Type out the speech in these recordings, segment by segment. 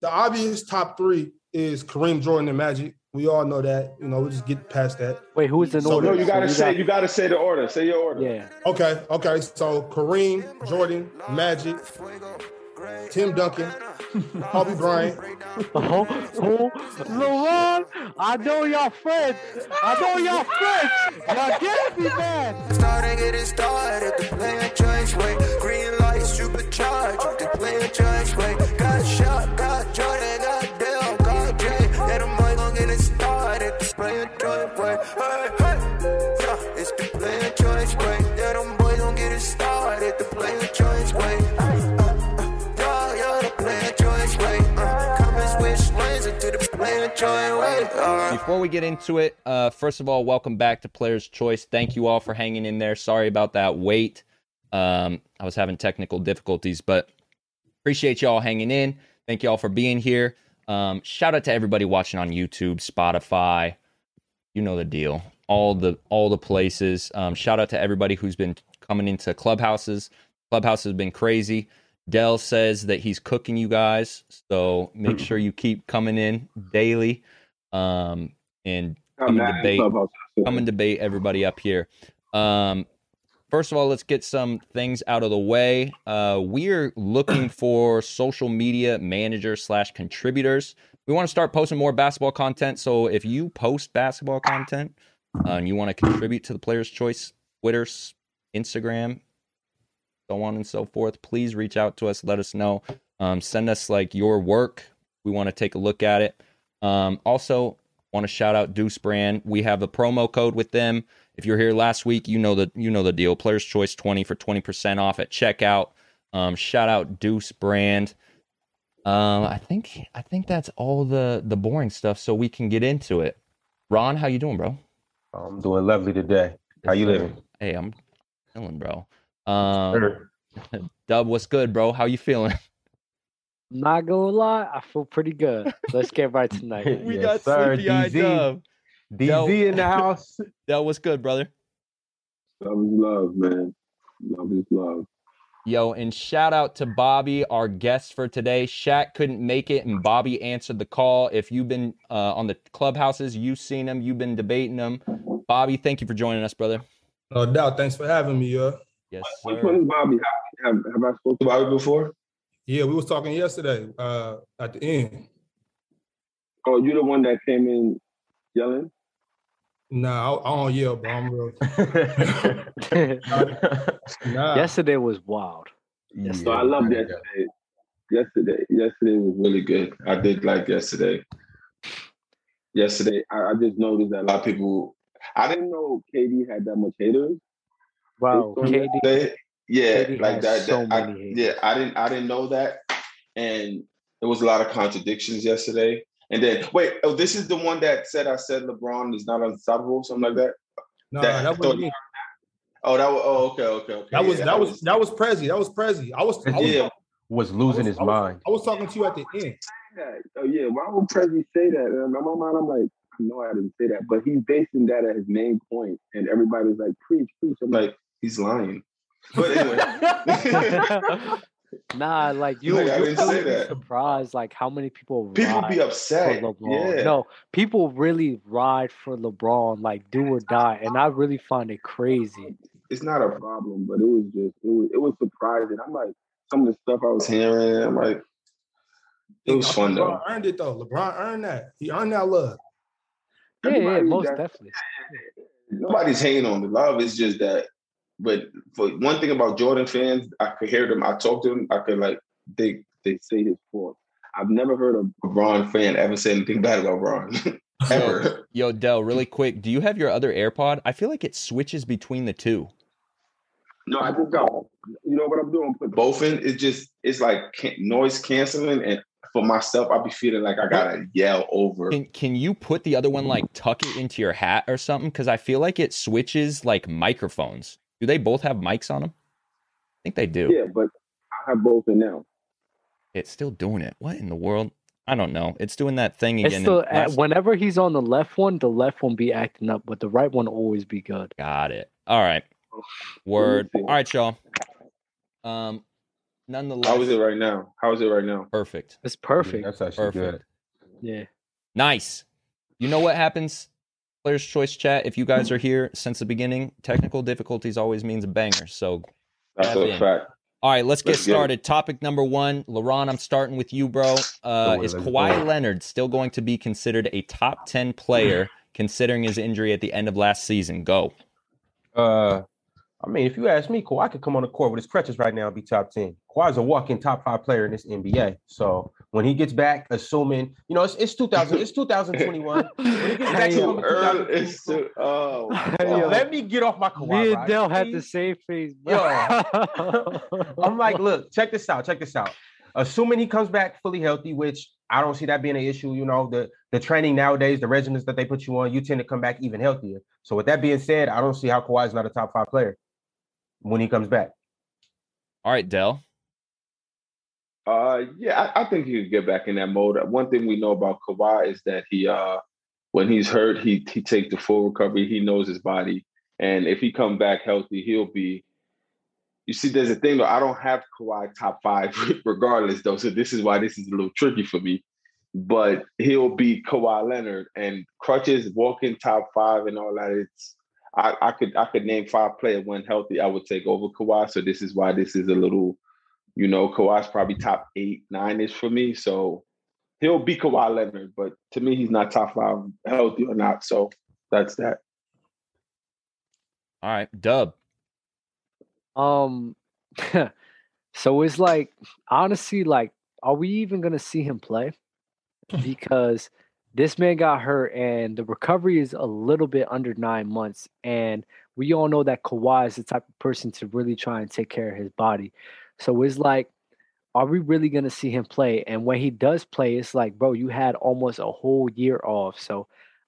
the obvious top three is Kareem Jordan and Magic. We all know that. You know, we just get past that. Wait, who's in So, order? no, No, you gotta So say you gotta say the order. Say your order. Yeah. Okay, okay. So Kareem, Jordan, Magic, Tim Duncan, Kobe Bryant. Oh, oh, LeBron, I know y'all friends. I know y'all friends. Y'all get me, man. Started getting started, the playing choice way. Green light supercharged, the playing choice way. Got shot, got Jordan, got Dell, got Jay. And I'm like, I'm getting started, the playing choice way. Hey, hey, yeah, it's the playing choice way. Yeah, them boys don't get it started, the playing choice way. Hey, uh, uh, yeah, yeah, the playing choice way. Uh, Comments switch lanes into the playing choice way. Uh. Before we get into it, uh, first of all, welcome back to Player's Choice. Thank you all for hanging in there. Sorry about that wait. Um, I was having technical difficulties, but appreciate y'all hanging in. Thank y'all for being here. Um, shout out to everybody watching on YouTube, Spotify. You know the deal. All the all the places. Um, shout out to everybody who's been coming into clubhouses. Clubhouse has been crazy. Dell says that he's cooking you guys, so make sure you keep coming in daily. Um, and I'm Come and mad at debate. Oh, Clubhouse. come and debate everybody up here. Um, first of all, let's get some things out of the way. Uh, we're looking for social media managers slash contributors. We want to start posting more basketball content. So if you post basketball content uh, and you want to contribute to the Players Choice Twitter, s- Instagram, so on and so forth, please reach out to us. Let us know. Um, send us like your work. We want to take a look at it. Um, also, want to shout out Deuce Brand. We have a promo code with them. If you're here last week, you know the you know the deal. Players Choice 20 for 20% off at checkout. Um, shout out Deuce Brand. Um, I think I think that's all the the boring stuff, so we can get into it. Ron, how you doing, bro? I'm doing lovely today. How you living? Hey, I'm feeling, bro. Um, Dub, what's good, bro? How you feeling? Not gonna lie, I feel pretty good. Let's get right tonight. We Yes, got sir, Sleepy Eye DZ. Dub. DZ in the house. Dub, what's good, brother? Love is love, man. Love is love. Yo, and shout out to Bobby, our guest for today. Shaq couldn't make it, and Bobby answered the call. If you've been uh, on the clubhouses, you've seen him, you've been debating him. Bobby, thank you for joining us, brother. No doubt. Thanks for having me, yeah. Yes, Which sir. one is Bobby? Have, have, have I spoke to Bobby before? Yeah, we was talking yesterday uh, at the end. Oh, you the one that came in yelling? Nah, I, I don't yell, but I'm real. Nah. Yesterday was wild. Yes, So I loved yesterday. Yesterday, yesterday was really good. I did like yesterday. Yesterday, I, I just noticed that a lot of people. I didn't know KD had that much haters. Wow, Based on KD. that- yeah, KD like has that. so that- I- many haters. yeah, I didn't, I didn't know that, and there was a lot of contradictions yesterday. And then, wait, oh, this is the one that said I said LeBron is not unstoppable, something like that. Nah, That- that wasn't me. Oh, that was. Oh, okay, okay, okay. That was yeah, that was that was Prezi. That was Prezi. I was I was, yeah. Was losing his I was- mind. I was talking to you at the end. that. Oh yeah, why would Prezi say that? And in my mind, I'm like, I know I didn't say that, but he's basing that at his main point, and everybody's like, preach, preach. I'm like, he's lying. But anyway, nah, like you, Like, I you didn't say wouldn't be that. surprised like how many people people ride be upset. for LeBron. Yeah. No, people really ride for LeBron, like do or die, and I really find it crazy. it's not a problem, but it was just it was it was surprising. I'm like some of the stuff I was hearing. I'm like, it was fun though. LeBron earned it though. LeBron earned that. He earned that love. Yeah, yeah, Everybody most got- definitely. Nobody's hating on the love. It's just that. But for one thing about Jordan fans, I could hear them. I talked to them. I could like they they say his fault. I've never heard a LeBron fan ever say anything bad about LeBron ever. Yo, Dell, really quick, do you have your other AirPod? I feel like it switches between the two. No, I just got. You know what I'm doing? Put both in. It's just it's like can, noise canceling, and for myself, I be feeling like I gotta yell over. Can Can you put the other one like tuck it into your hat or something? Because I feel like it switches like microphones. Do they both have mics on them? I think they do. Yeah, but I have both in now. It's still doing it. What in the world? I don't know. It's doing that thing again. It's and still last- whenever he's on the left one, the left one be acting up, but the right one always be good. Got it. All right. Word. see. All right, y'all. Um, Nonetheless, How is it right now? How is it right now? perfect. It's perfect. That's actually Perfect. good. Yeah. Nice. You know what happens? Players' choice chat. If you guys are here since the beginning, technical difficulties always means a banger. So, That's Tap a in. fact. all right, let's get Let's get it. started. Topic number one, LaRon, I'm starting with you, bro. Uh, worry, is let's Kawhi go. Leonard still going to be considered a top 10 player considering his injury at the end of last season? Go. Uh, I mean, if you ask me, Kawhi could come on the court with his crutches right now and be top 10. Kawhi's a walking top five player in this NBA. So when he gets back, assuming, you know, it's, it's 2000, it's 2021. When he gets back Too from the early. 2022 It's too- oh, Yo, Yo, let me get off my Kawhi. Me and ride, Dell had the please. same face, Yo. bro. I'm like, look, check this out, check this out. Assuming he comes back fully healthy, which I don't see that being an issue, you know, the the training nowadays, the regimens that they put you on, you tend to come back even healthier. So with that being said, I don't see how Kawhi's not a top five player when he comes back. All right, Dell. Uh, yeah, I, I think he could get back in that mode. Uh, One thing we know about Kawhi is that he, uh, when he's hurt, he he takes the full recovery. He knows his body, and if he come back healthy, he'll be. You see, there's a thing though. I don't have Kawhi top five regardless though, so this is why this is a little tricky for me. But he'll be Kawhi Leonard and crutches, walking top five, and all that. It's I, I could I could name five players when healthy I would take over Kawhi. So this is why this is a little you know, Kawhi's probably top eight, nine ish for me. So he'll be Kawhi Leonard, but to me, he's not top five, healthy or not. So that's that. All right, Dub. Um, so it's like honestly, like, are we even gonna see him play? Because this man got hurt, and the recovery is a little bit under nine months, and we all know that Kawhi is the type of person to really try and take care of his body. So it's like, are we really gonna see him play? And when he does play, it's like, bro, you had almost a whole year off. So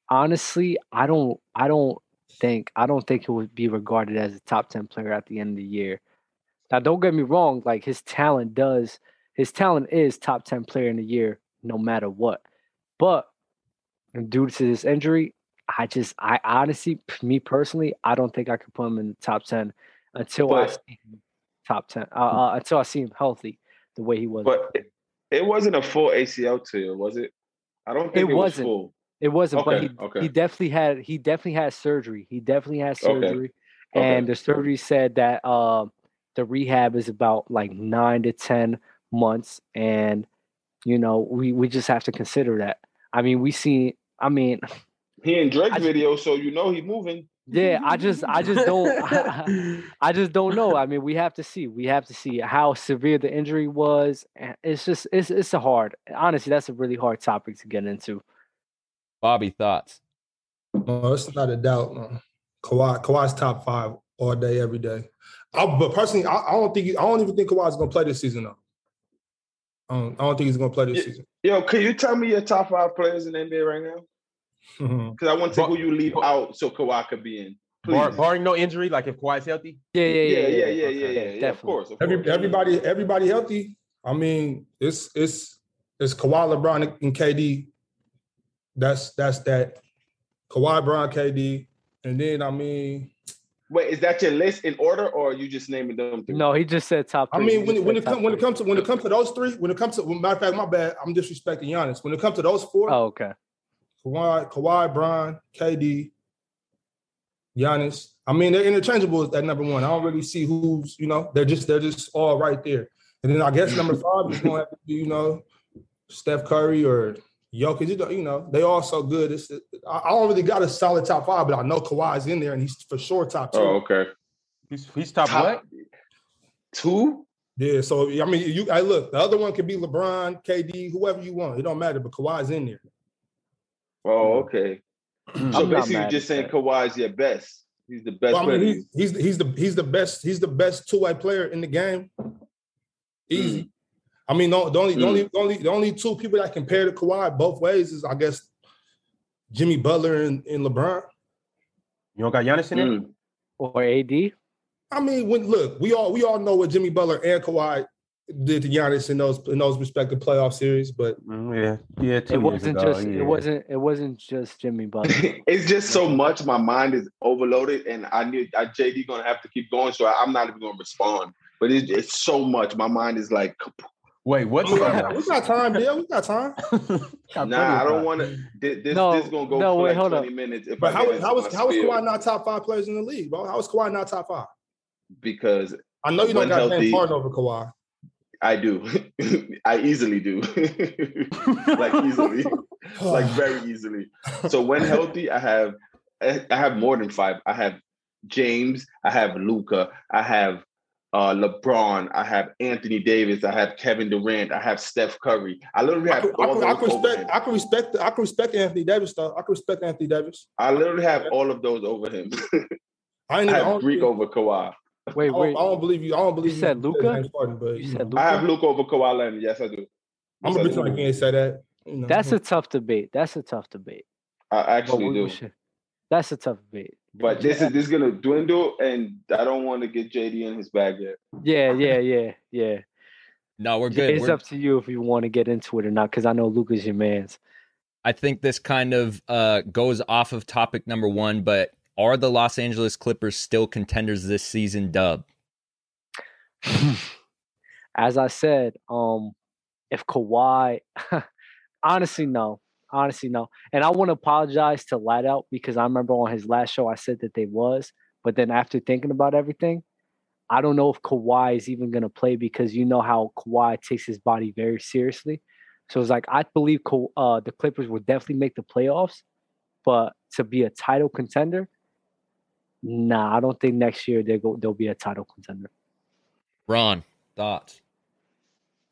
honestly, I don't, I don't think I don't think he would be regarded as a top ten player at the end of the year. Now, don't get me wrong; like his talent does, his talent is top ten player in the year, no matter what. But due to this injury, I just, I honestly, p- me personally, I don't think I could put him in the top ten until I But- see him top ten. Uh, uh, until I see him healthy, the way he was. Hmm. But it, it wasn't a full ACL tear, was it? I don't think It it, was wasn't. full. It wasn't, Okay, but he, okay. he definitely had he definitely had surgery. He definitely had Okay, surgery, okay. and the surgery said that um, the rehab is about like nine to ten months, and you know we we just have to consider that. I mean, we see. I mean, He in Drake's I- video, so you know he moving. yeah, I just I just don't. I just don't know. I mean, we have to see. We have to see how severe the injury was. and It's just it's it's a hard. Honestly, that's a really hard topic to get into. Bobby, thoughts? No, Uh, it's not a doubt. Man. Kawhi, Kawhi's top five all day, every day. I, but personally, I, I don't think I don't even think Kawhi's gonna play this season though. Um, I don't think he's gonna play this Yeah. season. Yo, can you tell me your top five players in the NBA right now? Mhm. Because I want to see Bar- who you leave bar- out so Kawhi could be in. Please. Bar, barring no injury, like if Kawhi's healthy. Yeah, yeah, yeah, yeah, yeah, yeah, yeah, okay. yeah, yeah, Of Definitely. course. Of Every, course. everybody, everybody healthy. I mean, it's it's it's Kawhi, LeBron, and KD. That's that's that. Kawhi, LeBron, KD, and then I mean, Wait, is that your list in order, or are you just naming them? three? No, he just said top I three. He mean, when just it, when said it comes top when it three. comes to when it comes to those three, when it comes to matter of fact, my bad, I'm disrespecting Giannis. When it comes to those four, Oh, okay. Kawhi, Kawhi, Bron, KD, Giannis. I mean, they're interchangeable at number one. I don't really see who's, you know, they're just they're just all right there. And then I guess number five is gonna have to be, you know, Steph Curry or Jokic. You know, you know they all so good. It's I I don't really got a solid top five, but I know Kawhi's in there and he's for sure top two. Oh, okay. He's, he's top, Top- Two? Yeah, so I mean, you I look. The other one could be LeBron, KD, whoever you want. It don't matter, but Kawhi's in there. Oh, okay. So I'm not basically, mad you're at just saying that. Kawhi's your best. He's the best Well, I mean, player. he's, he's he's the he's the best he's the best two way player in the game. Easy. I mean, no, the only the Mm. only the only the only two people that compare to Kawhi both ways is I guess Jimmy Butler and, and LeBron. You don't got Giannis in there? Mm. Or AD. I mean, when look, we all we all know what Jimmy Butler and Kawhi did to Giannis in those in those respective playoff series, but Mm, yeah, yeah. Two It years wasn't ago, just. yeah. It wasn't. It wasn't just Jimmy Butler. Mm. it's just so much. My mind is overloaded, and I knew I, JD gonna have to keep going, so I, am not even gonna respond But it's, it's so much. My mind is like, Wait, what's We up? got, we got time, Bill. We got time. nah, I don't want to. This, this, No, this gonna go no, for wait, like hold up. 20 minutes. If But I how, get how into was my how was spiel, Kawhi not top five players in the league, bro? How was Kawhi not top five? Because I know you don't When got healthy. James Harden over Kawhi. I do. I easily do. like easily. like very easily. So when healthy, I have I I have more than five. I have James, I have Luca, I have uh, LeBron, I have Anthony Davis, I have Kevin Durant, I have Steph Curry. I literally I have could, I, all could, those I could over respect. him. I could respect. I could respect Anthony Davis though. I could respect Anthony Davis. I literally have all of those over him. I ain't. I I have don't, Greek over Kawhi. Wait, I don't, wait. I don't believe you. I don't believe said you Luka? James Harden, but You you said know, Luka? I have Luke over Kawhi Leonard. Yes, I do. I'm Yes, a I bitch when I do. can't say that. You know. That's a tough debate. That's a tough debate. I But we, actually we do. should. That's a tough debate. But this is this is gonna dwindle, and I don't want to get JD in his bag yet. Yeah, yeah, yeah, yeah. No, we're Jay, good. It's We're- up to you if you want to get into it or not, because I know Luca's your man's. I think this kind of uh, goes off of topic number one, but are the Los Angeles Clippers still contenders this season, Dub? As I said, um, if Kawhi, honestly, no, honestly, no. And I want to apologize to Light Out because I remember on his last show I said that they was, but then after thinking about everything, I don't know if Kawhi is even going to play because you know how Kawhi takes his body very seriously. So it's like I believe Ka- uh, the Clippers will definitely make the playoffs, but to be a title contender, nah, I don't think next year they go they'll be a title contender. Ron, thoughts?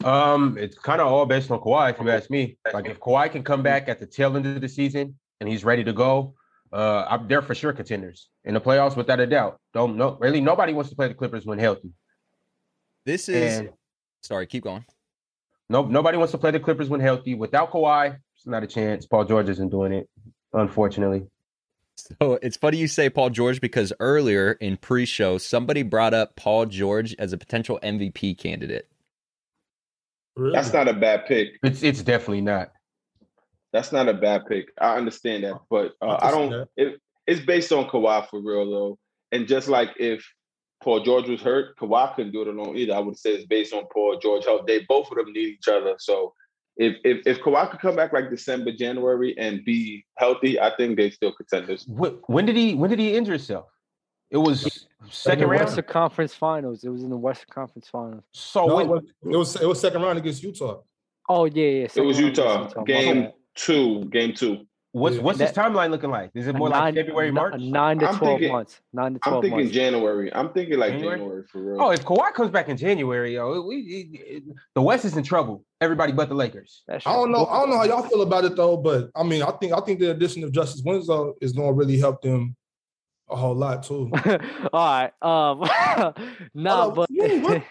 Um, it's kind of all based on Kawhi, if you ask me. Like if Kawhi can come back at the tail end of the season and he's ready to go, uh, I'm there for sure contenders in the playoffs without a doubt. Don't no really nobody wants to play the Clippers when healthy, This is and sorry. Keep going. no nobody wants to play the Clippers when healthy. Without Kawhi, it's not a chance. Paul George isn't doing it, unfortunately. So it's funny you say Paul George because earlier in pre-show somebody brought up Paul George as a potential MVP candidate. Really? That's not a bad pick. It's it's definitely not. That's not a bad pick. I understand that, but uh, I can I see don't. that. It, it's based on Kawhi for real though, and just like if Paul George was hurt, Kawhi couldn't do it alone either. I would say it's based on Paul George health. They both of them need each other. So if if if Kawhi could come back like December, January, and be healthy, I think they still contenders. Wh- When did he when did he injure himself? It was In the second round. Western Conference Finals. It was in the Western Conference Finals. So No, when- it, was, it was it was second round against Utah. Oh yeah, yeah. second was round against Utah. my Game- bad. Two game two. what's Yeah. what's his timeline looking like? Is it A more like nine- February, a March? Nine to I'm twelve thinking- months. Nine to I'm twelve thinking months. January. I'm thinking like January? January, for real. Oh, if Kawhi comes back in January, yo, it- we- it- it- the West is in trouble. Everybody but the Lakers. That's I don't right. know. I don't know how y'all feel about it though, but I mean, I think I think the addition of Justice Winslow is going to really help them a whole lot too. All right. Um, nah, on, but wait, what?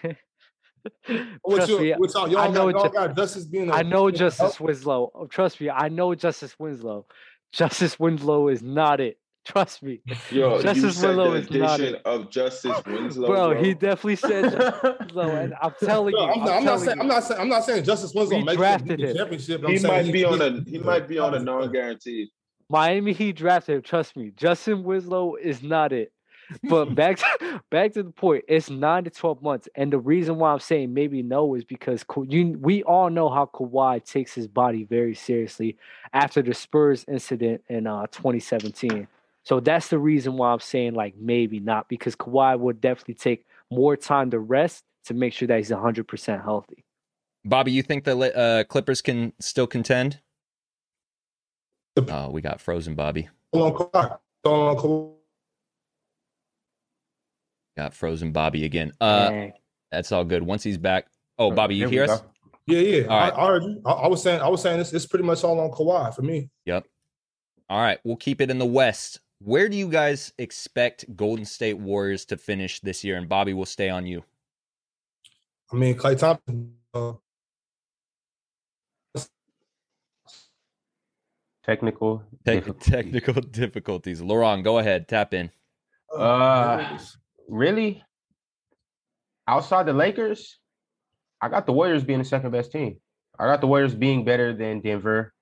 What trust you, me, what y'all, y'all, I got, know y'all Ju- got Justice being. a- I know being a Justice help- Winslow. Oh, Trust me, I know Justice Winslow. Justice Winslow is not it. Trust me, Yo, you Justice said Winslow the is not addition of Justice Winslow, bro. bro. He definitely said Justice Winslow, and I'm telling you, No, I'm, I'm, not, I'm not telling saying. you. I'm not saying. I'm not saying Justice Winslow We makes drafted it to him. the championship. but he I'm saying might be on a he he's- might be on a non-guaranteed. Miami Heat drafted him. Trust me, Justin Winslow is not it. But back to, back to the point, it's nine to twelve months, and the reason why I'm saying maybe no is because Ka- you, we all know how Kawhi takes his body very seriously after the Spurs incident in uh, 2017. So that's the reason why I'm saying like maybe not because Kawhi would definitely take more time to rest to make sure that he's 100 percent healthy. Bobby, you think the Li- uh, Clippers can still contend? The- Oh, we got frozen, Bobby. on Kawhi. On Kawhi. Got frozen, Bobby again. Uh, Dang. that's all good. Once he's back. Oh, Bobby, you Here we hear go. us? Yeah, yeah. All right. I, I, heard you. I, I was saying. I was saying this. It's pretty much all on Kawhi for me. All right, we'll keep it in the West. Where do you guys expect Golden State Warriors to finish this year? And Bobby will stay on you. I mean, Clay Thompson. Uh, Technical. Tec- difficulty. technical difficulties. Laurent, go ahead. Tap in. Uh, really? Outside the Lakers, I got the Warriors being the second best team. I got the Warriors being better than Denver,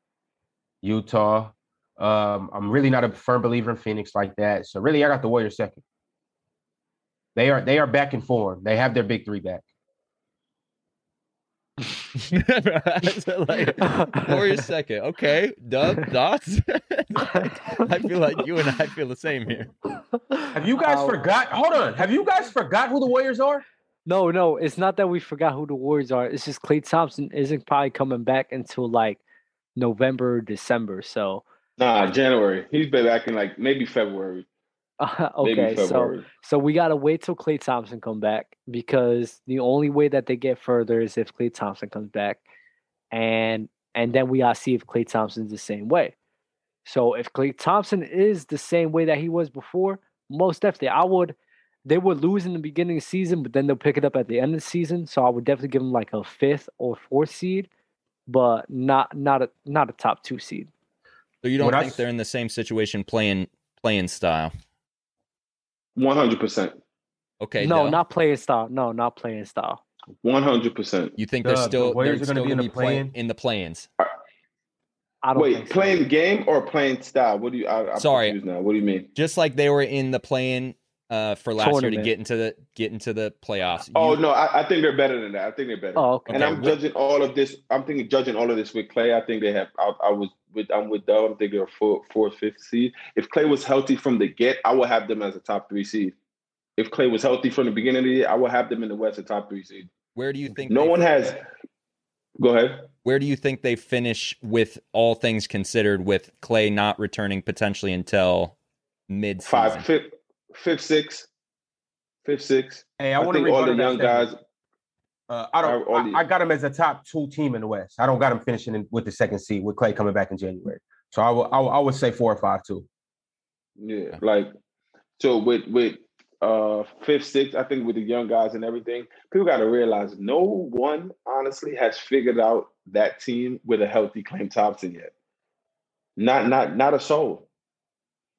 Utah. Um, I'm really not a firm believer in Phoenix like that. So really, I got the Warriors second. They are they are back in form. They have their big three back. like, Warriors second. Okay, Doug, thoughts? I feel like you and I feel the same here. Have you guys Um, forgot? Hold on. Have you guys forgot who the Warriors are? No, no, it's not that we forgot who the Warriors are. It's just Klay Thompson isn't probably coming back until like November, December. So Nah, January. He's been back in like maybe February. okay, maybe so February. So we gotta wait till Klay Thompson come back because the only way that they get further is if Klay Thompson comes back, and and then we gotta see if Klay Thompson's the same way. So if Klay Thompson is the same way that he was before, most definitely I would. They would lose in the beginning of the season, but then they'll pick it up at the end of the season. So I would definitely give them like a fifth or fourth seed, but not not a not a top two seed. So you don't When I think s- they're in the same situation playing playing style? One hundred percent. Okay, no, Del, not playing style. No, not playing style. One hundred percent. You think they're Doug, the still they're Warriors are still gonna going to be in the be playing play-in? in the plans? I don't Wait, think so. playing game or playing style? What do you? I, I'm Sorry. confused now. What do you mean? Just like they were in the playing uh, for last year Tournament. to get into the get into the playoffs. Oh You- no, I, I think they're better than that. I think they're better. Oh, okay. and okay, I'm what- judging all of this. I'm thinking judging all of this with Clay. I think they have. I, I was with. I'm with Dell. I'm thinking they're four, fourth, fifth seed. If Clay was healthy from the get, I would have them as a top three seed. If Clay was healthy from the beginning of the year, I would have them in the West a top three seed. Where do you think No they- one has. Go ahead. Where do you think they finish with all things considered, with Clay not returning potentially until mid Five, season? fifth, fifth, six, fifth, six. Hey, I, I, want to think all the young guys. Uh, I are all don't. the- I, I got them as a top two team in the West. I don't got them finishing in, with the second seed with Clay coming back in January. So I will. I, will- I would say four or five too. Yeah, like so with with uh fifth, sixth, I think with the young guys and everything, people gotta realize no one honestly has figured out that team with a healthy Clay Thompson yet. Not not not a soul.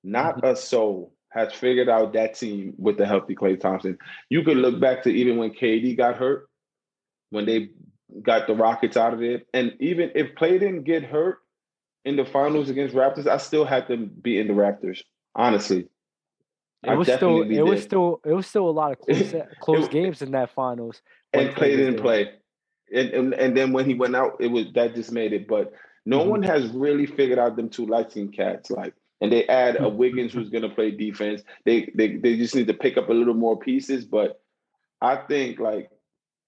Not Mm-hmm. a soul has figured out that team with the healthy Clay Thompson. You could look back to even when KD got hurt, when they got the Rockets out of there. And even if Clay didn't get hurt in the finals against Raptors, I still had them be in the Raptors honestly. It was still it definitely was did. still it was still a lot of close close it- games in that finals. when and Clay was didn't there. play, and, and and then when he went out, it was that just made it. But no Mhm. one has really figured out them two lighting cats like. And they add a Wiggins who's going to play defense. They, they they just need to pick up a little more pieces. But I think like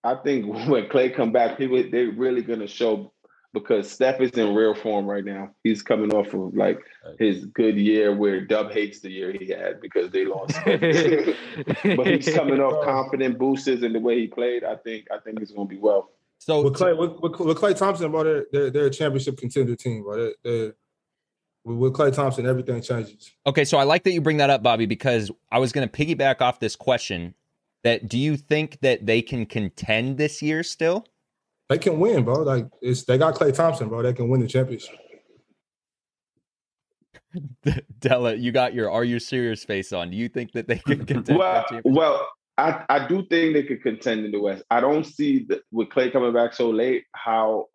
I think when Clay come back, people they're really going to show because Steph is in real form right now. He's coming off of like his good year where Dub hates the year he had because they lost. but he's coming off confident boosters and the way he played. I think I think it's gonna be well. So With Clay, with, with, with Clay Thompson, bro, they're, they're, they're a championship contender team, bro. They're, they're, with, with Clay Thompson, everything changes. Okay, so I like that you bring that up, Bobby, because I was going to piggyback off this question. That do you think that they can contend this year still? They can win, bro. Like it's they got Clay Thompson, bro. They can win the championship. Della, you got your "Are you serious?" face on. Do you think that they can contend? for Well, champion- well, I, I do think they could contend in the West. I don't see the, with Clay coming back so late how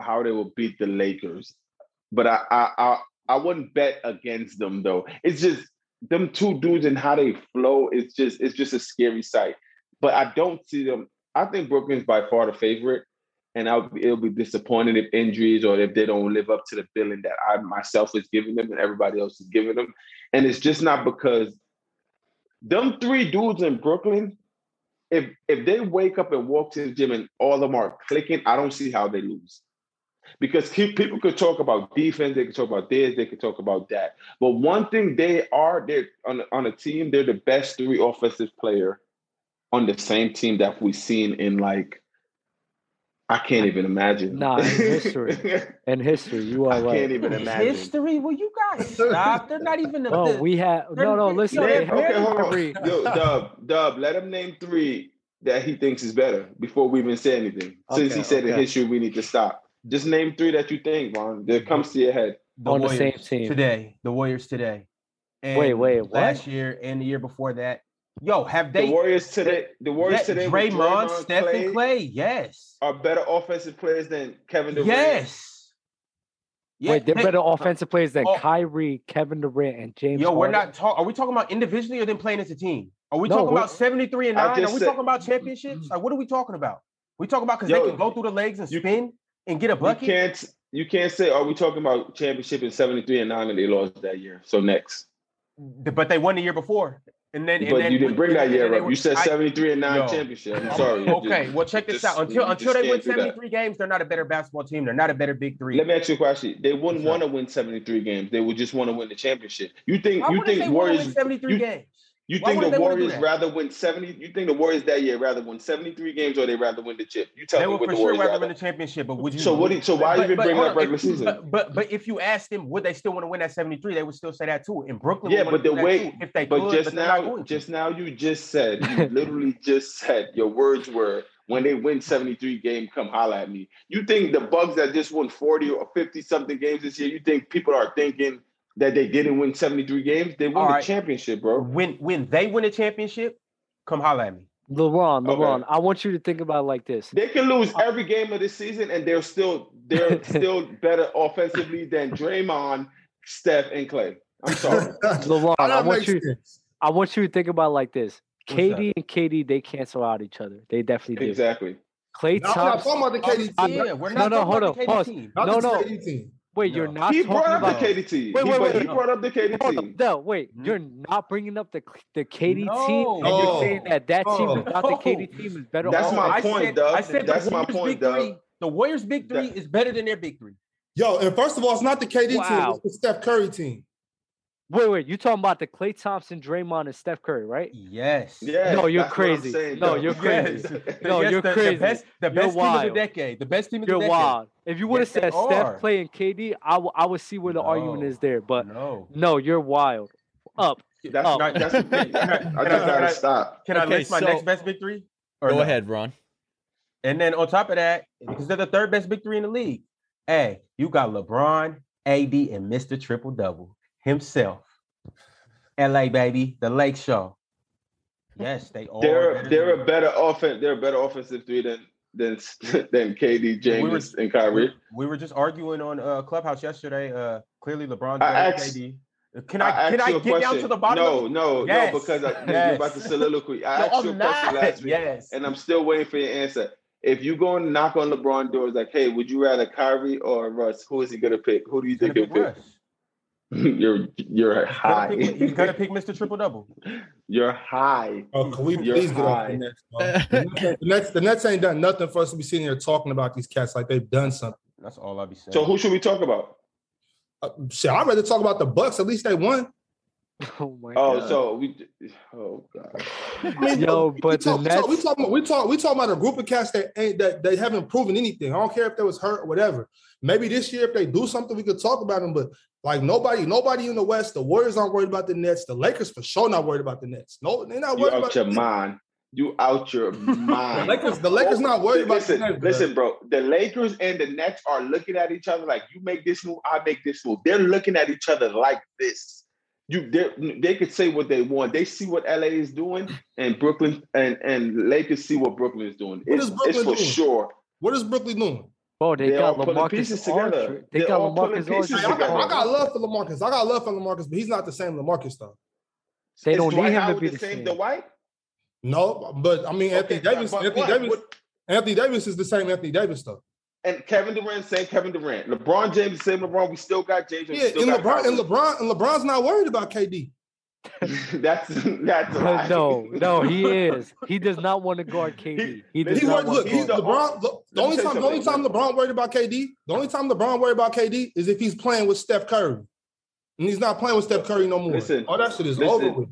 how they will beat the Lakers, but I I I, I wouldn't bet against them though. It's just them two dudes and how they flow. It's just it's just a scary sight. But I don't see them. I think Brooklyn's by far the favorite. And I'll be, it'll be disappointed if injuries or if they don't live up to the billing that I myself is giving them and everybody else is giving them. And it's just not because them three dudes in Brooklyn, if if they wake up and walk to the gym and all of them are clicking, I don't see how they lose. Because he- people could talk about defense, they could talk about this, they could talk about that. But one thing they are, they're on, on a team, they're the best three offensive player on the same team that we've seen in like, I can't even imagine. Nah, in history. in history. You I are can't right. even imagine. History? Well, you guys stop. They're not even. Oh, the- we had no no. They're- Listen, yo, they they're had okay, hold on. three. Yo, Dub, Dub, let him name three that he thinks is better before we even say anything. Since Okay, he said in okay. history, we need to stop. Just name three that you think, Ron, Mm-hmm. that comes to your head. the on the Warriors same team. today. The Warriors today. And Wait, wait, what? Last year and the year before that. Yo, have The they? Warriors today, the Warriors that today, with Draymond, Steph, and Clay. Yes. are better offensive players than Kevin Durant. Yes. Yeah, Wait, they're they- better offensive players than Oh. Kyrie, Kevin Durant, and James. Yo, we're Harden. not talking. Are we talking about individually or then playing as a team? Are we No, talking we're- about 73 and I 9? Are just we said- talking about championships? Like, what are we talking about? We talking about because they Yo, can go through the legs and you- spin and get a You bucket? can't you can't say, are we talking about championship in 73 and 9 and they lost that year? So next. Th- But they won the year before. And then, and but then you didn't bring that and then year they up. were- You said I- 73 and 9 Yo. championship. I'm sorry. Okay, Just- well, check this just- out. Until you until just they win can't do that. 73 games, they're not a better basketball team. They're not a better big three. Let me ask you a question. They wouldn't Sure. want to win 73 games. They would just want to win the championship. You think Why you wouldn't they think wanna win Warriors 73 you- games? you Why think wouldn't the they wanna do Warriors that? rather win 70 you think the Warriors that year rather win 73 games or they rather win the chip? You tell They me would what for the sure Warriors rather rather- win the championship, but would you? So what do you- so why but- even but bring hold up on, if- regular season? But, but but if you asked them, would they still want to win that seventy three? They would still say that too. In Brooklyn, Yeah, would wanna but the do that way- too, if they But could, just they're not now, going to. just now, you just said, you literally just said, your words were, when they win 73 game, come holla at me. You think the Bucks that just won 40 or 50 something games this year, you think people are thinking that they didn't win 73 games? They won All the right. championship, bro. when when they win a championship, come holla at me. LeBron, Okay. LeBron, I want you to think about it like this. They can lose every game of the season and they're still they're still better offensively than Draymond, Steph, and Clay. I'm sorry. LeBron, How I that want makes you sense? I want you to think about it like this. What's KD and KD, they cancel out each other. They definitely do. exactly. Clay No, I'm not Thompson. talking about the KD team. yeah, we're no, not no, talking hold about on, the KD pause. team. Not No, the no. KD team. Wait, you're No. not He talking brought up about. the KD team. Wait, he, wait, but wait, he no. brought up the KD Hold team. up, no, wait. Mm-hmm. Hmm? You're not bringing up the the KD team, and No. you're saying that that team No. without the KD No. team is better. That's off. my I point, said, Doug. I said That's the my Warriors point, big Doug. Three, the Warriors' big three That- is better than their big three. Yo, and first of all, it's not the KD team. Wow. It's the Steph Curry team. Wait, wait. You talking about the Clay Thompson, Draymond, and Steph Curry, right? Yes. Yeah. No, you're that's what I'm crazy. saying, No, Doug. you're Yes. crazy. The- No, yes, you're the, crazy. The best, the You're best team of wild. the decade. The best team of You're the decade. wild. If you would have Yes, they said are. Steph, Clay, and KD, I would I would see where the argument No. is there. But No. no, you're wild. Up. That's Oh. not. That's the thing. Can I- I just can I- can I- gotta stop. Can I Okay, list my so- next best big three? Or Go no? ahead, Ron. And then on top of that, because they're the third best big three in the league. Hey, you got LeBron, AD, and Mr. Triple Double himself. LA baby, the Lake Show. Yes, they are. They're better they're than- a better offense. They're a better offensive three than than than KD, We were- James, and Kyrie. We were just arguing on uh, Clubhouse yesterday. Uh, clearly, LeBron. I better asked- than AD. Can I, can asked I you a get down to question. the bottom? of No, no, Yes. no, because I, Yes. you're about to soliloquy. it? I No, asked you a I'm question not. last week, Yes. and I'm still waiting for your answer. If you go and knock on LeBron doors, like, hey, would you rather Kyrie or Russ? Who is he gonna pick? Who do you He's gonna think he'll pick pick? Russ. you're you're He's gonna high. pick- He's gonna pick Mr. Triple Double. you're high. Oh, can we You're please get off high. the next? bro? The Nets- the Nets, the Nets ain't done nothing for us to be sitting here talking about these cats like they've done something. That's all I'll be saying. So who should we talk about? Uh, shit, I'd rather talk about the Bucks. At least they won. Oh uh, my Oh, god. so we. Oh God. I mean, Yo, we- but we the talk, we talk- we Nets- talking about we talk we talking about a group of cats that ain't that they haven't proven anything. I don't care if they was hurt or whatever. Maybe this year if they do something, we could talk about them. But like nobody, nobody in the West, the Warriors aren't worried about the Nets. The Lakers for sure not worried about the Nets. No, they're not You worried out about your the Nets. mind. You out your The mind. Lakers. The Lakers not worried about listen, the Nets. bro. listen, bro. The Lakers and the Nets are looking at each other like you make this move, I make this move. They're looking at each other like this. You they they could say what they want. They see what LA is doing, and Brooklyn and and Lakers see what Brooklyn is doing. What it's, is Brooklyn it's for doing? sure. What is Brooklyn doing? Bro, they They got all pulling pieces LaMarcus together. Aldridge. They They got all pulling LaMarcus Aldridge. pieces Hey, I, got, together. I got love for Lamarcus. I got love for Lamarcus, but he's not the same Lamarcus though. They Is don't need Dwight him to Howard be the the same. same. Dwight. No, but I mean Anthony Okay, Davis. but Anthony what- Davis. what- Anthony Davis is the same Anthony Davis though. and Kevin Durant, same Kevin Durant. LeBron James, same LeBron. We still got James. and we Yeah, still and got LeBron and Kyrie. LeBron and LeBron's not worried about KD. that's that's a lie. no, no, he is. He does not want to guard He- KD. He does He not worried, want look, to he's guard. the- LeBron. The, the Let me only tell you time, the only time something. LeBron worried about KD, the only time LeBron worried about KD is if he's playing with Steph Curry, and he's not playing with Steph Curry no more. Listen, all that shit is listen, over with.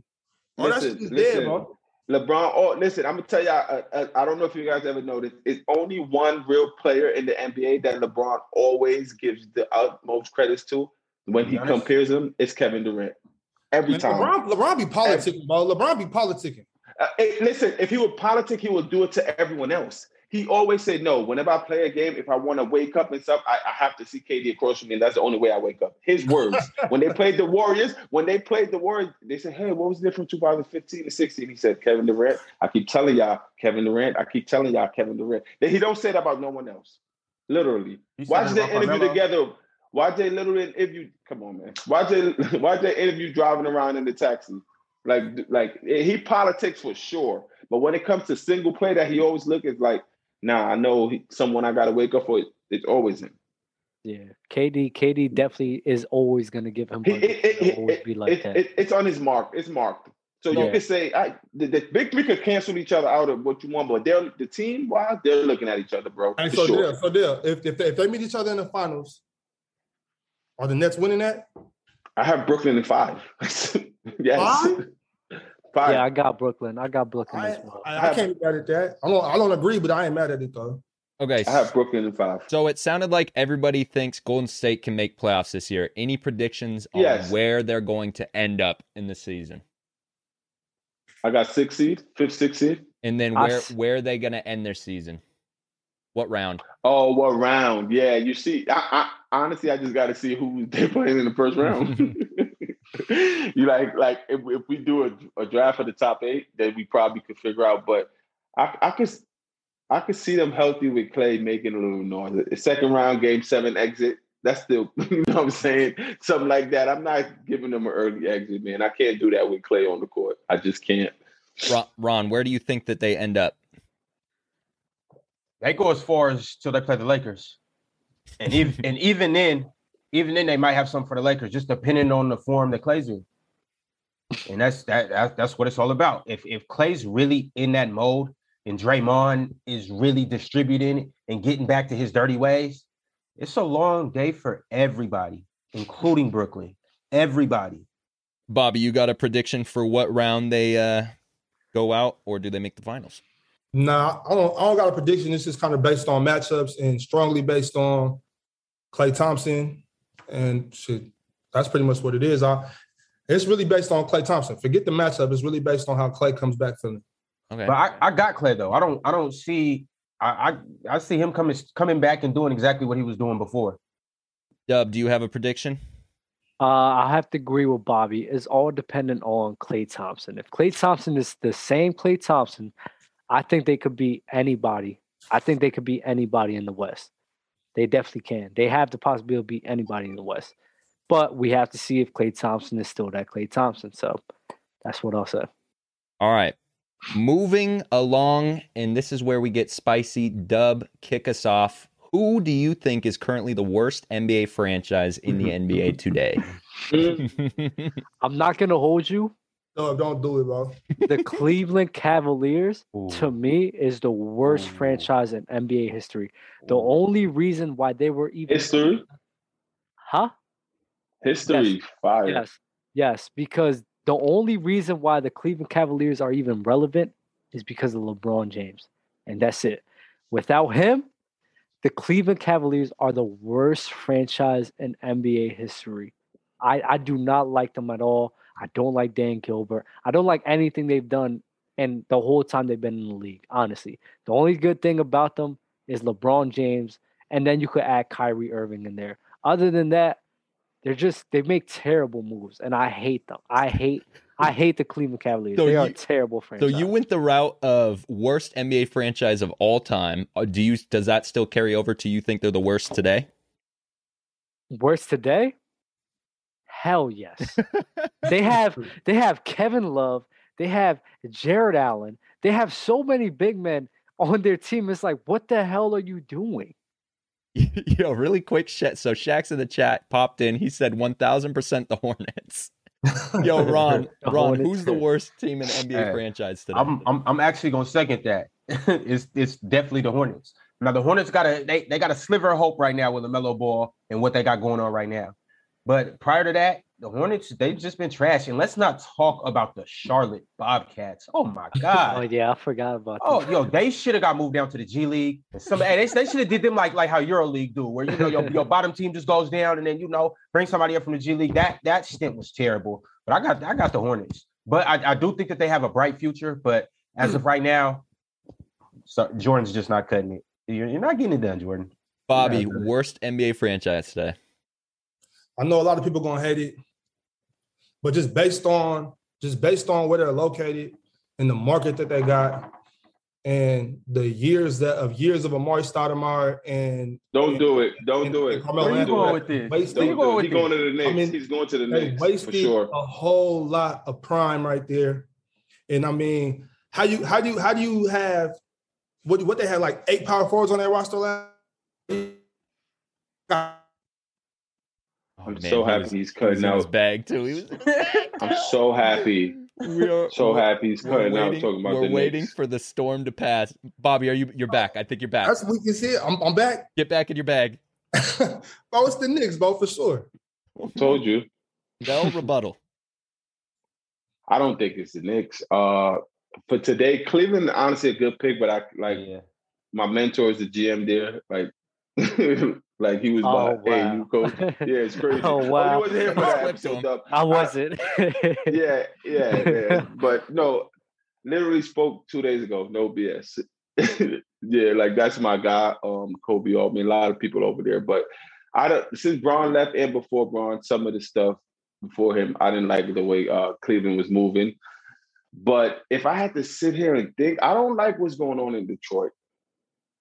All that listen, shit is Oh, listen. dead, bro. LeBron. Oh, listen, I'm gonna tell y'all. Uh, uh, I don't know if you guys ever noticed. It's only one real player in the NBA that LeBron always gives the utmost credits to when he Giannis? compares him. It's Kevin Durant. Every Man, time. LeBron, LeBron be politicking, bro. LeBron be politicking. Uh, hey, listen, if he would politic, he would do it to everyone else. He always said, no, whenever I play a game, if I want to wake up and stuff, I, I have to see KD across from me. And that's the only way I wake up. His words. when they played the Warriors, when they played the Warriors, they said, hey, what was it from 2015 to 16? He said, Kevin Durant. I keep telling y'all, Kevin Durant. I keep telling y'all, Kevin Durant. Then He don't say that about no one else. Literally. He said Watch that the about interview Carmelo. together. YJ Little didn't interview. Come on, man. YJ YJ interview driving around in the taxi. Like like eh, he politics for sure, but when it comes to single play, that he always look is like, nah, I know he, someone I got to wake up for. It's always him. Yeah, KD, Mm. KD definitely is always gonna give him. It- It, it- it- it- always be like it- that. it- it's on his mark. It's marked. So you Yeah. can say I, the, the big three could cancel each other out of what you want, but they're the team wise, they're looking at each other, bro. And for so, sure. Dale, so Dale, if if they, if they meet each other in the finals, are the Nets winning that? I have Brooklyn in five. yes. Five? Five. yeah, I got Brooklyn. I got Brooklyn I, as well. I, I can't be mad at that. I don't I don't agree, but I ain't mad at it though. Okay, I have Brooklyn in five. so it sounded like everybody thinks Golden State can make playoffs this year. Any predictions on Yes. where they're going to end up in the season, I got six seed, fifth, sixth seed. and then I where s- where are they going to end their season? What round? Oh, what round? Yeah, you see, I, I honestly, I just got to see who they playing in the first round. you like, like if, if we do a, a draft for the top eight, then we probably could figure out. But I, I could, I could see them healthy with Clay making a little noise. The second round, game seven exit. That's still, you know, what I'm saying something like that. I'm not giving them an early exit, man. I can't do that with Clay on the court. I just can't. Ron, Ron, where do you think that they end up? They go as far as till they play the Lakers, and even and even then, even then they might have some for the Lakers, just depending on the form that Clay's in. And that's that, that that's what it's all about. If if Clay's really in that mode, and Draymond is really distributing and getting back to his dirty ways, it's a long day for everybody, including Brooklyn. Everybody. Bobby, you got a prediction for what round they uh, go out, or do they make the finals? Nah, I don't I don't got a prediction. This is kind of based on matchups and strongly based on Clay Thompson and shit. That's pretty much what it is. I it's really based on Clay Thompson. Forget the matchup. It's really based on how Clay comes back feeling. Okay, But I, I got Clay though. I don't I don't see I I, I see him coming coming back and doing exactly what he was doing before. Dub, do you have a prediction? Uh, I have to agree with Bobby. It's all dependent on Clay Thompson. If Clay Thompson is the same Clay Thompson, I think they could be anybody. I think they could be anybody in the West. They definitely can. They have the possibility to be anybody in the West. But we have to see if Clay Thompson is still that Clay Thompson. So that's what I'll say. All right. Moving along, and this is where we get spicy. Dub, kick us off. Who do you think is currently the worst NBA franchise in the NBA today? I'm not gonna hold you. No, don't do it, bro. The Cleveland Cavaliers to Ooh. me is the worst Ooh. franchise in NBA history. The only reason why they were even History, huh? history, fire. Yes, yes, because the only reason why the Cleveland Cavaliers are even relevant is because of LeBron James, and that's it. Without him, the Cleveland Cavaliers are the worst franchise in NBA history. I, I do not like them at all. I don't like Dan Gilbert. I don't like anything they've done and the whole time they've been in the league, honestly. The only good thing about them is LeBron James, and then you could add Kyrie Irving in there. Other than that, they're just they make terrible moves, and I hate them. I hate I hate the Cleveland Cavaliers. So they are you- a terrible so franchise. you went the route of worst NBA franchise of all time. Uh, Do you does that still carry over to you think they're the worst today? worse today? Hell yes. they have they have Kevin Love, they have Jared Allen, they have so many big men on their team. It's like, what the hell are you doing? Yo, really quick shit. So Shaq's in the chat popped in. He said 1000% the Hornets. Yo, Ron, The Ron, Hornets. who's the worst team in NBA Hey, franchise today? I'm, I'm I'm actually gonna second that. it's it's definitely the Hornets. Now the Hornets got a they, they got a sliver of hope right now with Lamelo Ball and what they got going on right now. But prior to that, the Hornets they've just been trash. And let's not talk about the Charlotte Bobcats. Oh my Ah. Oh God. yeah, I forgot about that. Oh, yo, they should have got moved down to the G League. And Some, hey, they, they should have did them like like how EuroLeague do, where you know your, your bottom team just goes down, and then you know bring somebody up from the G League. That that stint was terrible. But I got I got the Hornets. But I, I do think that they have a bright future. But as of right now, so Jordan's just not cutting it. You're, you're not getting it done, Jordan. Bobby, Yeah, but- worst NBA franchise today. I know a lot of people gonna hate it, but just based on just based on where they're located and the market that they got, and the years that of years of Amari Stoudemire and Don't do it. Don't and- do it. and Carmelo Where you Anthony. Don't do going it. with this? wasted, Where Don't you do going it. with He's going this? to the Knicks. I mean, He's going to the they Knicks for wasted sure. a whole lot of prime right there. And I mean, how you how do you how do you have what what they had like eight power forwards on their roster last? Oh, I'm man, so he happy was- he's he was cutting in his out. bag too. He was in his bag. I'm so happy. We are- So we're- happy he's We're cutting out waiting, talking about we're the waiting Knicks. for the storm to pass. Bobby, are you? You're back. I think you're back. That's weak as hell. I'm, I'm back. Get back in your bag. oh, it's the Knicks, bro, for sure. Told you. No rebuttal. I don't think it's the Knicks. Uh, for today, Cleveland honestly a good pick, but I like yeah. my mentor is the GM there. Like, like he was Oh, like, "Hey, wow. you coach." Yeah, Ah. it's crazy. Oh, you wow. wasn't here for I that flipped episode, him. though. I wasn't. yeah, yeah, yeah. But no, literally spoke two days ago. No BS. yeah, like that's my guy, um, Kobe Altman. A lot of people over there, but I don't. Since Braun left and before Braun, some of the stuff before him, I didn't like the way uh, Cleveland was moving. But if I had to sit here and think, I don't like what's going on in Detroit.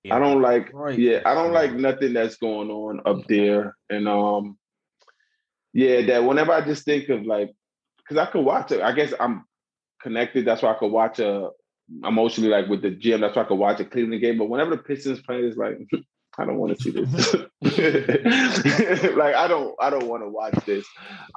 I don't like Right. yeah, I don't like nothing that's going on up there. And um yeah, that whenever I just think of like cuz I could watch it, I guess I'm connected, that's why I could watch a emotionally like with the gym, that's why I could watch a Cleveland game, but whenever the Pistons play it's like I don't want to see this. like I don't I don't want to watch this.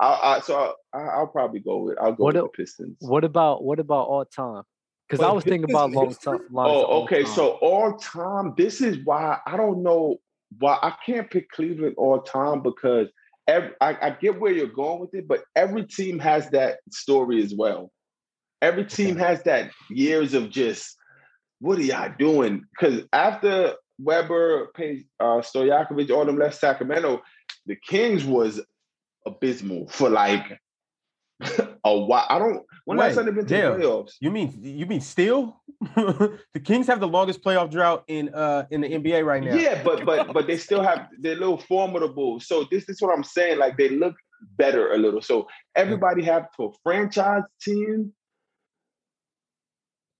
I, I so I, I'll probably go with I'll go What with el- the Pistons. what about what about all time? Because I Wait, was thinking this about is long history? time. Oh, okay. So all time, this is why I don't know why I can't pick Cleveland all time because ev I, I get where you're going with it, but every team has that story as well. Every team has that years of just what are y'all doing? Because after Weber, Page, uh, Stojakovic, all them left Sacramento, the Kings was abysmal for like a while. I don't. When last Wait, time they been to Dale, the playoffs? You mean you mean still? the Kings have the longest playoff drought in uh in the NBA right now. Yeah, but but but they still have they're a little formidable. So this is what I'm saying. Like they look better a little. So everybody have to a franchise team.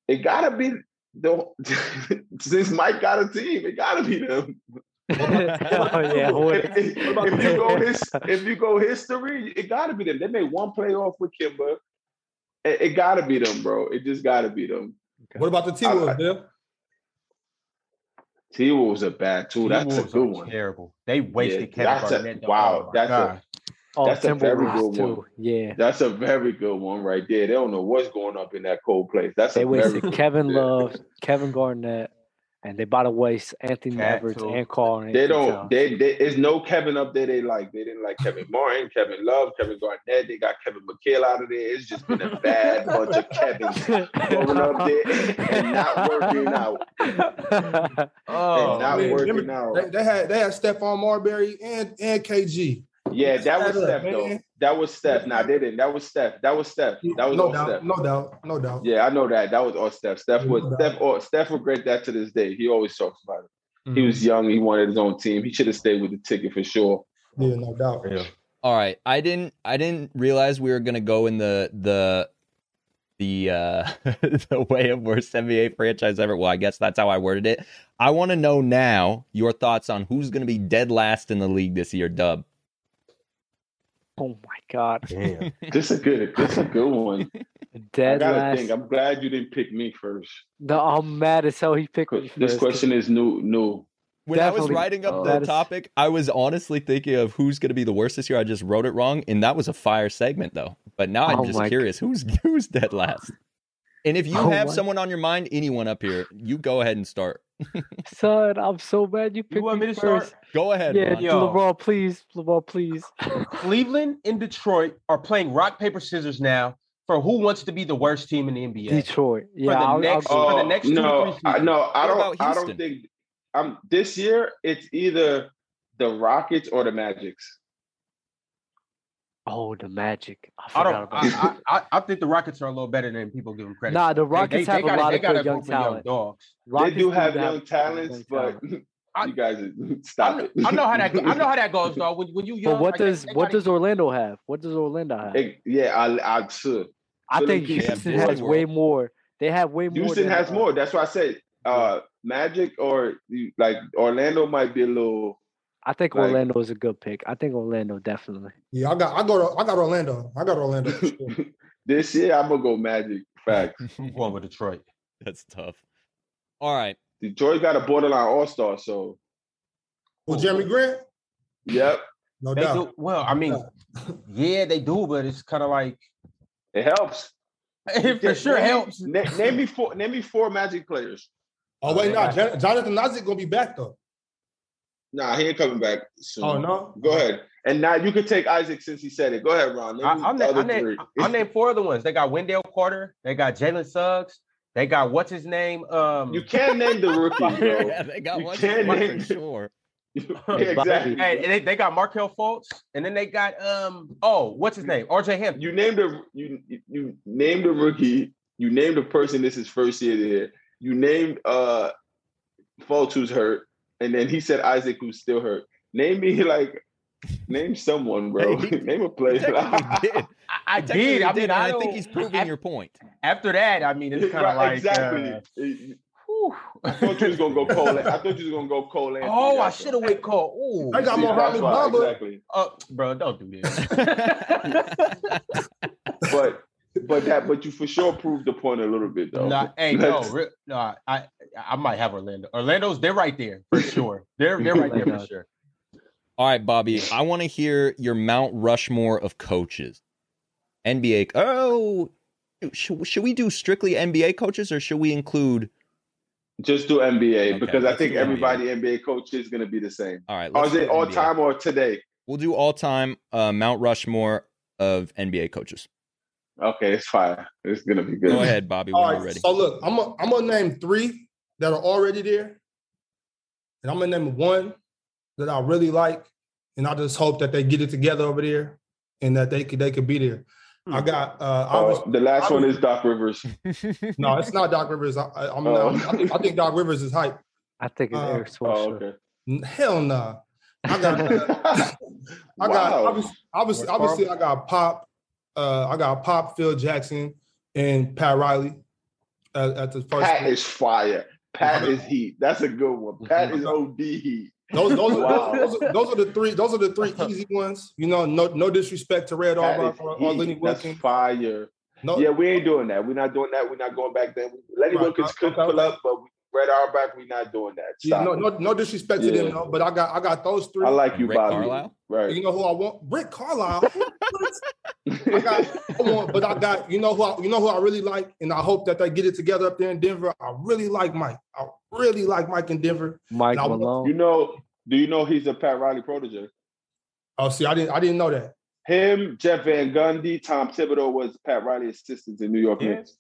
It gotta be the since Mike got a team, it gotta be them. oh yeah, wait. if, if- if you go his, if you go history, it gotta be them. They made one playoff with Kimba. It, it gotta be them, bro. It just gotta be them. What about the T I- Wolves, Bill? T Wolves are bad too. That's a T-Wolves good are one. Terrible. They wasted Yeah, that's Kevin a- Garnett. though. wow, my that's a- God. Oh, That's a very Timberwolves, good one. too. Yeah, That's a very good one right there. They don't know what's going up in that cold place. That's they a very wasted Kevin yeah. Love, Kevin Garnett, and they by the waste Anthony Cat, Edwards too. and Carl. Anthony they don't Towns. they, they there's no Kevin up there they like. They didn't like Kevin Martin, Kevin Love, Kevin Garnett. They got Kevin McHale out of there. It's just been a bad bunch of Kevins going up there and not working out. Oh, And not man. working remember, out. They, they had they had Stephon Marbury and and KG. Yeah, that was Shut up, Steph though. man. That was Steph. Nah, they didn't. That was Steph. That was Steph. That was no all doubt, Steph. no doubt, no doubt. Yeah, I know that. That was all Steph. Steph Yeah, was no doubt. Steph. Or, Steph regret that to this day. He always talks about it. Mm. He was Mm-hmm. young. He wanted his own team. He should have stayed with the ticket for sure. yeah, no doubt. Yeah. All right. I didn't. I didn't realize we were gonna go in the the the uh the way of worst NBA franchise ever. Well, I guess that's how I worded it. I want to know now your thoughts on who's gonna be dead last in the league this year. Dub. Oh my God, Damn. This is good. This is a good one. I dead gotta last. think. I'm glad you didn't pick me first. No, I'm mad as hell. He picked me 'Cause This first. question is new. New. When I was Definitely. writing up Oh. the That is- topic, I was honestly thinking of who's gonna be the worst this year. I just wrote it wrong, and that was a fire segment though. But now I'm Oh just my curious who's who's dead last. And if you Oh have my- someone on your mind, anyone up here, you go ahead and start. son. I'm so mad you picked You want me to first. start? Go ahead. Yeah, Ron. Yo. LeBron, please, LeBron, please. Cleveland and Detroit are playing rock paper scissors now for who wants to be the worst team in the NBA. Detroit. Yeah, the I'll, next- I'll, For the Oh next two to no, three I, no. I What don't. about I don't Houston? think. I'm this year. It's either the Rockets or the Magics. oh, the Magic. I I forgot don't. about that. I, I, I I think the Rockets are a little better than people give them credit. Nah, the They- they- Rockets they have got a lot they of got good a young group of young talent. dogs. Rockets they do have have young talents, young but talent. I- you guys stop I, it. I know how that. go- I know how that goes, though. When, when you young, But what like, they- does they what gotta- does Orlando have? What does Orlando have? It- yeah, I. I should. I Philly think keeps Houston Disney has way more. They have way more. Houston than, has uh, more. That's why I said uh, Magic or you- like Orlando might be a little. I think Like- Orlando is a good pick. I think Orlando definitely. Yeah, I got I go to I got Orlando. I got Orlando. for sure. this year, I'm gonna go Magic. Facts. I'm going with Detroit. That's tough. All right. Detroit got a borderline All Star, so Well, Jeremy Grant, yep, no They doubt. do, well, I mean, yeah, they do, but it's kind of like it helps. it for sure Name- helps. na- name me four. Name me four Magic players. Oh wait, no, Jon- Jonathan Isaac gonna be back though. Nah, he ain't coming back soon. Oh no, Mm-hmm. Go ahead. And now you can take Isaac since he said it. Go ahead, Ron. Name I, me I'll, the name, other I'll, name, three. I'll name four other ones. They got Wendell Carter. They got Jalen Suggs. They got what's his name? Um, You can't name the rookie, bro. yeah, they got You one can't more name- for sure. Yeah, exactly. and and they, they got Markel Fultz, and then they got um oh what's his name? R.J. Hampton. You named a you you named a rookie. You named a person. This is first year there. You named uh, Fultz who's hurt, and then he said Isaac who's still hurt. Name me like name someone, bro. Hey, he- name a He player. technically did. I, I He technically did. I mean, and I, I think he's proving after, your point. After that, I mean, it's kind of Right, like exactly. uh, Whew. I thought you was gonna go Cole. I thought you was gonna go Cole. Anthony. oh, I That's should have went called. I Ooh, got why. Mohamed That's why, Bamba. Exactly. uh, bro, don't do this. But but that but you for sure proved the point a little bit though. Nah, hey, no, re- nah, I I might have Orlando. Orlando's they're right there for sure. They're they're right there for sure. All right, Bobby. I want to hear your Mount Rushmore of coaches. NBA. Oh, should, should we do strictly NBA coaches or should we include? Just do NBA Okay, because I let's think do NBA. everybody NBA coach is gonna be the same. All right. Or let's is it do all NBA. time or today? We'll do all time uh, Mount Rushmore of NBA coaches. Okay, it's fine. It's gonna be good. Go ahead, Bobby. When All you're right. ready. So look, I'm gonna I'm gonna name three that are already there, and I'm gonna name one that I really like, and I just hope that they get it together over there, and that they could they could be there. I got uh, Oh, obviously, the last I was- one is Doc Rivers. no, it's not Doc Rivers. I, I, I'm, Oh. I, think, I think Doc Rivers is hype. I think it's Uh, Eric Oh, Swisher. okay. N- Hell nah. I got uh, I I got obviously, Mark obviously, Carl? obviously I got Pop, uh, I got Pop, Phil Jackson, and Pat Riley at, at the first. Pat is fire. Pat is heat. That's a good one. Pat is OD heat. Those, those, Wow. those, those, those are the three. Those are the three easy ones. You know, no, no disrespect to Red Pat Auerbach is or, or heat. Lenny That's Wilkins. fire. No, Yeah, we ain't doing that. We're not doing that. We're not going back there. Lenny Right. Wilkins could Okay. pull up, but we Red Auerbach, we're not doing that. yeah, Stop no, it. no, no disrespect to Yeah. them. No, but I got, I got those three. I like you, Rick Bobby. Carlisle? you Right. know who I want? Rick Carlisle. I got, I want, but I got, you know who, I, you know who I really like, and I hope that they get it together up there in Denver. I really like Mike. I really like Mike in Denver. Mike Now, Malone. you know, do you know he's a Pat Riley protege? Oh, see, I didn't, I didn't know that. Him, Jeff Van Gundy, Tom Thibodeau was Pat Riley's assistants in New York Yeah. Knicks.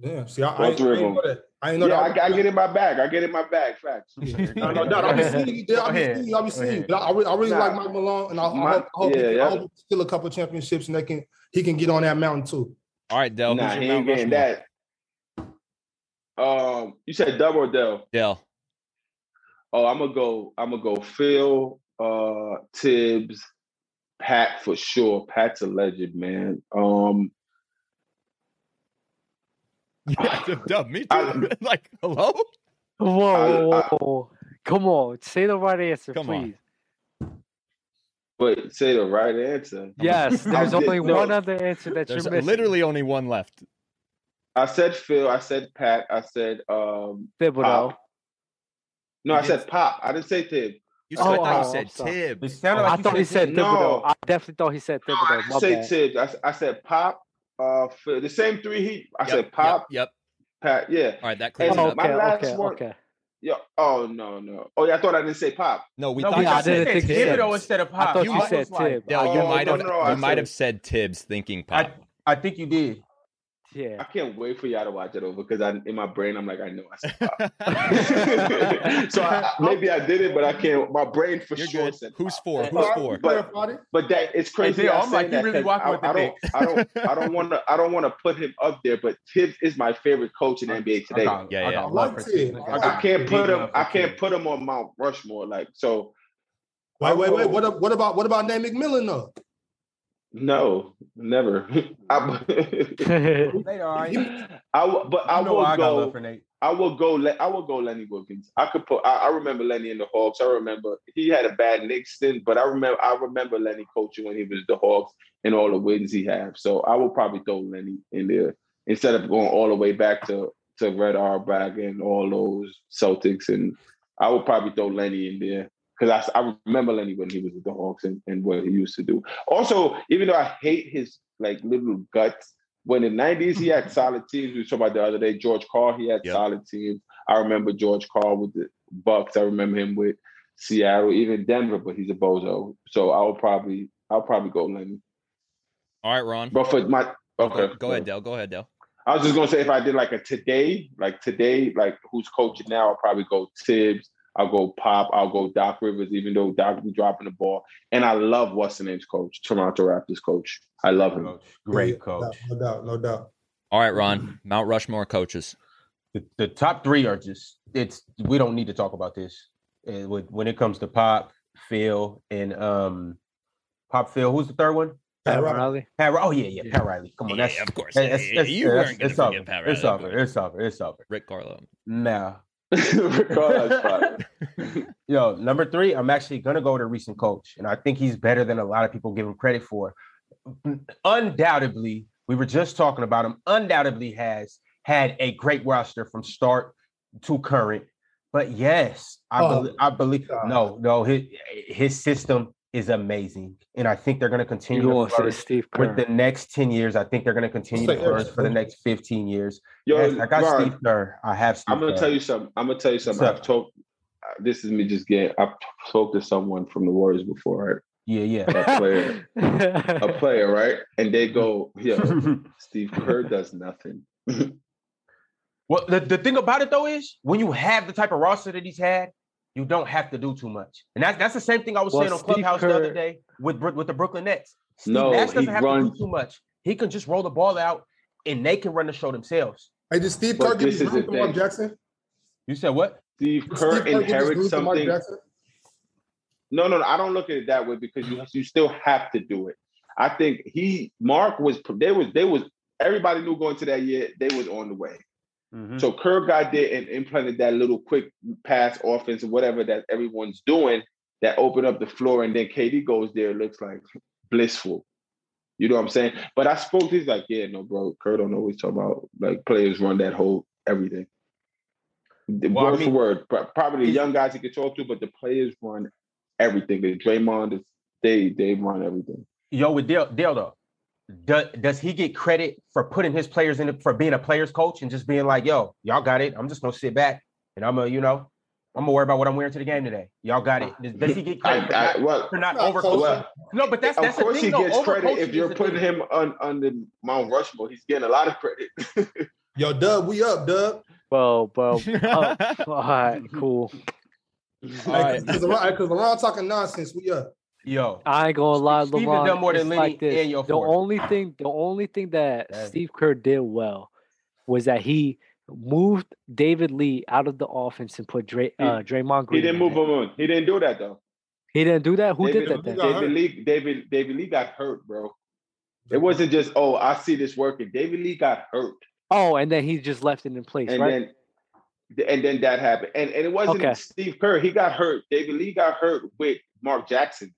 Yeah, see, I, I, All ain't- I three of ain't know that. I ain't know yeah, that. I, I get in my bag. I get in my bag. Facts. No, no doubt. I be seeing you. there. I Go be ahead. seeing you. I be Go seeing you. ahead. But I, I really, I really Nah. like Mike Malone, and I, I My- hope, I hope, yeah, he, yeah. I hope he steal a couple championships, and they can, he can get on that mountain too. All right, Dell. nah, who's your he Mount ain't getting Rushmore? that. Um, you said Dub or Dell? Dell. Oh, I'm gonna go. I'm gonna go. Phil, uh, Tibbs, Pat for sure. Pat's a legend, man. Um, Yeah, Dub. Me too. I- like, hello. Whoa, whoa, whoa, whoa. Come on. Say the right answer, Come on. please. but say the right answer. Yes, there's I did- only no. one other answer that There's you're missing. literally only one left. I said Phil. I said Pat. I said um. Thibodeau. Pop. No, I said Pop. I didn't say Tibbs. You Oh, said, I oh, thought I'm you said sorry. It Tibbs. Oh, sounded like I you thought he said no. Thibodeau. I definitely thought he said I Thibodeau. didn't My say bad. Tibbs. I, s- I said Pop. Uh, Phil. The same three. He. I Yep, said yep, Pop. Yep. Pat. Yeah. All right, that clears it Oh, up. my okay, last okay, one- okay. Yo. Oh no no. Oh yeah. I thought I didn't say Pop. No, we No, thought we Yeah, you I thought you said didn't said Tibbs. think you Thibodeau instead of Pop. I thought you was said like- Tibbs. Dell, you Oh, might no, have no, I you might said- have said Tibbs thinking I, pop. I think you did. I Yeah. can't wait for y'all to watch it over because I in my brain I'm like I know I said Pop. so I, I- maybe I did it, but I can't. My brain for You're sure good. said. Pop. Who's for? Who's But- for? but- Clarified it. But that it's crazy. Dale, y'all I'm like, saying you that really 'cause rocking I, with the I don't, I don't, I don't want to, I don't want to put him up there. But Tibbs is my favorite coach in the NBA today. Yeah, yeah. got Like love for Tibbs. Tibbs. I got can't big put him. love for I can't Tibbs. put him on Mount Rushmore. Like so. Wait, wait, wait. I'll What, go- ab- what about what about Nate McMillan though? No, never. I, Nate, all right. You I w- but I know will I got go. love for Nate. I will go. Le- I will go. Lenny Wilkins. I could put. I, I remember Lenny in the Hawks. I remember he had a bad Knicks stint, but I remember. I remember Lenny coaching when he was the Hawks and all the wins he had. So I will probably throw Lenny in there instead of going all the way back to to Red Auerbach and all those Celtics. And I would probably throw Lenny in there because I, I remember Lenny when he was with the Hawks and, and what he used to do. Also, even though I hate his like little guts when in the 90s he had solid teams. We were talking about the other day, George Carl, he had Yep. solid teams. I remember George Carl with the Bucks. I remember him with Seattle, even Denver, but he's a bozo. So I'll probably I'll probably go Lenny. All right, Ron. But for my okay. Go, go ahead, Dell. Go ahead, Dell. I was just gonna say if I did like a today, like today, like who's coaching now, I'll probably go Tibbs, I'll go Pop, I'll go Doc Rivers, even though Doc be dropping the ball. And I love what's the name's coach, Toronto Raptors coach. I love him. Coach. Great Yeah, coach. No doubt, no doubt. All right, Ron. Mount Rushmore coaches. The, the top three are just it's we don't need to talk about this. Uh, with- when it comes to Pop, Phil, and um Pop Phil, who's the third one? Pat Riley. Riley. Pat, Ri- oh yeah, yeah, Pat Riley. Come on, that's yeah, of course. Hey, that's- You- that's- you that's- weren't going to it's over. forget Pat It's Riley. over. It's over. It's over. Rick Carlo. Now, Ricardo's fire. yo, number three, I'm actually gonna go to recent coach, and I think he's better than a lot of people give him credit for. Undoubtedly, we were just talking about him. Undoubtedly, has had a great roster from start to current. But yes, I Oh, believe. I believe. God. No, no, Oh, his his system is amazing, and I think they're gonna You continue. to gonna say flourish Steve with Kerr? the next 10 years. I think they're going to continue say to flourish Eric for the Spoelstra. next 15 years. Yo, yes, I got Ron, Steve Kerr. I have Steve I'm gonna Kerr. tell you something. I'm gonna tell you something. What's I've talked. This is me just getting. I've talked to someone from the Warriors before, Yeah, right? A player, a player, right? And they go, "Yo, yeah. Steve Kerr does nothing." well, the, the thing about it, though, is when you have the type of roster that he's had, you don't have to do too much. And that's, that's the same thing I was Well, saying on Steve Clubhouse the Kerr- other day with, Bro- with the Brooklyn Nets. Steve No, Nash he doesn't have to runs- do too much. He can just roll the ball out and they can run the show themselves. Hey, did Steve But Kerr get this his is the from Mark thing. Jackson? You said what? Steve Did Kerr Steve get his inherits news from Mark something. Jackson? No, no, no. I don't look at it that way because you you still have to do it. I think he Mark was they was they was everybody knew going to that year they was on the way. Mm-hmm. So Kerr got there and implanted that little quick pass offense or whatever that everyone's doing that opened up the floor, and then KD goes there. It looks like blissful. You know what I'm saying? But I spoke to he's like, yeah, no, bro. Kerr don't always talk about like players run that whole everything. The Well, I word mean- for word, Pro- probably the young guys he could talk to, but the players run everything. The Draymond, they they run everything. Yo, with Dale, Dale though, does, does he get credit for putting his players in the, for being a players coach and just being like, "Yo, y'all got it. I'm just gonna sit back and I'm gonna, you know, I'm gonna worry about what I'm wearing to the game today. Y'all got it." Does, does he get I, credit for I- not- well, for not, Nah, overcoaching? well, no, but that's that's of course the thing. he though. gets credit Overcoaching if you're is a putting thing. him on under Mount Rushmore. He's getting a lot of credit. Yo, Dub, we up, Dub. well, well, oh, all right, cool. All right. Because around talking nonsense, we up. Yo, I ain't gonna lie, Steven LeBron. done more than it's Lenny like this. and your the fourth. only thing, the only thing that Yeah. Steve Kerr did well was that he moved David Lee out of the offense and put Dray, He- uh, Draymond He Green. didn't in move it. him on. He didn't do that though. He didn't do that. Who David, did that then? Got hurt. David Lee, David, David Lee got hurt, bro. It wasn't just oh, I see this working. David Lee got hurt, Oh, and then he just left it in place, and right? then and then that happened, and and it wasn't Okay. Steve Kerr. He got hurt. David Lee got hurt with Mark Jackson.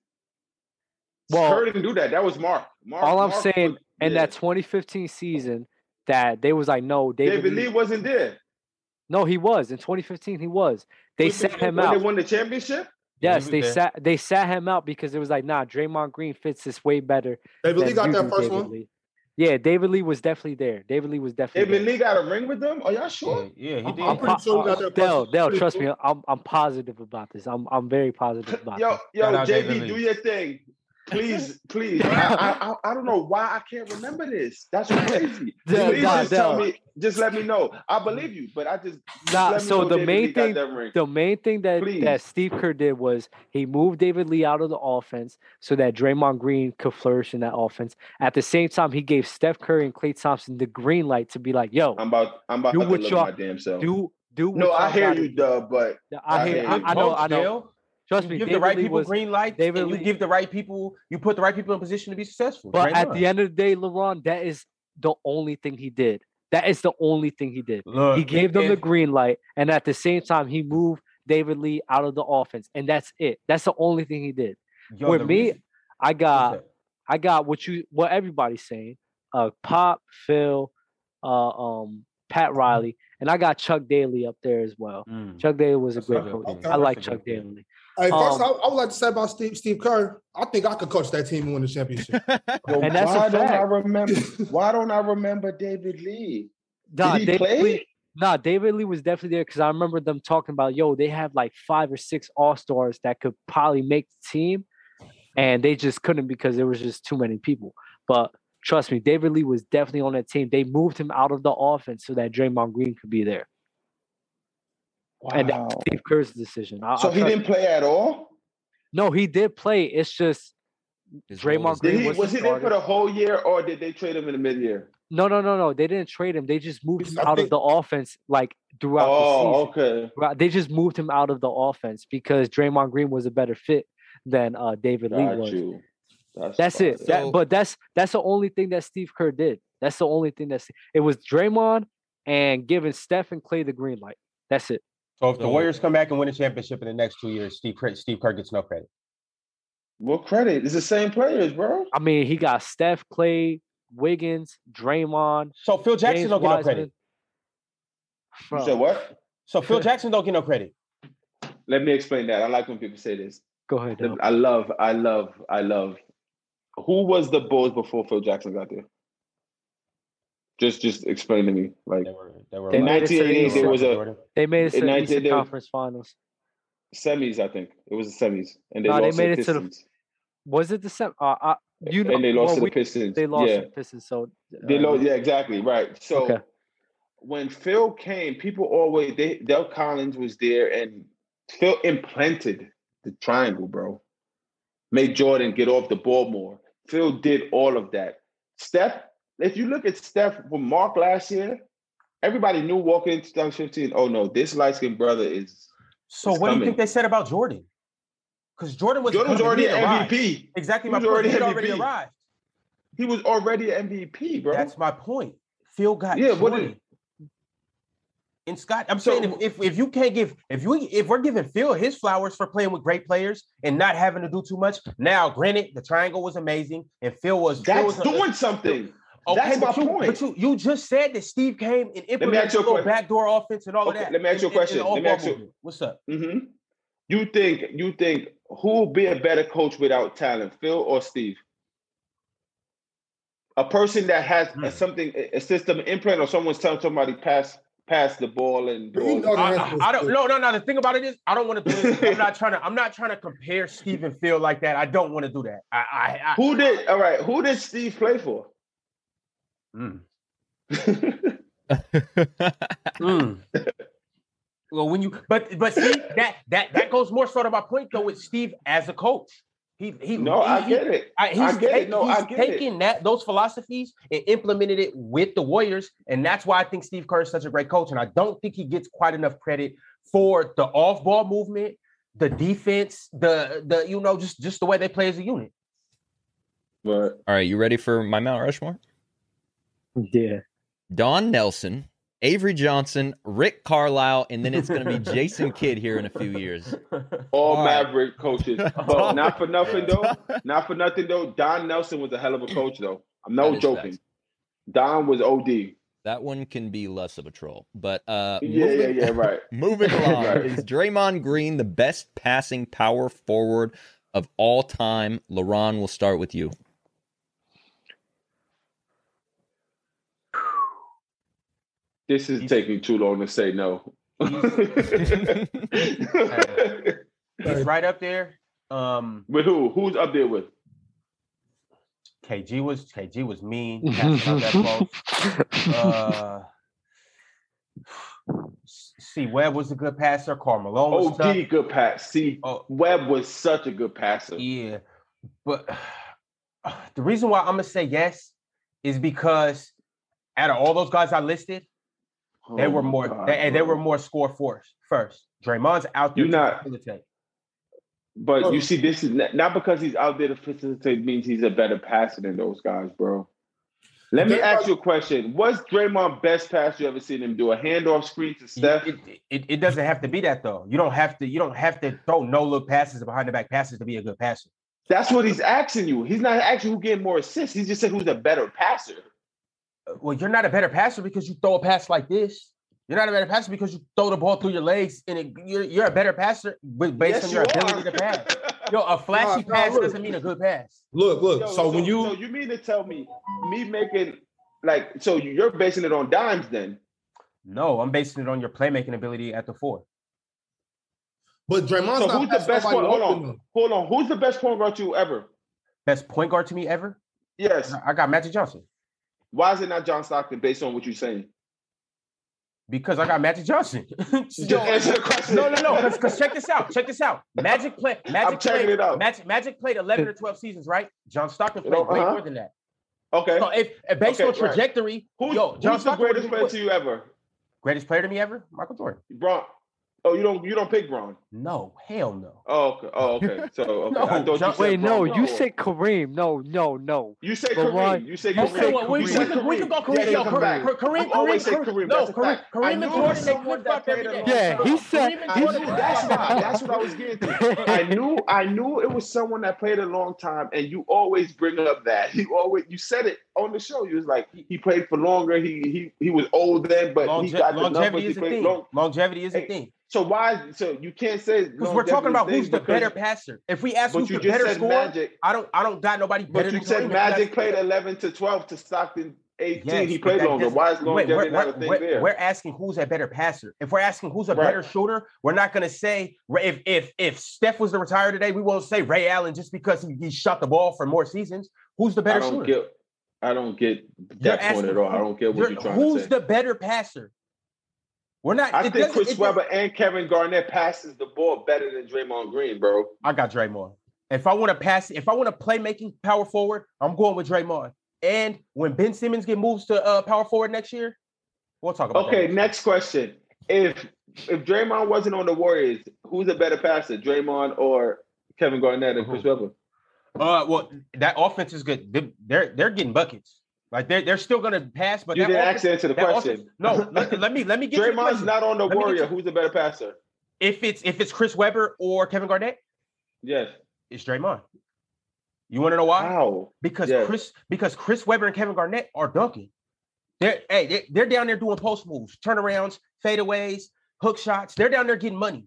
Well- Kerr didn't do that. That was Mark. Mark All I'm Mark saying, was- and yeah. that 2015 season, that they was like, no, David, David, Lee, Lee. wasn't there. No, he was in 2015. He was. They When sat they- him when out. They won the championship. Yeah, Yes, he was they there. sat. They sat him out because it was like, nah, Draymond Green fits this way better David Lee than got you that do, first David one. Lee. Yeah, David Lee was definitely there. David Lee was definitely. David there. Lee got a ring with them. Are y'all sure? yeah, yeah, he I'm- did. I'm pretty sure we got that Dell, question. Dell, trust me, I'm I'm positive about this. I'm I'm very positive about Yo, this. yo, Shout out David JB, Lee. do your thing. Please, please. I, I, I, I don't know why I can't remember this. That's crazy. Duh, please nah, just tell duh. me. Just let me know. I believe you, but I just, just Nah, let me so know the David main Lee got thing- that ring. The main thing that that Please. Steve Kerr did was he moved David Lee out of the offense so that Draymond Green could flourish in that offense. At the same time, he gave Steph Curry and Klay Thompson the green light to be like, "Yo, I'm about, I'm about Do to what look at y'all my damn self. do do." What no, y'all I hear gotta you, do." Dub, but I hear. I I, hear I know. Coach I know. Dale, Trust you me, give David the right Lee people was- green lights, David and you Lee- give the right people, you put the right people in position to be successful. But at Draymond. the end of the day, LeBron, that is the only thing he did. That is the only thing he did. look, He gave them the if- green light, and at the same time, he moved David Lee out of the offense, and that's it. That's the only thing he did. yo, with the me, reason- I got, what's that? I got what you, what everybody's saying. Uh, Pop, Phil, uh, um, Pat Riley, and I got Chuck Daly up there as well. Mm. Chuck Daly was a That's a great good coach. pick. I like That's a Chuck good pick. Daly. Hey, first, Um, I, I would like to say about Steve Steve Kerr. I think I could coach that team and win the championship. oh. Yo, And that's a why don't I fact. remember? Why don't I remember David Lee? Nah, he David play? Lee, nah, David Lee was definitely there because I remember them talking about, yo, they have like five or six all stars that could probably make the team, and they just couldn't because there was just too many people. But trust me, David Lee was definitely on that team. They moved him out of the offense so that Draymond Green could be there, and that was Wow. Steve Kerr's decision. I, So I he trust- didn't play at all. No, he did play. It's just His Draymond role is- Green Did he, was was the he there for starter. the whole year, or did they trade him in the mid year? no, no, no, no. They didn't trade him. They just moved him I out think- of the offense like throughout the season. Oh, okay. Right, they just moved him out of the offense because Draymond Green was a better fit than uh, David Lee Got was. you. That's it. fire. So- that, but that's that's the only thing that Steve Kerr did. That's the only thing that's it was Draymond and giving Steph and Clay the green light. That's it. So if the So- Warriors come back and win a championship in the next two years, Steve Kerr, Steve Kerr gets no credit. Well, credit. It's the same players, bro. I mean, he got Steph, Clay, Wiggins, Draymond, So Phil Jackson James don't get no Wiseman. credit. You Bro, said what? So Phil Jackson don't get no credit. Let me explain that. I like when people say this. go ahead. Dom. I love, I love, I love. Who was the Bulls before Phil Jackson got there? Just, just explain to me. Like They were, they were They in made it to the 1988, there Eastern. was a Jordan. They made it to in the 19 Eastern they- Conference Finals. semis, I think it was the semis, and they No, they lost made to it to the- Pistons. Was it the sem? Uh, uh, you know, and they lost well, to the we- Pistons. they lost yeah, to the Pistons. So they uh, lost. Yeah, exactly. Right. So Okay. when Phil came, people always they Del Collins was there, and Phil implanted the triangle, bro. Made Jordan get off the ball more. Phil did all of that. Steph, if you look at Steph from Mark last year, everybody knew walking into 2015. Oh no, this light skinned brother is So It's what do you coming. think they said about Jordan? Because Jordan was Jordan was coming. already He an arrived. MVP. Exactly He my was point. already Already he already MVP, arrived. He was already an MVP, bro. That's my point. Phil got Yeah, yeah, what Jordan. did- and Scott, I'm So- saying if, if if you can't give if you if we're giving Phil his flowers for playing with great players and not having to do too much. Now, granted, the triangle was amazing and Phil was Phil That's was a- doing something. that's but my you, point. But you you just said that Steve came and ask implemented you a a little question. backdoor offense and all Okay, of that. let me ask you a in- in- in question. the Let me off-ball ask you- movement. What's up? hmm You think you think who'll be a better coach without talent, Phil or Steve? A person that has Hmm. a, something, a- a system implant, or someone's telling somebody pass pass the ball and do But you all know that. the I, answer is I- I don't. Phil. No, no, no. The thing about it is, I don't want to do this. I'm not trying to. I'm not trying to compare Steve and Phil like that. I don't want to do that. I. I, I who did all right? Who did Steve play for? Mm, That's mm. well, when you, but but see that that that goes more so to my point though with Steve as a coach. He he no, he, I get it. I, he's I get it. take- No, he's I get it. taken that those philosophies and implemented it with the Warriors, and that's why I think Steve Kerr is such a great coach. And I don't think he gets quite enough credit for the off-ball movement, the defense, the the you know just just the way they play as a unit. But All right, you ready for my Mount Rushmore? yeah, Don Nelson, Avery Johnson, Rick Carlisle, and then it's going to be Jason Kidd here in a few years. all All right. Maverick coaches, but Don- not for nothing though. Not for nothing though. Don Nelson was a hell of a coach though. I'm That no is joking. facts. Don was OD. That one can be less of a troll, but uh, Yeah, yeah, moving- yeah. Right. Moving along, Right. is Draymond Green the best passing power forward of all time? LaRon, we'll start with you. This is He's- taking too long to say no. with He's right up there. Um, who? Who's up there with? KG was KG was mean. passing out that ball. Uh, see, Webb was a good passer. Carmelo OD, was tough. good pass. See, Oh, Webb was such a good passer. Yeah, but the reason why I'm gonna say yes is because out of all those guys I listed, they Oh were my more God, they, and they bro. were more score force first. Draymond's out there You to not- facilitate. But you see, this is not, not because he's out there to facilitate means he's a better passer than those guys, bro. Let me Draymond- ask you a question. What's Draymond best pass you ever seen him do? A handoff screen to Steph? It, it, it doesn't have to be that though. You don't have to. You don't have to throw no look passes behind the back passes to be a good passer. That's what he's asking you. He's not asking who gave more assists. He just said who's a better passer. Uh, Well, you're not a better passer because you throw a pass like this. You're not a better passer because you throw the ball through your legs, and it, you're you're a better passer with- based on your ability to pass. Yo, a flashy Nah, nah, pass look. doesn't mean a good pass. Look, look. Yo, so, when you so you mean to tell me me making like so you're basing it on dimes then? No, I'm basing it on your playmaking ability at the four. but Draymond's so not who's the passing best point? nobody Hold open on, though. hold on. Who's the best point guard you ever? Best point guard to me ever. Yes. I got Magic Johnson Why is it not John Stockton based on what you're saying? because I got Magic Johnson. Just Yo, answer the question. No, no, no. Because check this out. Check this out. Magic play. Magic checking played, it out. Magic, Magic played eleven or twelve seasons, right? John Stockton You played know, way uh-huh. more than that. okay. So if, if based Okay, on right. trajectory, Who's, yo, John who's the Stockton greatest would've been player what? to you ever? greatest player to me ever, Michael Jordan. Bron. Oh, you don't you don't pick Bron. No, hell no. Oh, okay. Oh, okay. So okay. No, I thought John- you said Wait, no, Bron. you said Kareem. No, no, no. you say but why- Kareem. You say you Kareem. said Okay, well, we, You we, said can, we can go Yeah, Kareem. they Yo, come Kareem, back. Kareem, Kareem, You always say Kareem, Kareem. No, That's a Kareem, fact. I Kareem knew it and was Jordan, they someone flipped that up every played day. along. Yeah, he said. Kareem and I He, knew that's why. That's what I was getting to. I knew I knew it was someone that played a long time, and you always bring up that. You always you said it on the show. You was like he played for longer. He he he was old then, but Longe- he got the numbers. longevity He is a played thing. long. Longevity is a Hey, thing. So why? So you can't say Because we're talking about who's the better passer. If we ask But who's you the just better said scorer, Magic. I don't I don't got nobody better But you than Kareem said if that's- Magic played 11 to 12 to Stockton 18. Yes, he but played that longer. doesn't- Why is Wait, we're, longevity not a we're- thing we're- there? we're asking who's a better passer. If we're asking who's a Right. better shooter, we're not going to say Ray- if if if Steph was to retire today, we won't say Ray Allen just because he, he shot the ball for more seasons. Who's the I better don't shooter? get. I don't get that You're point at asking all. I who- don't get You're- what you're trying to who's say. the better passer? We're not. I it think doesn't- it Chris doesn't- Webber and Kevin Garnett passes the ball better than Draymond Green, bro. I got Draymond. If I want to pass, if I want to playmaking power forward, I'm going with Draymond. And when Ben Simmons get moves to uh, power forward next year, we'll talk about Okay, that. next question. If if Draymond wasn't on the Warriors, who's a better passer, Draymond or Kevin Garnett or Chris Uh-huh. Webber? Uh, well, that offense is good. They- They're they're getting buckets. Like they're they're still gonna pass, but you that didn't offense- actually answer the that offense- question. no, let, let me let me get to the Draymond's question. not on the Let me get Warrior. you- Who's a better passer? if it's if it's Chris Webber or Kevin Garnett, Yes. it's Draymond. You want to know why? Wow. Because Yeah. Chris because Chris Webber and Kevin Garnett are dunking. They're hey, they- they're down there doing post moves, turnarounds, fadeaways, hook shots. They're down there getting money.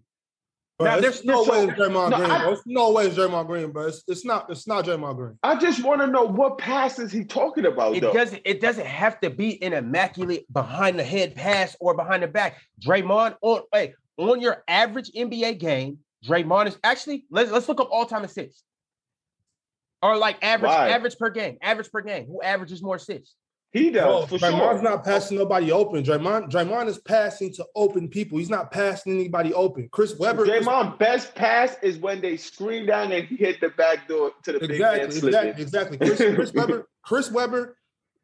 Bro, Now, it's there's- no there's so- way it's Draymond No, Green. I- bro. It's no way it's Draymond Green, bro. It's, it's not. It's not Draymond Green. I just want to know what pass is he talking about, It though. doesn't it doesn't have to be an immaculate behind the head pass or behind the back. Draymond on hey, on your average NBA game, Draymond is actually let's let's look up all time assists. Or like average Why? average per game, average per game. Who averages more assists? he Bro, does for Draymond's sure. not passing nobody open. Draymond, Draymond is passing to open people. He's not passing anybody open. Chris Webber, Draymond best pass is when they screen down and he hit the back door to the big man exactly, slipping. exactly, exactly. Chris, Chris Webber, Chris Webber,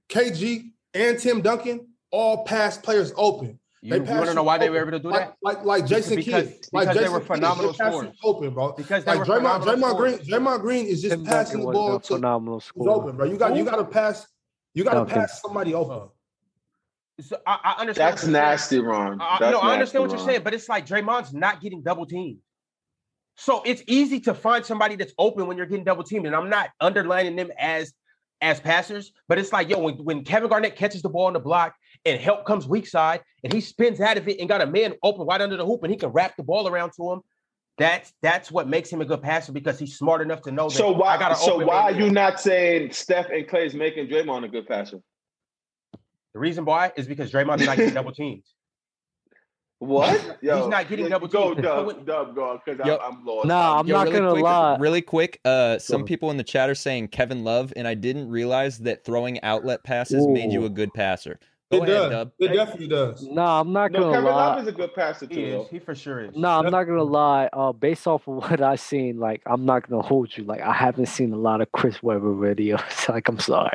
KG, and Tim Duncan all pass players open. You, you want pass to know why they open. were able to do Like, that? like, like Jason Because- Kidd, like because they Jason were Kidd, phenomenal they're passing scorers. open, bro. Because they Like were Draymond, phenomenal Draymond Green, scorers. Draymond Green is just Tim passing Duncan the was a ball to phenomenal who's scorer. open, bro. You got you got to pass. You got to Duncan. pass somebody open. So I, I understand. That's what you're saying. nasty, Ron. I, I- That's uh, no, I nasty, understand what you're Ron. saying, but it's like Draymond's not getting double teamed. So it's easy to find somebody that's open when you're getting double teamed. And I'm not underlining them as as passers, but it's like, yo, when, when Kevin Garnett catches the ball on the block and help comes weak side and he spins out of it and got a man open wide under the hoop and he can wrap the ball around to him. That's that's what makes him a good passer because he's smart enough to know that So I why? got So why are you not saying Steph and Clay is making Draymond a good passer? the reason why is because Draymond's not getting double teamed. What? not getting yeah, double Go, teamed. Dub, Dub, go, because Yo. I'm, I'm lost. Nah, I'm Yo, not really gonna quick, lie. Really quick, uh, some ahead. people in the chat are saying Kevin Love, and I didn't realize that throwing outlet passes made you a good passer. Go it ahead, does. Dub. It definitely does. Nah, I'm not no, gonna Kevin lie. Love is a good passer too. He is. though. He for sure is. No, I'm not gonna lie. Uh, based off of what i seen, like I'm not gonna hold you. Like I haven't seen a lot of Chris Webber videos. like I'm sorry,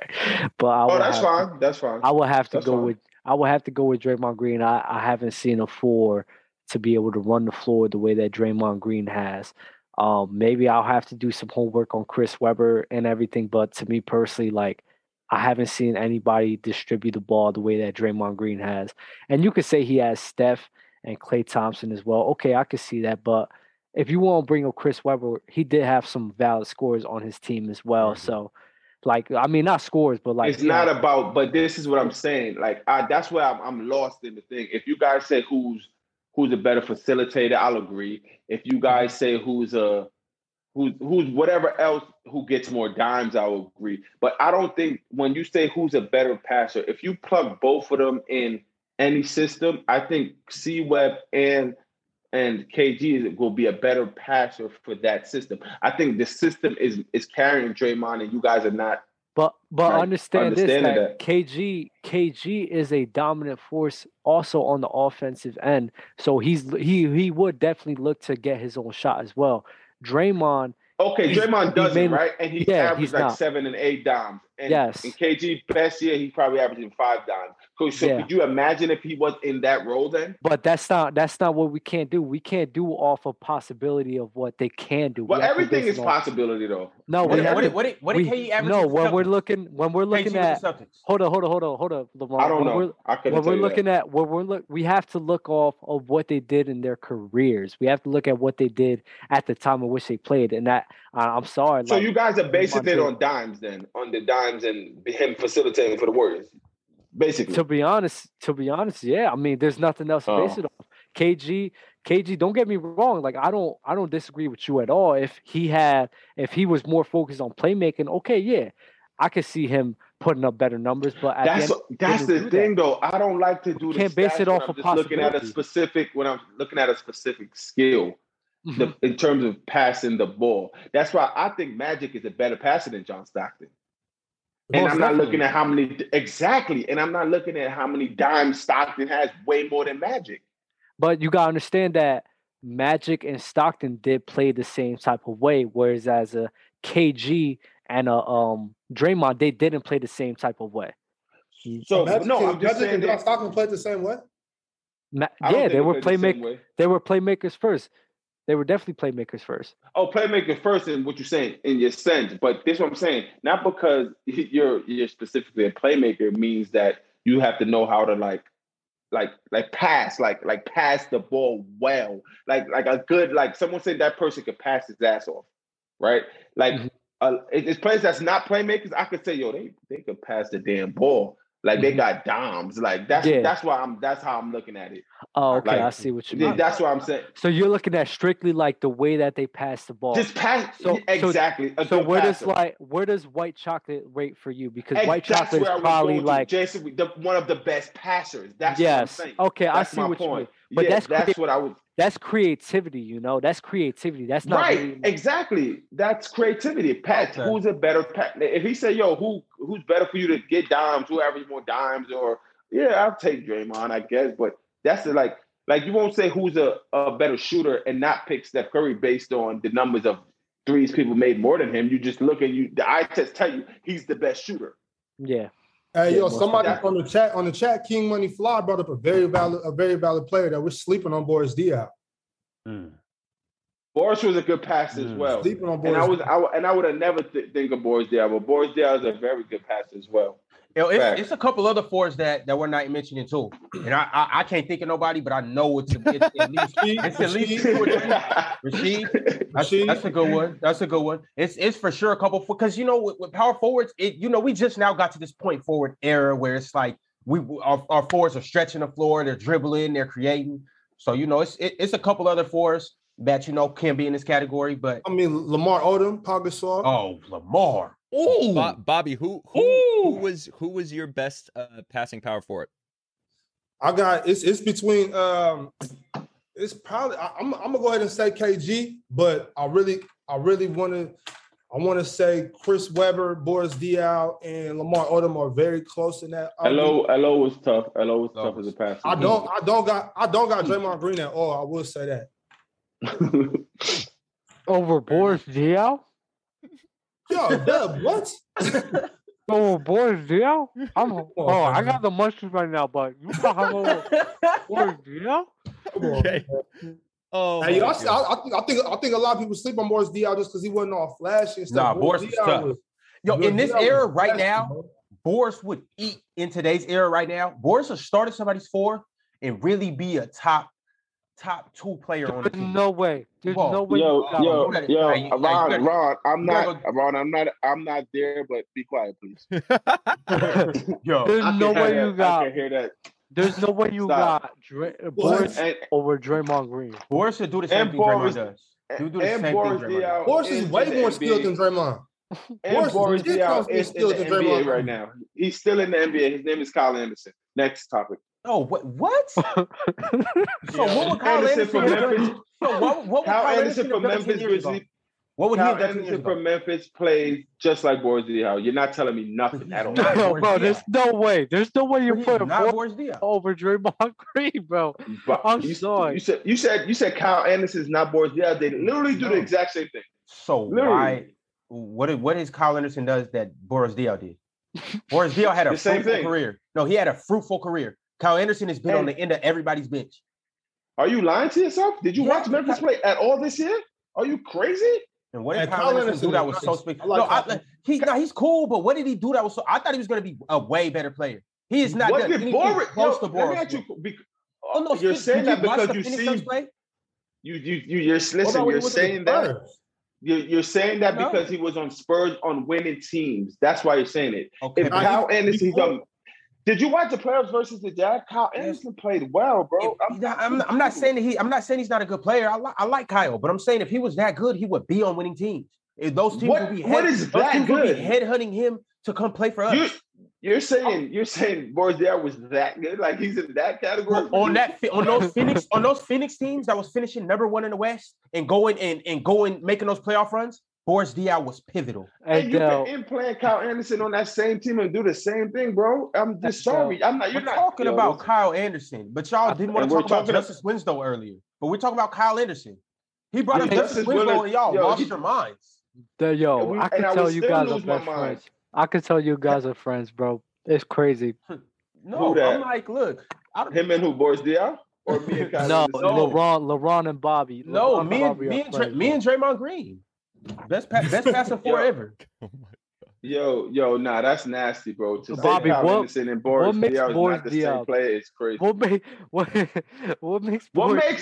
but I Oh, would that's have to- fine. That's fine. I would have to That's go fine. with I would have to go with Draymond Green. I, I haven't seen a four to be able to run the floor the way that Draymond Green has. Um, maybe I'll have to do some homework on Chris Webber and everything, but to me personally, like I haven't seen anybody distribute the ball the way that Draymond Green has. And you could say he has Steph and Clay Thompson as well. Okay, I could see that, but if you want to bring up Chris Webber, he did have some valid scores on his team as well. So, like, I mean, not scores, but like Mm-hmm. it's not about, but this is what I'm saying. Like, I that's where I'm, I'm lost in the thing. If you guys say who's who's a better facilitator, I'll agree. If you guys say who's a who's who's whatever else who gets more dimes, I'll agree. But I don't think when you say who's a better passer, if you plug both of them in any system, I think C Web and and KG will be a better passer for that system. I think the system is is carrying Draymond, and you guys are not. But but Right. understand this that, Understanding that. KG KG is a dominant force also on the offensive end. So he's he he would definitely look to get his own shot as well. Draymond, Okay, He's- Draymond he doesn't, made- right? And he yeah, averaged he's like not. seven and eight dimes. And, Yes. And KG best year, he probably averaging five dimes. So, so Yeah. could you imagine if he was in that role then? but that's not that's not what we can't do. We can't do off of possibility of what they can do. We Well, have to everything base is it on- possibility though. No, we What Yeah, did have what to. did- what did what did we- KD average? no, with the when we're Celtics? looking when we're KG looking with at the Celtics. hold up, hold up, hold up, hold up, LeBron. I don't when we're- know. I couldn't when tell we're you that. looking at when we're look we have to look off of what they did in their careers we have to look at what they did at the time in which they played and that I i'm sorry So like, you guys are basing Draymond it Green. on dimes then, on the dimes and him facilitating for the Warriors, basically. to be honest to be honest yeah i mean there's nothing else to base Oh. it off kg kg don't get me wrong like i don't i don't disagree with you at all if he had if he was more focused on playmaking okay yeah i could see him putting up better numbers but at That's the end, that's didn't the do that. thing though. I don't like to do the can't base stats it when off I'm of just looking at a possibility. specific when I'm looking at a specific skill Mhm. the, in terms of passing the ball. That's why I think Magic is a better passer than John Stockton. And Most I'm not definitely. looking at how many exactly, and I'm not looking at how many dimes Stockton has way more than Magic. But you gotta understand that Magic and Stockton did play the same type of way, whereas as a KG and a um Draymond, they didn't play the same type of way. So Magic no, and- I'm just Magic saying and John that. Stockton played the same way. Ma- I don't yeah, think they were played the same playmakers. way. They were playmakers first. They were definitely playmakers first. Oh, playmaker first in what you're saying in your sense, but this is what I'm saying. Not because you're you're specifically a playmaker means that you have to know how to like like like pass, like like pass the ball well. Like like a good like someone said that person could pass his ass off, right? Like Mhm. uh, it- it's players that's not playmakers. I could say, yo, they they could pass the damn ball. Like they Mhm. got dimes. Like that's Yeah. that's why I'm that's how I'm looking at it. Oh, okay, Like, I see what you Yeah, mean. That's what I'm saying. So you're looking at strictly like the way that they pass the ball. Just pass So- so- exactly. a so good where does passer. like where does white chocolate rate for you? Because Ex- white that's chocolate is where I was probably going to. like Jason, we- the, one of the best passers. That's yes. what I'm saying. Okay, that's I see my what you mean. point. But yeah, that's that's, creative. what I would. that's creativity, you know. That's creativity. That's not right, really- exactly. That's creativity. Pat, Okay. who's a better pat? If he said, "Yo, who who's better for you to get dimes? Who average more dimes?" Or yeah, I'll take Draymond, I guess. But that's the, like like you won't say who's a, a better shooter and not pick Steph Curry based on the numbers of threes people made more than him. You just look at you. The eye test tell you he's the best shooter. yeah. Hey, Yeah, yo, most somebody definitely. on the chat on the chat, King Money Fly brought up a very valid, a very valid player that we're sleeping on Boris Diaw. Boris was a good passer as Mm. well. Sleeping on Boris. Oh. And I was, I, wa- and I would have never th- think of Boris Diaw, but Boris Diaw is a very good passer as well. Yo, it's, Fact. it's a couple other fours that, that we're not mentioning too, and I, I I can't think of nobody, but I know it's, it's at least it's at least two or three. Rasheed, that's, Rasheed. that's a good one. That's a good one. It's it's for sure a couple because you know with, with power forwards, it you know we just now got to this point forward era where it's like we our, our fours are stretching the floor, they're dribbling, they're creating. So you know it's it, it's a couple other fours that you know can be in this category, but I mean, Lamar Odom, Pau Gasol. oh Lamar, ooh, Bo- Bobby, who who, who Ooh. was who was your best uh, passing power forward? I got it's it's between um it's probably I, am I'm gonna go ahead and say KG, but I really I really want to I want to say Chris Webber, Boris Diaw, and Lamar Odom are very close in that. I mean, Hello, hello was tough. Hello was Lo tough was- as a passer. I don't I don't got I don't got Draymond Green at all. I will say that. Over Boris Diaw? Yo, Dub, what? Over Boris Diaw? I'm oh, I man. got the munchies right now, but you got him over Boris Diaw? Come on. Okay. Oh, Hey, yo, my I, see- I, God. I think, I think I think a lot of people sleep on Boris Diaw just because he wasn't all flashy and stuff. Nah, Boris was Diaw tough. Yo, Boris in this Diaw was era right flashy, now, bro. Boris would eat in today's era right now. Boris would start at somebody's four and really be a top top two player on the There's team. no way. There's Whoa. no way. you Yo, got yo, him. gotta- yo, hey, you- hey, you gotta- Ron, Ron, I'm you not, gotta Ron, I'm not, I'm not there, but be quiet, please. Yo, I There's no can hear way that. you got. I can hear that. There's no way you Stop. got Dra- Boris And, over Draymond Green. Boris should do the same And thing Draymond Boris- does. You do and, the same thing Boris Draymond Diaw does. Boris is way in the more skilled NBA. than Draymond. And Boris Boris, is just Diaw as is in skilled the as Draymond NBA right Green. now. He's still in the NBA. His name is Kyle Anderson. Next topic. Oh, what? What? so what would Kyle Anderson Anderson? from have done- Memphis. Yo, what, what would Kyle Anderson Anderson from have done 10 Memphis. years ago? Grizzlies. What would he Kyle have done 10 years Anderson ago? from Memphis plays just like Boris Diaw. You're not telling me But he's nothing at all. not- No, Boris bro, Diaw. there's no way. There's no way But you're he's putting not Boris Boris Diaw. over Draymond Green, bro. But I'm you, sorry. You said you said you said Kyle Anderson's not Boris Diaw. They literally do No. the exact same thing. So Literally. why? What is- what is Kyle Anderson does that Boris Diaw did? Boris Diaw had a The same fruitful thing. career. No, he had a fruitful career. Kyle Anderson has been on the And- end of everybody's bench. Are you lying to yourself? Did you Yeah, watch Memphis Ky- play at all this year? Are you crazy? And what Hey, did Kyle, Kyle Anderson, Anderson do that is was so nice. special? I like no, I, Kyle like, he, no, he's cool, but what did he do that was so? I thought he was going to be a way better player. He is not what done did anything Boris? close yo, to let me Boris. ask Diaw. you. Be, uh, Oh, no, you're Spence, saying did that you watch because the you Phoenix see- Suns play? you you you you're about listen. when You're he was with the saying that Spurs? you're, you're saying that No. because he was on Spurs on winning teams. That's why you're saying it. Okay, If but Kyle Anderson, he's before- on. Did you watch the playoffs versus the Jazz? Kyle Yes. Anderson played well, bro. If- yeah, I'm, I'm not saying that he. I'm not saying he's not a good player. I, li- I like Kyle, but I'm saying if he was that good, he would be on winning teams. If those teams What- would be head, what is those that teams would good? be headhunting him to come play for us. you, you're saying you're saying Boris Diaw was that good. Like he's in that category. on that, fi- on those Phoenix, on those Phoenix teams that was finishing number one in the West and going and and going making those playoff runs, Boris Diaw was pivotal. And And you uh, can in playing Kyle Anderson on that same team and do the same thing, bro. I'm just Adele. sorry. I'm not. We're You're not talking Yo, about listen. Kyle Anderson, but y'all I- didn't want and to we're talk about talking- Justice Winslow earlier. But we're talking about Kyle Anderson. He brought Yeah, up Justice Justice Winslow, Winslow- and y'all yo, lost he- your minds. the, yo, And we- I and I can would tell you still guys are lose my best mind. friends. I can tell you guys are friends, bro. It's crazy. No, that? I'm like, look, I don't, him and who Boris Diaw or me and Kyle. No, Anderson? LeBron, LeBron and Bobby. LeBron no, me and Bobby are me and, Dra- friends, me bro. and Draymond Green, best pa- best passer Yeah. forever. Yo, yo, nah, that's nasty, bro. To Bobby, say Kyle what- Anderson and Boris what makes Diaw is Boris not the Diaw? same player is crazy. What, What make what what makes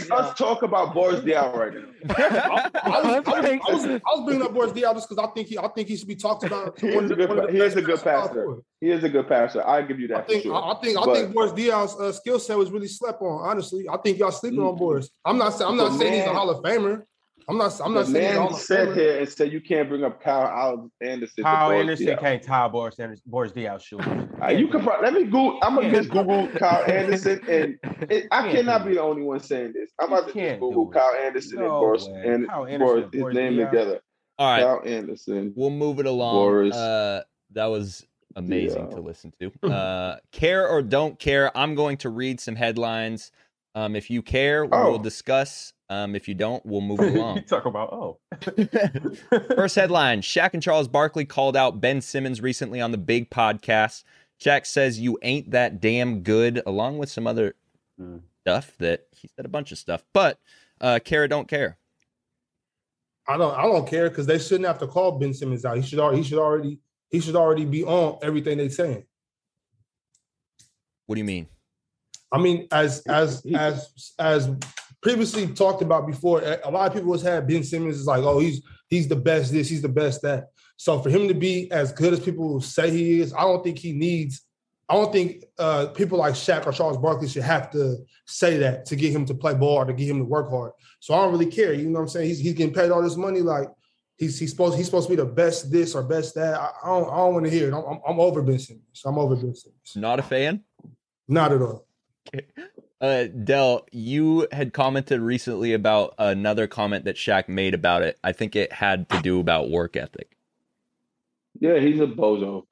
makes us talk about Boris Diaw right now? I was, I, was, Makes- I, was, I was bringing up Boris Diaw just because I think he, I think he should be talked about. He is a good pa- he is a good passer. He is a good passer. I give you I that for think, sure. I I think, I But- think Boris Diaw's uh, skill set was really slept on. Honestly, I think y'all sleeping on Mm. Boris. I'm not, sa- I'm not The saying he's a man- Hall of Famer. I'm not, I'm not the saying he's a Hall man of sat Famer. here and said you can't bring up Kyle Al- Anderson. to Kyle Boris Anderson Diaw. can't tie Boris Anderson, Boris Diaw shoes. Uh, you can probably let me Google. I'm gonna Yeah. just uh, Google Kyle Anderson, and it, I Can't cannot do be the only one saying this. I'm You about to just can't Google do it. Kyle Anderson and No Boris way. and Kyle Anderson Boris and his Boris name Diaw. together. All right. Kyle Anderson. we'll move it along. Boris. Uh, that was amazing Yeah. to listen to. Uh, care or don't care, I'm going to read some headlines. Um, if you care, Oh. we'll discuss. Um, if you don't, we'll move it you along. talk about oh, First headline Shaq and Charles Barkley called out Ben Simmons recently on the big podcast. Shaq says, You ain't that damn good, along with some other Hmm. Mm. stuff that he said a bunch of stuff. But uh, care or don't care. I don't, I don't care because they shouldn't have to call Ben Simmons out. He should, already, he should already, he should already be on everything they saying. What do you mean? I mean, as as as as previously talked about before, a a lot of people was had Ben Simmons is like, oh, he's he's the best this, he's the best that. So for him to be as good as people say he is, I don't think he needs. I don't think uh, people like Shaq or Charles Barkley should have to say that to get him to play ball or to get him to work hard. So I don't really care. You know what I'm saying? He's, he's getting paid all this money. Like he's he's supposed he's supposed to be the best this or best that. I, I don't I don't want to hear it. I'm, I'm, I'm over Ben Simmons. I'm over Ben Simmons. Not a fan? Not at all. Uh, Dell, you had commented recently about another comment that Shaq made about it. I think it had to do about work ethic. Yeah, he's a bozo.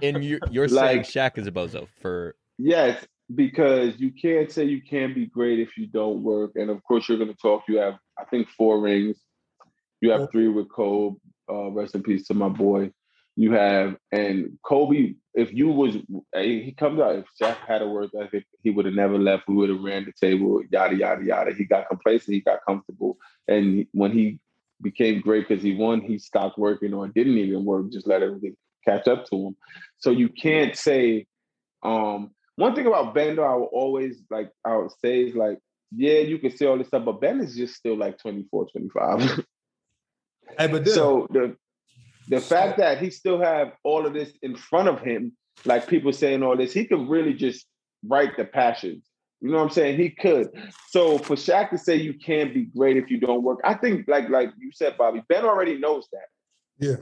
And you, you're saying Like- Shaq is a bozo for Yes, because you can't say you can't be great if you don't work. And of course, you're going to talk. You have, I think, four rings. You have three with Kobe. Uh, rest in peace to my boy. You have, and Kobe if you was hey, he comes out, if Shaq had a work ethic, he would have never left. We would have ran the table, yada yada yada. He got complacent, he got comfortable, and when he became great because he won, he stopped working or didn't even work, just let everything catch up to him. So you can't say. Um, one thing about Ben, though, I will always like I would say is like, yeah, you can say all this stuff, but Ben is just still like 24, 25. Hey, but then, So the the fact that he still have all of this in front of him, like people saying all this, he could really just write the passions. You know what I'm saying? He could. So for Shaq to say you can't be great if you don't work, I think like like you said, Bobby, Ben already knows that. Yeah.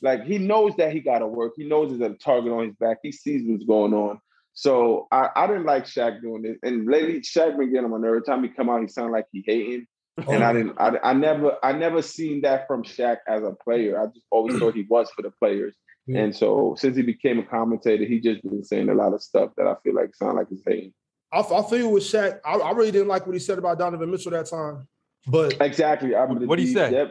Like he knows that he gotta work. He knows there's a target on his back. He sees what's going on. So I, I didn't like Shaq doing this. And lately Shaq been getting on my nerve. Every time he come out, he sound like he hating and Oh. I didn't. I, I never. I never seen that from Shaq as a player. I just always thought he was for the players. Yeah. And so since he became a commentator, he just been saying a lot of stuff that I feel like sound like he's hating. I, I feel with Shaq. I, I really didn't like what he said about Donovan Mitchell that time, but Exactly. I What'd he say?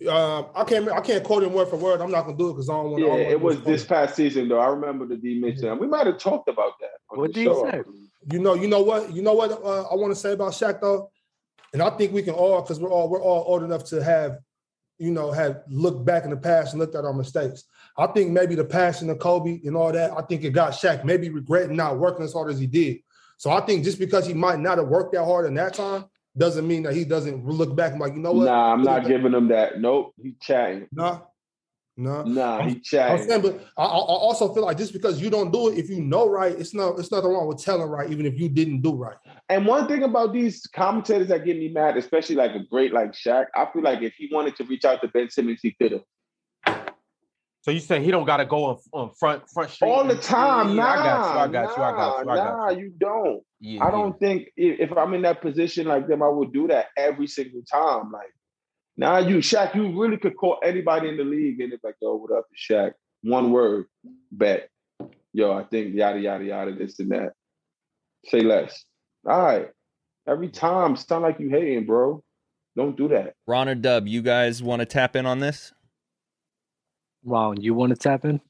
Yep. um, I can't. I can't quote him word for word. I'm not gonna do it because I don't want. Yeah, it was this past season though. I remember the D mention. We might have talked about that. on What the did he show, I say? believe. You know. You know what. You know what. Uh, I want to say about Shaq though, and I think we can all because we're all we're all old enough to have, you know, have looked back in the past and looked at our mistakes. I think maybe the passion of Kobe and all that. I think it got Shaq maybe regretting not working as hard as he did. So I think just because he might not have worked that hard in that time doesn't mean that he doesn't look back and like you know what. Nah, I'm not giving him that. Nope. He chatting. Nah. Nah. Nah, he I'm saying, chatting. but I, I I also feel like just because you don't do it, if you know right, it's not it's nothing wrong with telling right, even if you didn't do right. And one thing about these commentators that get me mad, especially like a great like Shaq, I feel like if he wanted to reach out to Ben Simmons, he could have. So you saying he don't gotta go on, on front front street all the and- time. Yeah, Nah, I got you. I got you. I got you. nah, I got you. you don't. Yeah, I yeah. don't think if, if I'm in that position like them, I would do that every single time. Like, nah, you Shaq, you really could call anybody in the league and it's like, yo, what up, it's Shaq? One word, bet. Yo, I think yada yada yada this and that. Say less. All right. Every time, sound like you hating, bro. Don't do that. Ron or Dub, you guys want to tap in on this? Ron, you want to tap in?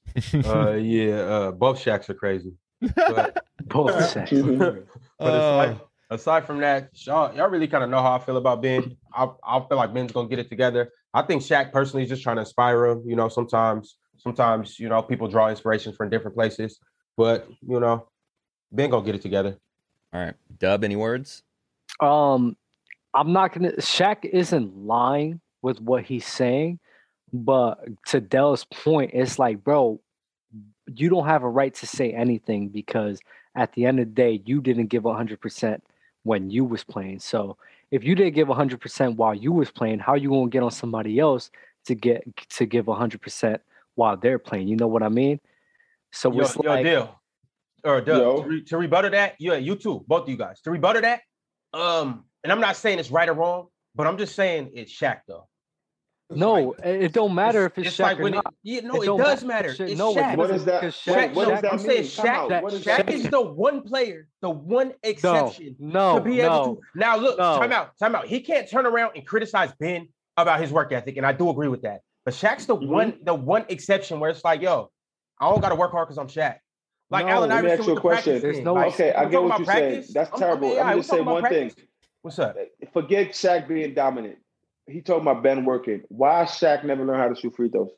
Uh, yeah, uh, both Shaqs are crazy. But, Both sex. but Uh, aside, aside from that, y'all, y'all really kind of know how I feel about Ben. I, I feel like Ben's gonna get it together. I think Shaq personally is just trying to inspire him. You know, sometimes sometimes you know people draw inspiration from different places, but you know, Ben gonna get it together. all right, Dub, any words? Um, I'm not gonna. Shaq isn't lying with what he's saying, but to Dell's point, it's like, bro, you don't have a right to say anything because at the end of the day, you didn't give 100 percent when you was playing. So if you didn't give 100 percent while you was playing, how you gonna get on somebody else to get to give 100 percent while they're playing? You know what I mean? So Yo, it's yo, like, deal. Or Doug, Yo. to, re- to rebuttal that, yeah, you too, both of you guys. To rebuttal that, um, and I'm not saying it's right or wrong, but I'm just saying it's Shaq though. no, it it don't matter if it's, Shaq or when not. It, yeah, no, it, don't does matter. matter. Shit, It's no, it Shaq. What is that? Because Wait, Shaq- what does Shaq- that I'm mean? saying Time Shaq, out. that- What is Shaq that? is the one player, the one exception No, to be no, able to. Now look, no. time out, time out. He can't turn around and criticize Ben about his work ethic, and I do agree with that. But Shaq's the Mhm. one, the one exception where it's like, yo, I don't got to work hard because I'm Shaq. Like No, Allen let me Iverson ask with you the a question. practice There's thing. no Like, Okay, I we're get talking what about you're saying. practice. That's I'm- terrible. mean, I'm, yeah, just we're saying talking one about practice. thing. What's up? Forget Shaq being dominant. He told my Ben working. Why Shaq never learned how to shoot free throws?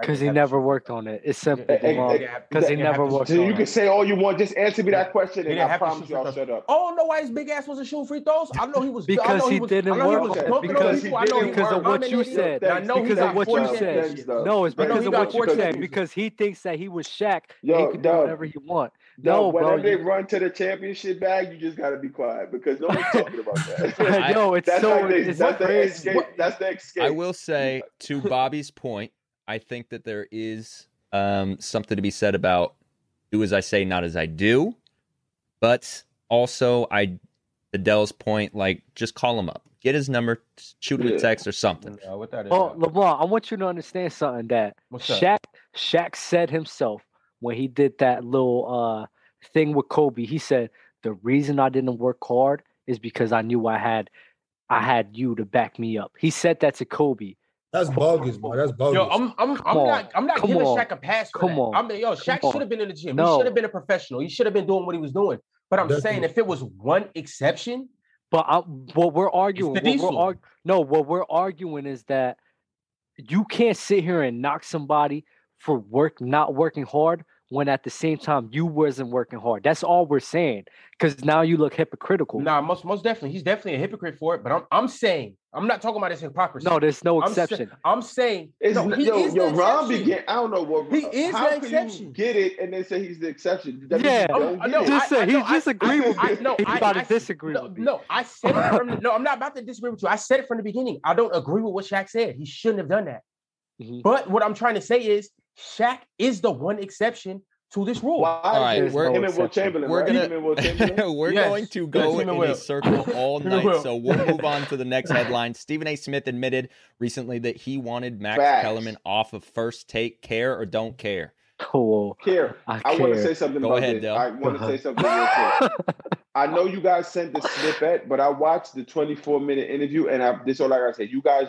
because he never worked on it. It's simple. Eh, eh, Jamal. eh, 'Cause he Didn't never have worked to- So on Didn't you it. can say all you want. Just answer me that question, He and I didn't have to promise shoot you I'll free throws. shut up. I don't know why his big ass wasn't shooting free throws. I know he was I Because know he was, didn't I know work He was on it. smoking Because on people. I he know he didn't because was of what you dominating it. said. And I know he Because got of what you forty said. cents. No, it's I know because he of got what you forty said. cents. Because he thinks that he was Shaq. and Yo, he could do dog. whatever he want. No, No, bro, whenever they you- run to the championship bag, you just gotta be quiet because no one's talking about that. Yo, it's that's so like the, it's that's the crazy. escape. That's the escape. I will say to Bobby's point, I think that there is um, something to be said about do as I say, not as I do. But also, I to Dell's point, like just call him up, get his number, shoot him a Yeah. text or something. No, what that is. Oh, LeBron, I want you to understand something that What's up? Shaq Shaq said himself when he did that little uh thing with Kobe. He said the reason I didn't work hard is because I knew I had I had you to back me up. He said that to Kobe. That's bogus, bro. That's bogus. Yo, I'm I'm, I'm on. not I'm not Come giving on. Shaq a pass. For Come that. on. I mean, yo, Shaq Come on. should have been in the gym. He No. should have been a professional. He should have been doing what he was doing. But I'm saying Definitely. if it was one exception, But I, what we're arguing, what diesel. we're arg- no, what we're arguing is that you can't sit here and knock somebody for work not working hard when at the same time you wasn't working hard. That's all we're saying. Because now you look hypocritical. nah, most most definitely, he's definitely a hypocrite for it. But I'm I'm saying I'm not talking about his hypocrisy. no, there's no I'm sa- exception. I'm saying It's, no, he yo, is yo, the Ron exception. began. I don't know what He is how the could exception. You get it, and then say he's the exception. That means Yeah. you Oh, don't I get know. it. Just say- he no, just agreed I, with I, you. no, He's I, about to I- disagree no, with me. No, I said it from the, no. I'm not about to disagree with you. I said it from the beginning. I don't agree with what Shaq said. He shouldn't have done that. Mhm. But what I'm trying to say is Shaq is the one exception to this rule. Why? All right, Him we're- and Will Chamberlain. we're right? gonna- Him and Will Chamberlain. We're Yes. going to go Yes, in we will. a circle all We night, will. so we'll move on to the next headline. Stephen A. Smith admitted recently that he wanted Max Facts. Kellerman off of First Take. Care or don't care? Whoa, Here, I I want to care. say something Go about ahead, this. Del. I want to say something real quick. I know you guys sent the snippet, but I watched the 24 minute interview, and I, this is all I gotta say. You guys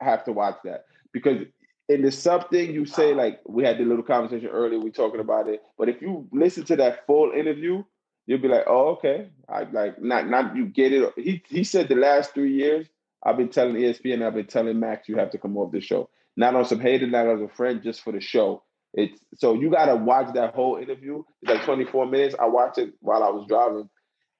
have to watch that because in the something you say, like we had the little conversation earlier, we talking about it. But if you listen to that full interview, you'll be like, oh, okay. I like not not you get it. He he said the last three years, I've been telling E ESPN, I've been telling Max, you have to come off the show. Not on some hater, not as a friend, just for the show. It's so you gotta watch that whole interview. It's like 24 minutes. I watched it while I was driving.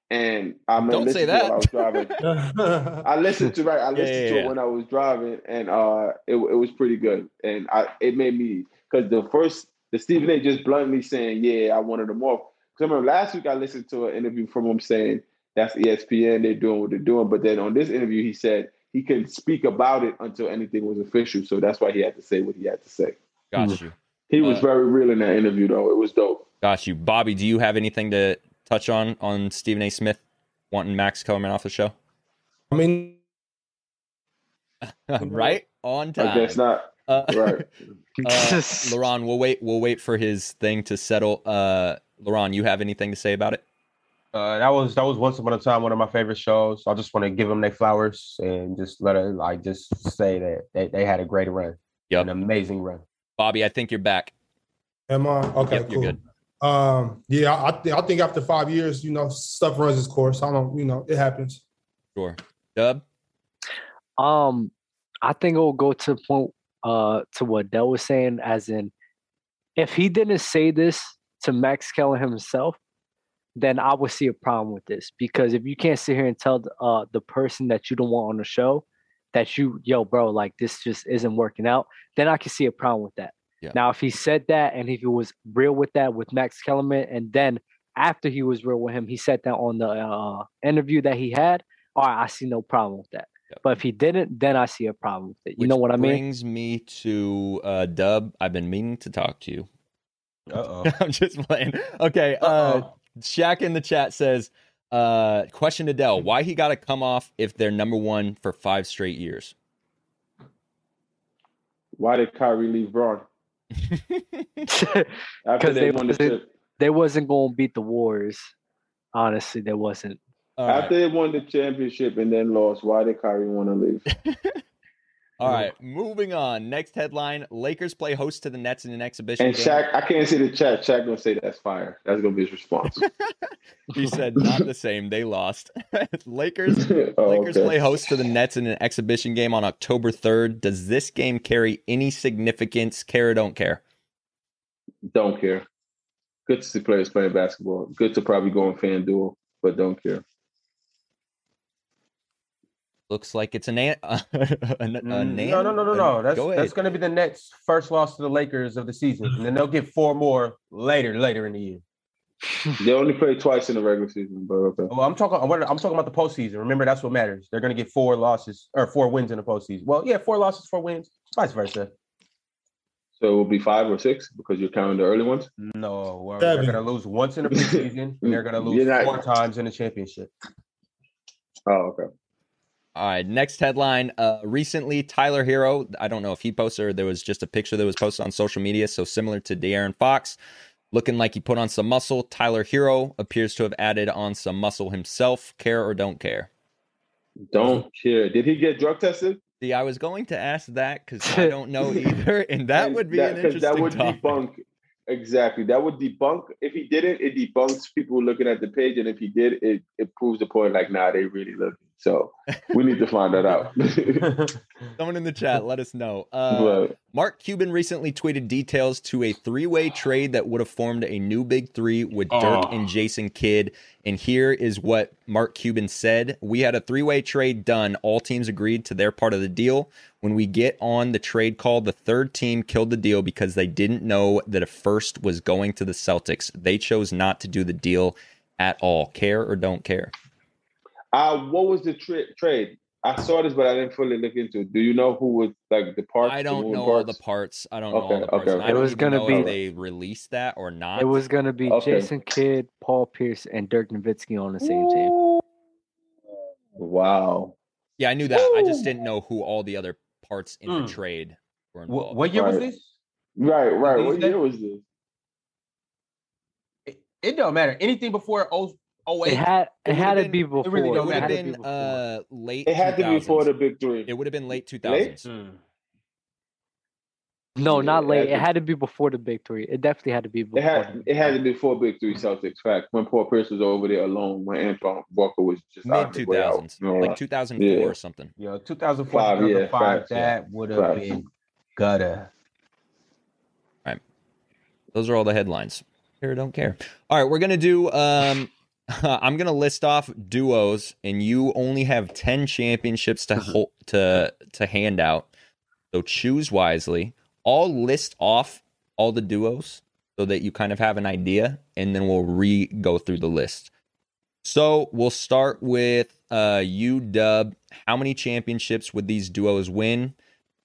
And I mean, Don't say listened to it while I was that. driving. That's I listened to right. I listened yeah, to it yeah. when I was driving, and uh, it it was pretty good. And I it made me because the first the Stephen A. just bluntly saying, "Yeah, I wanted him off." Because remember last week I listened to an interview from him saying that's E ESPN. They're doing what they're doing. But then on this interview, he said he couldn't speak about it until anything was official. So that's why he had to say what he had to say. Got Hmm. you, He was Uh, very real in that interview, though. It was dope. got you. Bobby, do you have anything to touch on on Stephen A. Smith wanting Max Kellerman off the show? I mean, right on time. I guess not. Uh, Right. uh, Laron, we'll wait. We'll wait for his thing to settle. Uh, Laron, you have anything to say about it? Uh, that was that was once upon a time one of my favorite shows. I just want to give them their flowers and just let it like just say that they, they had a great run, Yep. an amazing run. Bobby, I think you're back. am I okay? Yep, cool. you're good. Um, yeah, I, I, thi- I think after five years, you know, stuff runs its course. I don't, you know, it happens. Sure. Dub. Um, I think it'll go to the point uh to what Dell was saying, as in if he didn't say this to Max Keller himself, then I would see a problem with this because if you can't sit here and tell the, uh the person that you don't want on the show that you yo bro like this just isn't working out, then I can see a problem with that. Yeah. Now if he said that and if he was real with that with Max Kellerman and then after he was real with him, he said that on the uh, interview that he had. All right, I see no problem with that. Yep. But if he didn't, then I see a problem with it. You which know what I mean? Brings me to uh, Dub. I've been meaning to talk to you. Uh I'm just playing. Okay. Uh, Shaq in the chat says, uh, question to Dell: Why he got to come off if they're number one for five straight years? Why did Kyrie leave Braun after 'Cause they, they won the wasn't- chip? they wasn't going to beat the Warriors. Honestly, they wasn't. All right. After they won the championship and then lost, why did Kyrie want to leave? All right. Moving on. Next headline: Lakers play host to the Nets in an exhibition And game. Shaq, I can't see the chat. Shaq gonna say that's fire. That's gonna be his response. he said, "Not the same. They lost." Lakers Oh, Lakers okay. play host to the Nets in an exhibition game on October 3rd. Does this game carry any significance? Care or don't care? Don't care. Good to see players playing basketball. Good to probably go on FanDuel, but don't care. Looks like it's an a, a, Mm, no, no, no, no, no. That's go that's ahead. going to be the next first loss to the Lakers of the season, and then they'll get four more later later in the year. Hmm. They only played twice in the regular season, but okay. Well, I'm talking. I'm I'm talking about the postseason. Remember, that's what matters. They're going to get four losses or four wins in the postseason. Well, yeah, four losses, four wins, vice versa. So it will be five or six because you're counting the early ones. Hmm. No, well, they're Seven. going to lose once in the preseason, and they're going to You're lose not- four times in the championship. Oh, okay. All right. Next headline. Uh, recently, Tyler Hero. I don't know if he posted or there was just a picture that was posted on social media. So similar to De'Aaron Fox, looking like he put on some muscle. Tyler Hero appears to have added on some muscle himself. Care or don't care? Don't care. Did he get drug tested? See, I was going to ask that because I don't know either, and that And would be an 'cause interesting That would topic. debunk exactly. That would debunk. If he didn't, it debunks people looking at the page, and if he did, it it proves the point. Like, nah, they really looking. So we need to find that out. Someone in the chat, let us know. Uh, but Mark Cuban recently tweeted details to a three-way trade that would have formed a new big three with Dirk Oh. and Jason Kidd. And here is what Mark Cuban said: "We had a three-way trade done. All teams agreed to their part of the deal. When we get on the trade call, the third team killed the deal because they didn't know that a first was going to the Celtics. They chose not to do the deal at all. Care or don't care." I, uh, what was the tra- trade? I saw this, but I didn't fully look into it. Do you know who was like the part? I don't know all the parts. I don't know all Okay, the parts. okay, and I okay. It don't was even gonna know be- if they released that or not. It was gonna be Okay. Jason Kidd, Paul Pierce, and Dirk Nowitzki on the same team. Wow. yeah, I knew that. I just didn't know who all the other parts in Hmm. Mm. the trade were Wh- involved. what year was Right. this? Right, right. These What days- year was this? It, it don't matter. Anything before 0, 08. It had It it had would've to be before. it really it don't would had have matter. to be been before. uh, late. It had to be before 2000s. the big three. It would have been late two thousands. Mm. no, yeah, not it late. had It to- had to be before the big three. It definitely had to be before. It had it had to be four big three Celtics. Fact when Paul Pierce was over there alone, when Antoine Walker was just out Mid of two the way out. thousands, You know what I'm like two thousand four Yeah. or something. Yo, 2004, Five, yeah, 2005, five, yeah. that would have Five. been gutter. Those are all the headlines. Care or don't care. All right, we're gonna do. Um, I'm gonna list off duos, and you only have ten championships to hold, to to hand out. So choose wisely. I'll list off all the duos so that you kind of have an idea, and then we'll re go through the list. So we'll start with uh, you, Dub. How many championships would these duos win?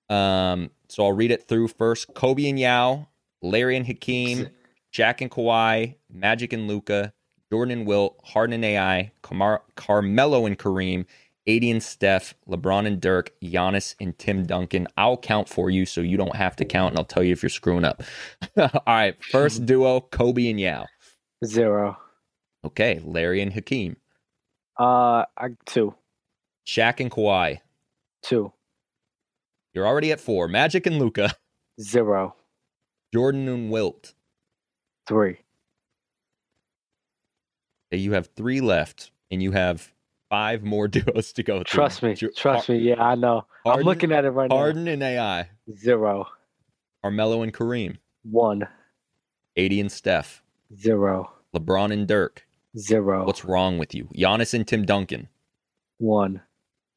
Um, so I'll read it through first. Kobe and Yao, Larry and Hakeem, Jack and Kawhi, Magic and Luca, Jordan and Wilt, Harden and AI, Camar- Carmelo and Kareem, 80 and Steph, LeBron and Dirk, Giannis and Tim Duncan. I'll count for you so you don't have to count and I'll tell you if you're screwing up. All right, first duo, Kobe and Yao. Zero. Okay, Larry and Hakeem, Uh, I, two, Shaq and Kawhi. two, You're already at four. Magic and Luca, zero, Jordan and Wilt. three. Okay, You have three left, and you have five more duos to go through. Trust me. Jo- Trust Har- me. Yeah, I know. Harden- I'm looking at it right Harden and AI, now. Zero, Carmelo and Kareem, one, 80 and Steph, zero, LeBron and Dirk. Oh. zero, What's wrong with you? Giannis and Tim Duncan. one.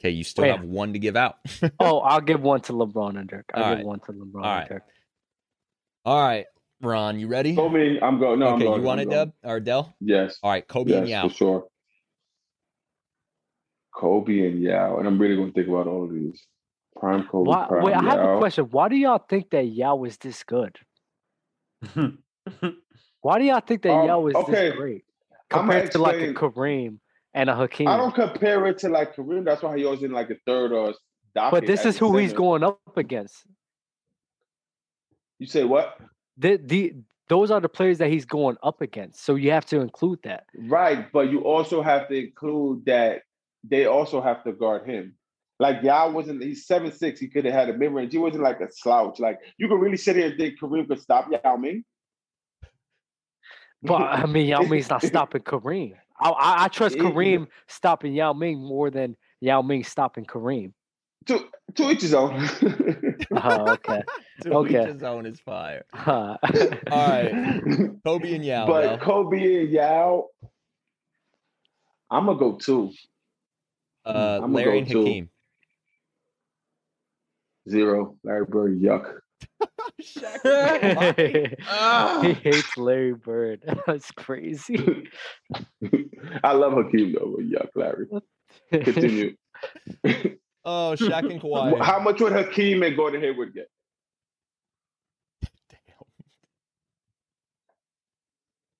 Okay, you still Wait. have one to give out. Oh, I'll give one to LeBron and Dirk. I'll All give right. one to LeBron All right. and Dirk. All right, Ron, you ready? Kobe, I'm going. Oh, No, I'm okay, going. you want I'm it, going. Dub or Dell? Yes. All right, Kobe and yes, Yao. for sure. Kobe and Yao, and I'm really going to think about all of these. Prime Kobe, Why, prime wait, I Yao. have a question. Why do y'all think that Yao was this good? Why do y'all think that Um, Yao was okay. this great I'ma compared to like a explain- Kareem and a Hakeem? I don't compare it to like Kareem. That's why he always in like a third or. a docket But this as is a who he's center. going up against. You say what? The, the those are the players that he's going up against. So you have to include that. Right, but you also have to include that they also have to guard him. Like Yao wasn't he's seven six, he could have had a mid range. He wasn't like a slouch. Like you could really sit here and think Kareem could stop Yao Ming. But um, I mean, Yao Ming's not stopping Kareem. I, I, I trust It- it- Kareem stopping Yao Ming more than Yao Ming stopping Kareem. To to each his own. Uh, okay. Okay. His own is fire. Uh, All right, Kobe and Yao. but Del. Kobe and Yao, I'm gonna go two uh, I'ma Larry go and two. Hakeem. zero. Larry Bird, yuck. Oh, he hates Larry Bird. That's crazy. I love Hakeem though, but yuck, Larry. Continue. Oh, Shaq and Kawhi. How much would Hakeem and Gordon Hayward get?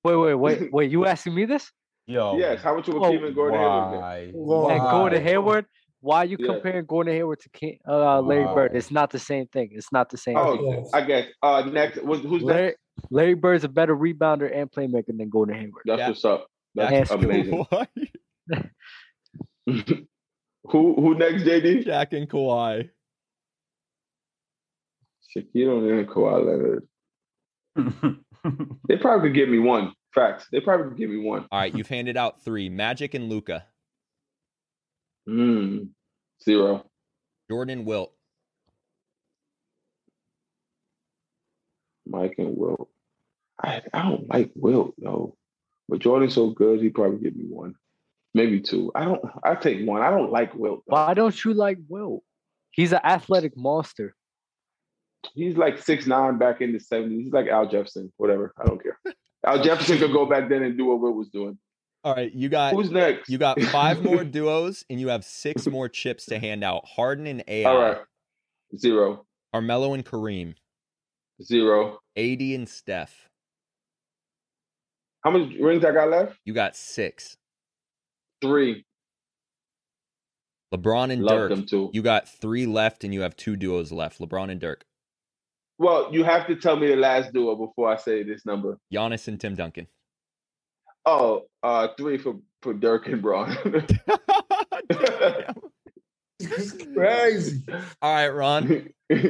Wait, wait, wait, wait. You asking me this? Yo. Yes, how much would Oh, Hakeem and Gordon Hayward get? why? Why? And Gordon Hayward? Why are you Yeah. comparing Gordon Hayward to King, uh, Larry Bird? Wow. It's not the same thing. It's not the same Oh, thing. Yes. I guess. Uh, next, was, who's next? Larry, Larry Bird's a better rebounder and playmaker than Gordon Hayward. That's Yeah. what's up. Yeah. That's amazing. Kawhi. who who next, JD? Shaq and Kawhi. Shaquille O'Neal and Kawhi Leonard. They probably could give me one. Facts. They probably could give me one. All right, you've handed out three: Magic and Luca, Mm. Zero. Jordan Wilt, Mike and Wilt. I, I don't like Wilt though, but Jordan's so good, he probably give me one, maybe two. I don't. I take one. I don't like Wilt. though. Why don't you like Will? He's an athletic monster. He's like six nine back in the seventies. He's like Al Jefferson. Whatever. I don't care. Al Jefferson could go back then and do what Wilt was doing. All right, you got Who's next? Uh, you got five more duos, and you have six more chips to hand out. Harden and AI, All right. Zero. Carmelo and Kareem, Zero. AD and Steph. How many rings I got left? You got six. Three. LeBron and Love Dirk. them too. You got three left, and you have two duos left. LeBron and Dirk, Well, you have to tell me the last duo before I say this number. Giannis and Tim Duncan. Oh, uh, three for for Dirk and Braun. This is crazy. All right, Ron. yeah,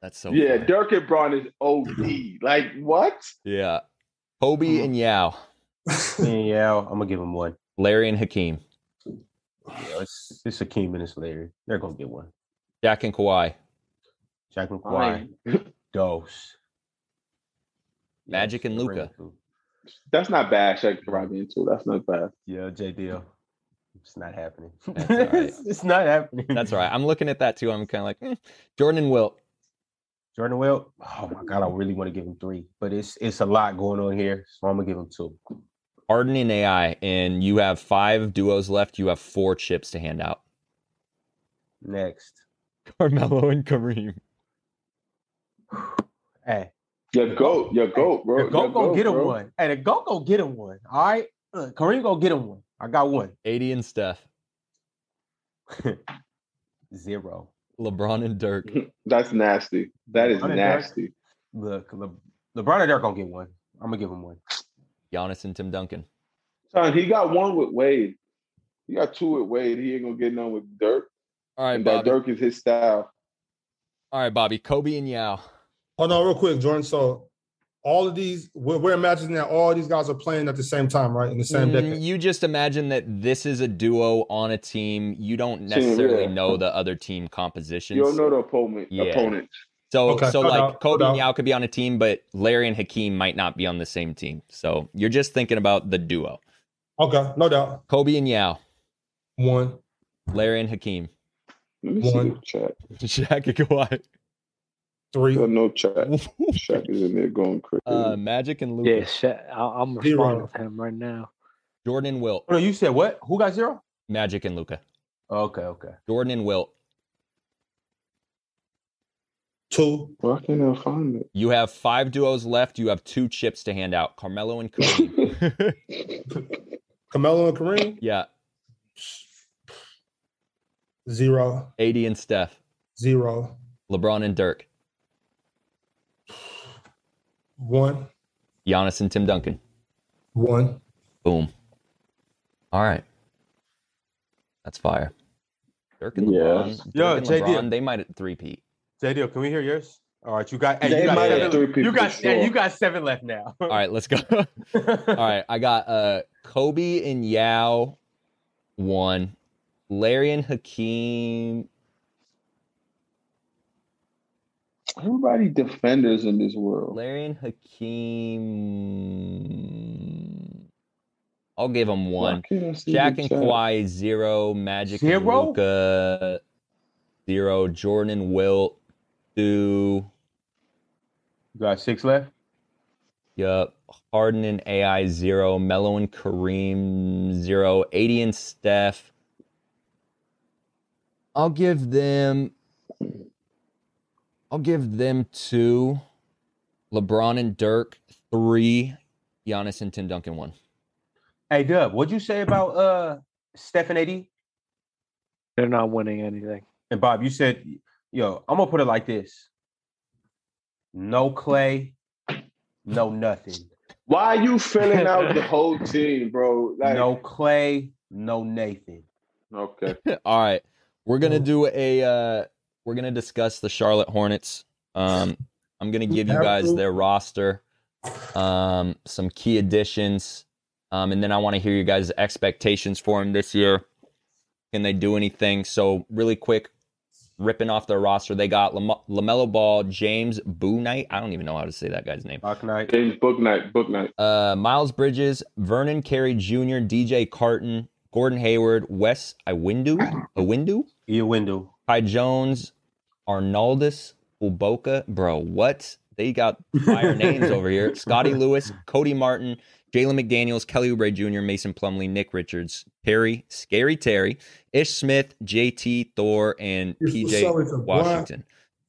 That's so funny. Dirk and Braun is OD. Like what? yeah. Uh-huh. Kobe and Yao, And yeah, I'm gonna give him one. Larry and Hakeem, Yeah, it's it's Hakeem and it's Larry. They're gonna get one. Jack and Kawhi, Jack McQuarrie, dose. Magic and bring Luka. it through. That's not bad, Shaq Robin too. That's not bad. Yeah, JDL. It's not happening. That's all right. it's, it's not happening. That's all right. I'm looking at that too. I'm kind of like "Hmm." Jordan and Wilt. Jordan Wilt. Oh my god, I really want to give him three, but it's it's a lot going on here, so I'm gonna give him two. Arden and AI, and you have five duos left. You have four chips to hand out. Next, Carmelo and Kareem. hey, Your goat, your goat, bro. the go Your go GOAT, get him bro. one. Hey, the go go get him one. All right, Look, Kareem go get him one. I got one. 80 and Steph. Zero. LeBron and Dirk. That's nasty. That is I mean, Dirk- nasty. Look, Le- LeBron and Dirk gonna get one. I'm gonna give him one. Giannis and Tim Duncan. Son, he got one with Wade. He got two with Wade. He ain't gonna get none with Dirk. All right, And that Bobby. Dirk is his style. All right, Bobby. Kobe and Yao. Oh no, real quick, Jordan. So all of these, we're, we're imagining that all these guys are playing at the same time, right? In the same Mm, decade. You just imagine that this is a duo on a team. You don't Team, necessarily yeah. know the other team compositions. You don't know the opponent. Yeah. Opponent. So, Okay, so hold like out, Kobe hold and out. Yao could be on a team, but Larry and Hakeem might not be on the same team. So you're just thinking about the duo. Okay, no doubt. Kobe and Yao, One, Larry and Hakeem, Let me see One. the chat. Shaq and Kawhi, three, There's no chat. Shaq is in there going crazy. uh, Magic and Luka, Yeah, shit. I- I'm Zero. responding to him right now. Jordan and Wilt, Oh, no, you said what? Who got zero? Magic and Luca, Okay, okay. Jordan and Wilt. two, Why can't I find it? You have five duos left. You have two chips to hand out. Carmelo and Kareem. Carmelo and Kareem, yeah, zero, AD and Steph, zero, LeBron and Dirk, one, Giannis and Tim Duncan. one. Boom. All right, that's fire. Dirk and Yeah. LeBron. Dirk Yo, and JD. LeBron, they might three peat. JDL, can we hear yours? All right, you got. Hey, They you got might have seven. three people You got. for Hey, sure. you got seven left now. All right, let's go. All right, I got uh Kobe and Yao one, Larry and Hakeem. Everybody defenders in this world. Larry and Hakeem. I'll give him one. Jack and Kawhi zero, Magic and Zero? Luka zero, Jordan Wilt two, You got six left. yup, Harden and AI zero, Melo and Kareem zero, 80 and Steph. I'll give them. I'll give them two. LeBron and Dirk three, Giannis and Tim Duncan one. Hey, Dub, what'd you say about uh Steph and AD? They're not winning anything. And Bob, you said, yo, I'm gonna put it like this: no Clay, no nothing. Why you filling out the whole team, bro? Like, no Clay, no Nathan. Okay. All right, we're gonna do a. Uh, we're gonna discuss the Charlotte Hornets Um, I'm gonna give you guys their roster, um, some key additions, um, and then I want to hear you guys' expectations for them this year. Can they do anything? So really quick, ripping off their roster, they got Lam- Lamelo Ball, James Boo Knight. I don't even know how to say that guy's name. Lock night. James Book Night, Book Night. Uh, Miles Bridges, Vernon Carey Jr., DJ Carton, Gordon Hayward, Wes Iwindu, Iwindu, Ia window. Ty Jones, Arnaldus, Uboka. Bro, what? They got fire names over here. Scotty Lewis, Cody Martin, Jalen McDaniels, Kelly Oubre Jr., Mason Plumley, Nick Richards, Terry, Scary Terry, Ish Smith, JT Thor, and Yes, PJ what's up, it's a Washington.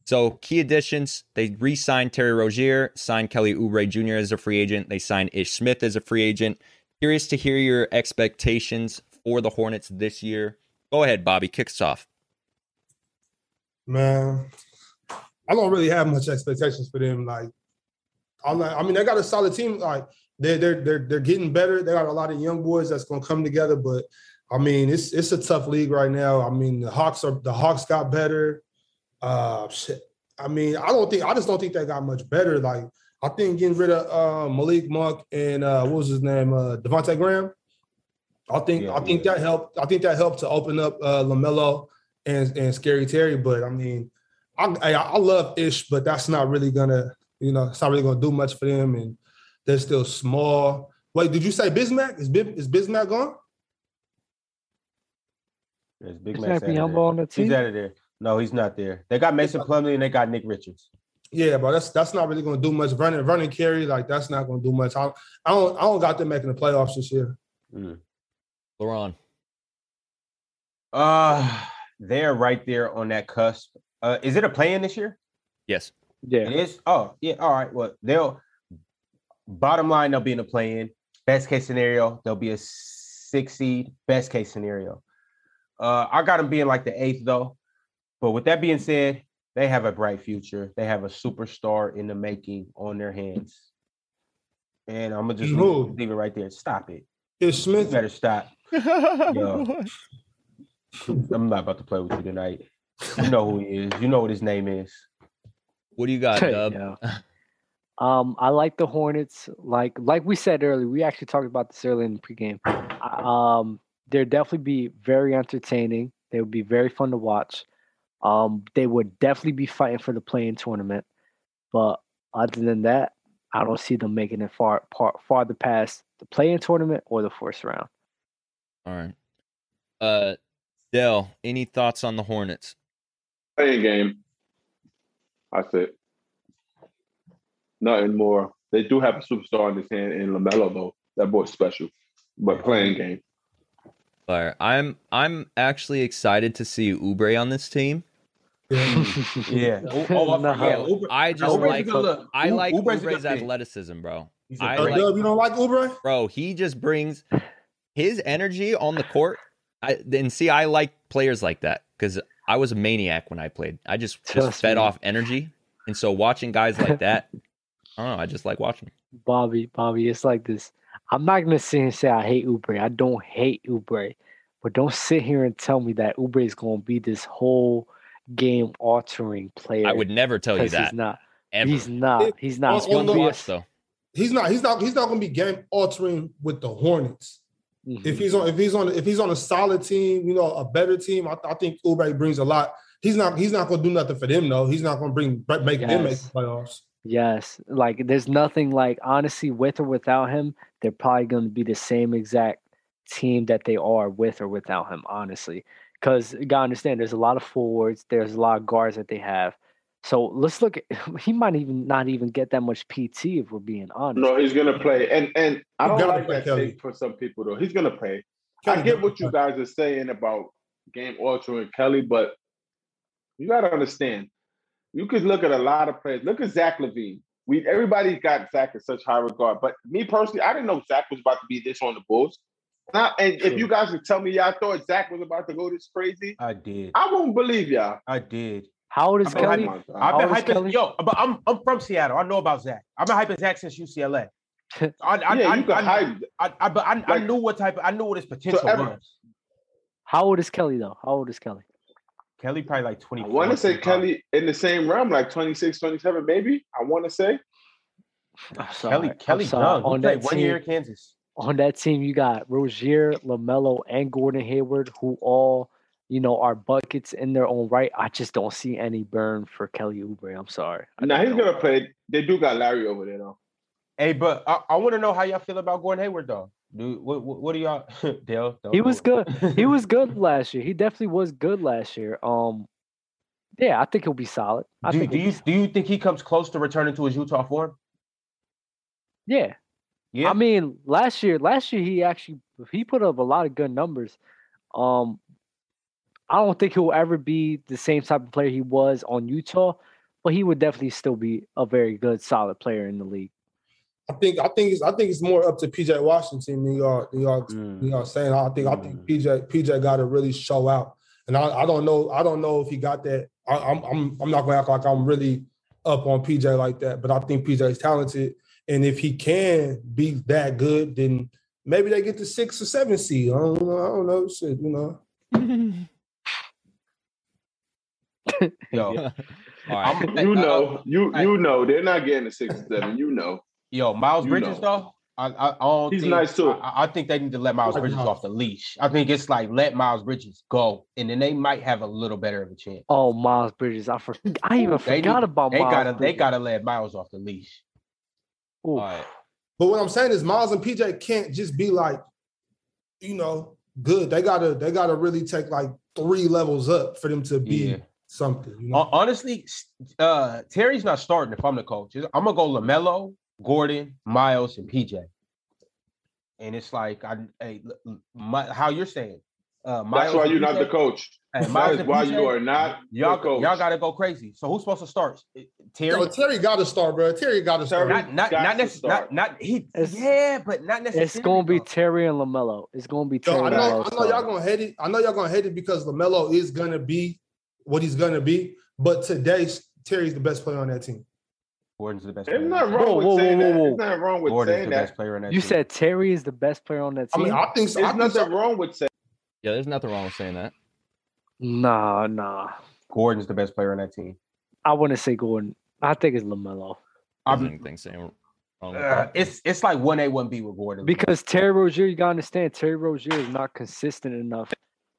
So key additions: they re-signed Terry Rozier, signed Kelly Oubre Jr. as a free agent. They signed Ish Smith as a free agent. Curious to hear your expectations for the Hornets this year. Go ahead, Bobby. Kicks off. Man, I don't really have much expectations for them. Like, I'm not, I mean, they got a solid team. Like, they're they're they're they're getting better. They got a lot of young boys that's gonna come together. But I mean, it's it's a tough league right now. I mean, the Hawks are the Hawks got better. Uh, shit. I mean, I don't think I just don't think they got much better. Like, I think getting rid of uh, Malik Monk and uh, what was his name, uh, Devontae Graham. I think Yeah, I think yeah. that helped. I think that helped to open up uh, Lamelo and and Scary Terry. But I mean, I, I I love Ish, but that's not really gonna you know it's not really gonna do much for them, and they're still small. Wait, did you say Bismack? Is Bi- is Bismack gone? There's Big Is Mac. that Humble on the He's team? out of there. No, he's not there. They got Mason Plumlee and they got Nick Richards. Yeah, but that's that's not really gonna do much. Vernon Vernon Carey, like that's not gonna do much. I I don't I don't got them making the playoffs this year. LaRon. Uh they're right there on that cusp. Uh, is it a play in this year? Yes. Yeah. It is. Oh, yeah. All right. Well, they'll bottom line, they'll be in the play in. Best case scenario, they'll be a six seed. Best case scenario. Uh, I got them being like the eighth though. But with that being said, they have a bright future. They have a superstar in the making on their hands. And I'm gonna just Who? leave, leave it right there. Stop it. Is You Smith? better stop. Yo. I'm not about to play with you tonight. You know who he is. You know what his name is. What do you got, Dub? Yeah. Um, I like the Hornets. Like like we said earlier, we actually talked about this earlier in the pregame. I- Um, they'd definitely be very entertaining. They would be very fun to watch. Um, they would definitely be fighting for the playing tournament. But other than that, I don't see them making it far, far farther past the playing tournament or the first round. All right. Uh, Dell. Any thoughts on the Hornets? Playing game. That's it. Nothing more. They do have a superstar in his hand in Lamelo though. That boy's special. But playing game. Fire. I'm I'm actually excited to see Ubre on this team. Yeah. Yeah. Oh, oh, I No. forgot. Uber- I just Ubre's a like good look. I U- like Ubre's a good Ubre's pick. athleticism, bro. He's a I Oh, great- like- Dub, you don't like Uber? Bro, he just brings his energy on the court. I and see, I like players like that because I was a maniac when I played. I just, just Trust fed me. off energy, and so watching guys like that, I don't know. I just like watching. 'em. Bobby, Bobby, it's like this. I'm not gonna sit here and say I hate Ubre. I don't hate Ubre, but don't sit here and tell me that Ubre is gonna be this whole game altering player. I would never tell you 'cause that. He's not. ever. He's not. He's not. It's He's fun gonna to be a- watch though. He's not. He's not. He's not going to be game altering with the Hornets. Mhm. If he's on, if he's on, if he's on a solid team, you know, a better team, I, I think Ubre brings a lot. He's not. He's not going to do nothing for them though. He's not going to bring make them make the Yes. playoffs. Yes, like there's nothing like honestly with or without him, they're probably going to be the same exact team that they are with or without him, honestly. Cuz you got to understand there's a lot of forwards, there's a lot of guards that they have. So let's look at he might even not even get that much PT if we're being honest. No, he's gonna play. And and I You don't gotta like play that Kelly. take for some people though. He's gonna play. I get what you guys are saying about game altering Kelly, but you gotta understand. You could look at a lot of players. Look at Zach Levine. We everybody got Zach in such high regard, but me personally, I didn't know Zach was about to be this on the Bulls. Now, and if True. you guys would tell me y'all thought Zach was about to go this crazy, I did. I won't believe y'all. Oh I did. How old is I mean, Kelly? come on, I've been old is Kelly? hyping, yo, but I'm I'm from Seattle. I know about Zach. I've been hyping Zach since UCLA. I, I, yeah, I, you I, can hype. I, I, but I, I like- knew what type. Of, I knew what his potential every- was. How old is Kelly though? How old is Kelly? Kelly probably like 20. I want to say Kelly in the same realm, like 26, 27, maybe. I want to say. I'm sorry. Kelly, I'm Kelly sorry. Young. on he that played team. one year at Kansas. on that team, you got Rozier, Lamelo, and Gordon Hayward, who all you know are buckets in their own right. I just don't see any burn for Kelly Oubre. I'm sorry. I Now just he's don't. gonna play. They do got Larry over there though. Hey, but I, I want to know how y'all feel about Gordon Hayward, though. Dude, what, what, what do y'all? Dale, don't He do was it. good. He was good last year. He definitely was good last year. Um, yeah, I think he'll be solid. I do, think do he'll be you do you think he comes close to returning to his Utah form? Yeah. Yeah, I mean, last year, last year he actually he put up a lot of good numbers. Um, I don't think he'll ever be the same type of player he was on Utah, but he would definitely still be a very good, solid player in the league. I think I think it's I think it's more up to PJ Washington than y'all than y'all Mm. you know what I'm saying? I think I think PJ PJ got to really show out, and I, I don't know I don't know if he got that. I, I'm I'm I'm not gonna act like I'm really up on PJ like that, but I think PJ is talented, and if he can be that good, then maybe they get the six or seven seed. I don't know. I don't know. Shit, you know. yo, All right. I'm- You uh, know, you hey. you know, they're not getting a six and seven. You know, Yo, Miles You Bridges though, I, I, I don't He's think, nice, too. I, I think they need to let Miles Like Bridges Miles. off the leash. I think it's like let Miles Bridges go, and then they might have a little better of a chance. Oh, Miles Bridges, I for, I even They forgot need- about They Miles. gotta they uh, Bridges. gotta let Miles off the leash. Ooh. All right. But what I'm saying is Miles and PJ can't just be like, you know, good. They gotta they gotta really take like three levels up for them to be Yeah. something. You know? Hon- Honestly, s- uh, Terry's not starting if I'm the coach. I'm gonna go Lamelo, Gordon, Miles, and PJ. And it's like I, hey, l- l- my, how you're saying. Uh, Miles that's why and you're not PJ the coach. hey, that Miles is and why PJ, you are not Y'all, the coach. y'all gotta go crazy. So who's supposed to start? Terry. Yo, Terry got to start, bro. Terry got to start. Terry- not not got not, to necess- not start. not he It's- yeah, but not necessarily. It's gonna be though. Terry and Lamelo. It's gonna be Terry. Yo, I and know, LaMelo I know y'all starting. gonna hate it. I know y'all gonna hate it because Lamelo is gonna be what he's gonna be. But today, Terry's the best player on that team. Gordon's the best. There's player. nothing wrong Whoa, with whoa, saying whoa, whoa, that. whoa. There's nothing wrong with Gordon's saying the that. best player in that. You team. said Terry is the best player on that I team. mean, I think so. I There's think so. nothing wrong with saying. Yeah, there's nothing wrong with saying that. nah, nah. Gordon's the best player on that team. I wouldn't say Gordon. I think it's Lamelo. There's I'm- anything saying wrong with Uh, that. it's it's like one A one B with Gordon Because Terry Rozier, you gotta understand, Terry Rozier is not consistent enough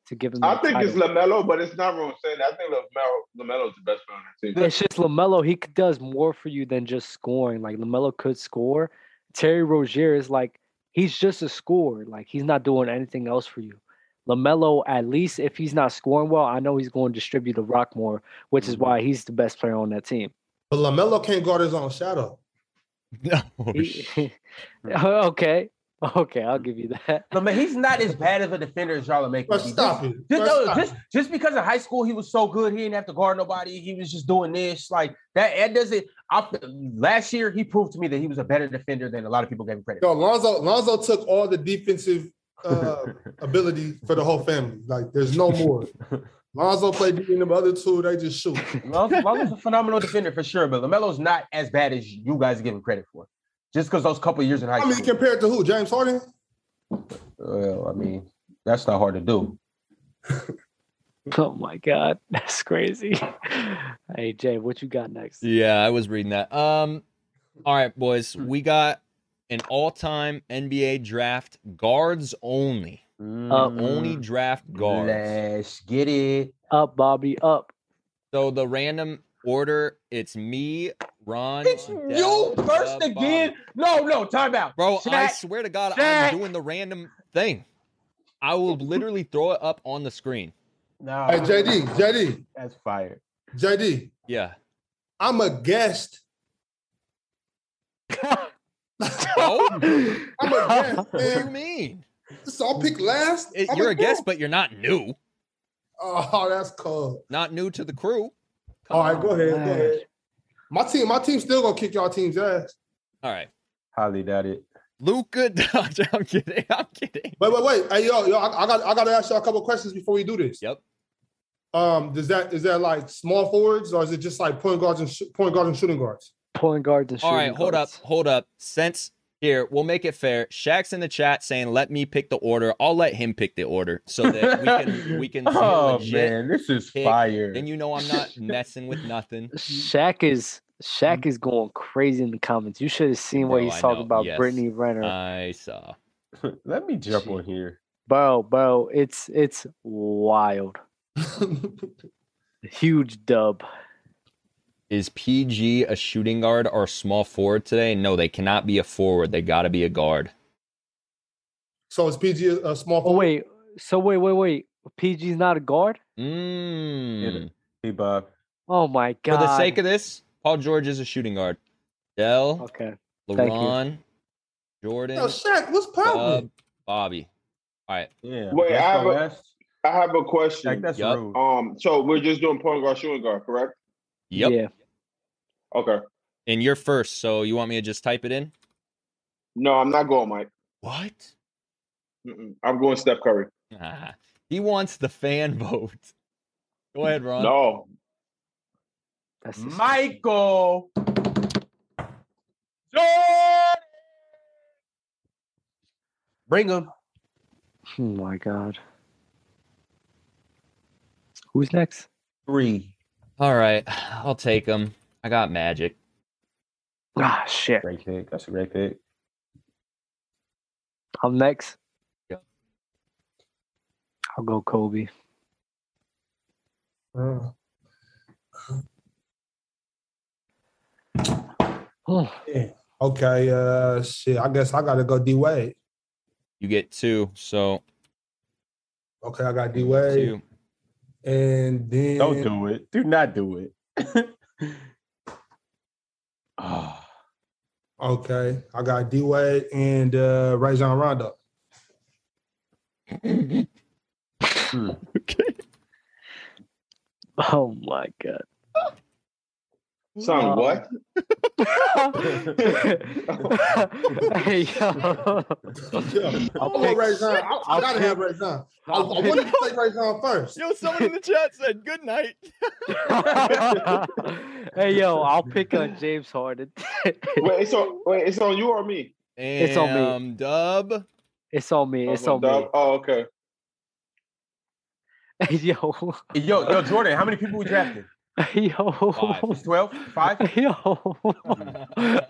to give him. I that think it's title. Lamelo, but it's not wrong saying that. I think Lamelo Lamelo's the best player on that team. it's just Lamelo. He c- does more for you than just scoring. Like Lamelo could score. Terry Rozier is like he's just a scorer. Like he's not doing anything else for you. Lamelo, at least if he's not scoring well, I know he's going to distribute the rock more, which is Mhm. why he's the best player on that team. But Lamelo can't guard his own shadow. Oh, He- okay, okay, I'll give you that. No, man, he's not as bad of a defender as y'all are making. Bro, him be. stop Just- it. Just, Bro, no, stop just, just because in high school he was so good, he didn't have to guard nobody. He was just doing this like that. That doesn't. I, last year he proved to me that he was a better defender than a lot of people gave him credit. Yo, Lonzo, Lonzo took all the defensive uh, ability for the whole family. Like, there's no more. Lonzo played D and the other two, they just shoot. Love, Love is a phenomenal defender for sure, but Lamelo's not as bad as you guys give him credit for. Just because those couple years in high I mean, school. compared to who? James Harden? Well, I mean, that's not hard to do. Oh my god, that's crazy. hey Jay, what you got next? Yeah, I was reading that. Um, all right, boys, Hmm. we got an all-time NBA draft guards only, Uh, Hmm. only draft guards. Mm, Let's get it. Up, Bobby, up. So the random order, it's me, Ron. It's Dell, you first Dub, Bobby. again. No, no, timeout. bro. I Shaq, swear to God, Shaq. I'm doing the random thing. I will literally throw it up on the screen. no, Hey, JD, JD, That's fire. JD. Yeah. I'm a guest. Oh, I'm a guest, what do you man. mean? So I'll pick last. It- I'm you're a guest, guest. but you're not new. Oh, that's cold. Not new to the crew. All right, go ahead. man. Go ahead. My team, my team still gonna kick y'all team's ass. All right, Highly doubt it. Luca. I'm kidding. I'm kidding. Wait, wait, wait. Hey, yo, yo, I, I got, I gotta ask y'all a couple questions before we do this. Yep. Um, does that is that like small forwards or is it just like point guards and sh- point guards and shooting guards? Point guards and All shooting right, hold up, guards. hold up. Since Here, we'll make it fair. Shaq's in the chat saying, "Let me pick the order. I'll let him pick the order so that we can we can oh legit. man, this is pick, fire. Then you know I'm not messing with nothing. Shaq is Shaq is going crazy in the comments. You should have seen what Bro, he's Mm-hmm. I talking know. about Yes. Uh, Brittany Renner. I saw. Let me jump on here. bro, bro, it's it's wild. Huge dub. Is PG a shooting guard or a small forward today? No, they cannot be a forward. They got to be a guard. so is PG a, a small? Oh wait, so wait, wait, wait. PG's not a guard? Mm. Hey, Bob. Oh my For god. the sake of this, Paul George is a shooting guard. Dell, Okay. Oh, thank you. LeBron, Jordan, Yo, Shaq, what's Bob, poppin'? Bobby. All right. Yeah. Wait, West I have by a- West. I have a Like, question. that's Yup. rude. Um, so we're just doing point guard, shooting guard, correct? Yep. Yeah. Okay. And you're first, so you want me to just type it in? No, I'm not going, Mike. What? Mm-mm. I'm going Steph Curry. Ah, he wants the fan vote. Go ahead, Ron. No, That's just- Michael. Jordan. Bring him. Oh my god. Who's next? Three. All right, I'll take him. I got magic. Ah shit. Great pick. That's a great pick. I'm next. Yep. I'll go Kobe. Uh, Oh, Okay, uh, shit. I guess I gotta go D Wade. You get two, so Okay, I got D Wade, two. and then Don't do it. Do not do it. Ah, Okay, I got D Wade and uh, Rajon Rondo. hmm. Okay. oh my god. son, what? hey, yo. Yeah, I I'll want pick- Rajon. I, I I'll gotta pick- have Rajon. I, I I'll pick- wanted to play Rajon first. Yo, someone in the chat said good night. hey yo, I'll pick on James Harden. Wait, it's on. Wait, it's on you or me? It's on me. Damn, Dub. it's on me. It's Oh, on dub. me. Oh, okay. Hey, yo, Yo, yo, Jordan, how many people we drafted? Hey, yo, Five. It's 12? 5? Hey, yo.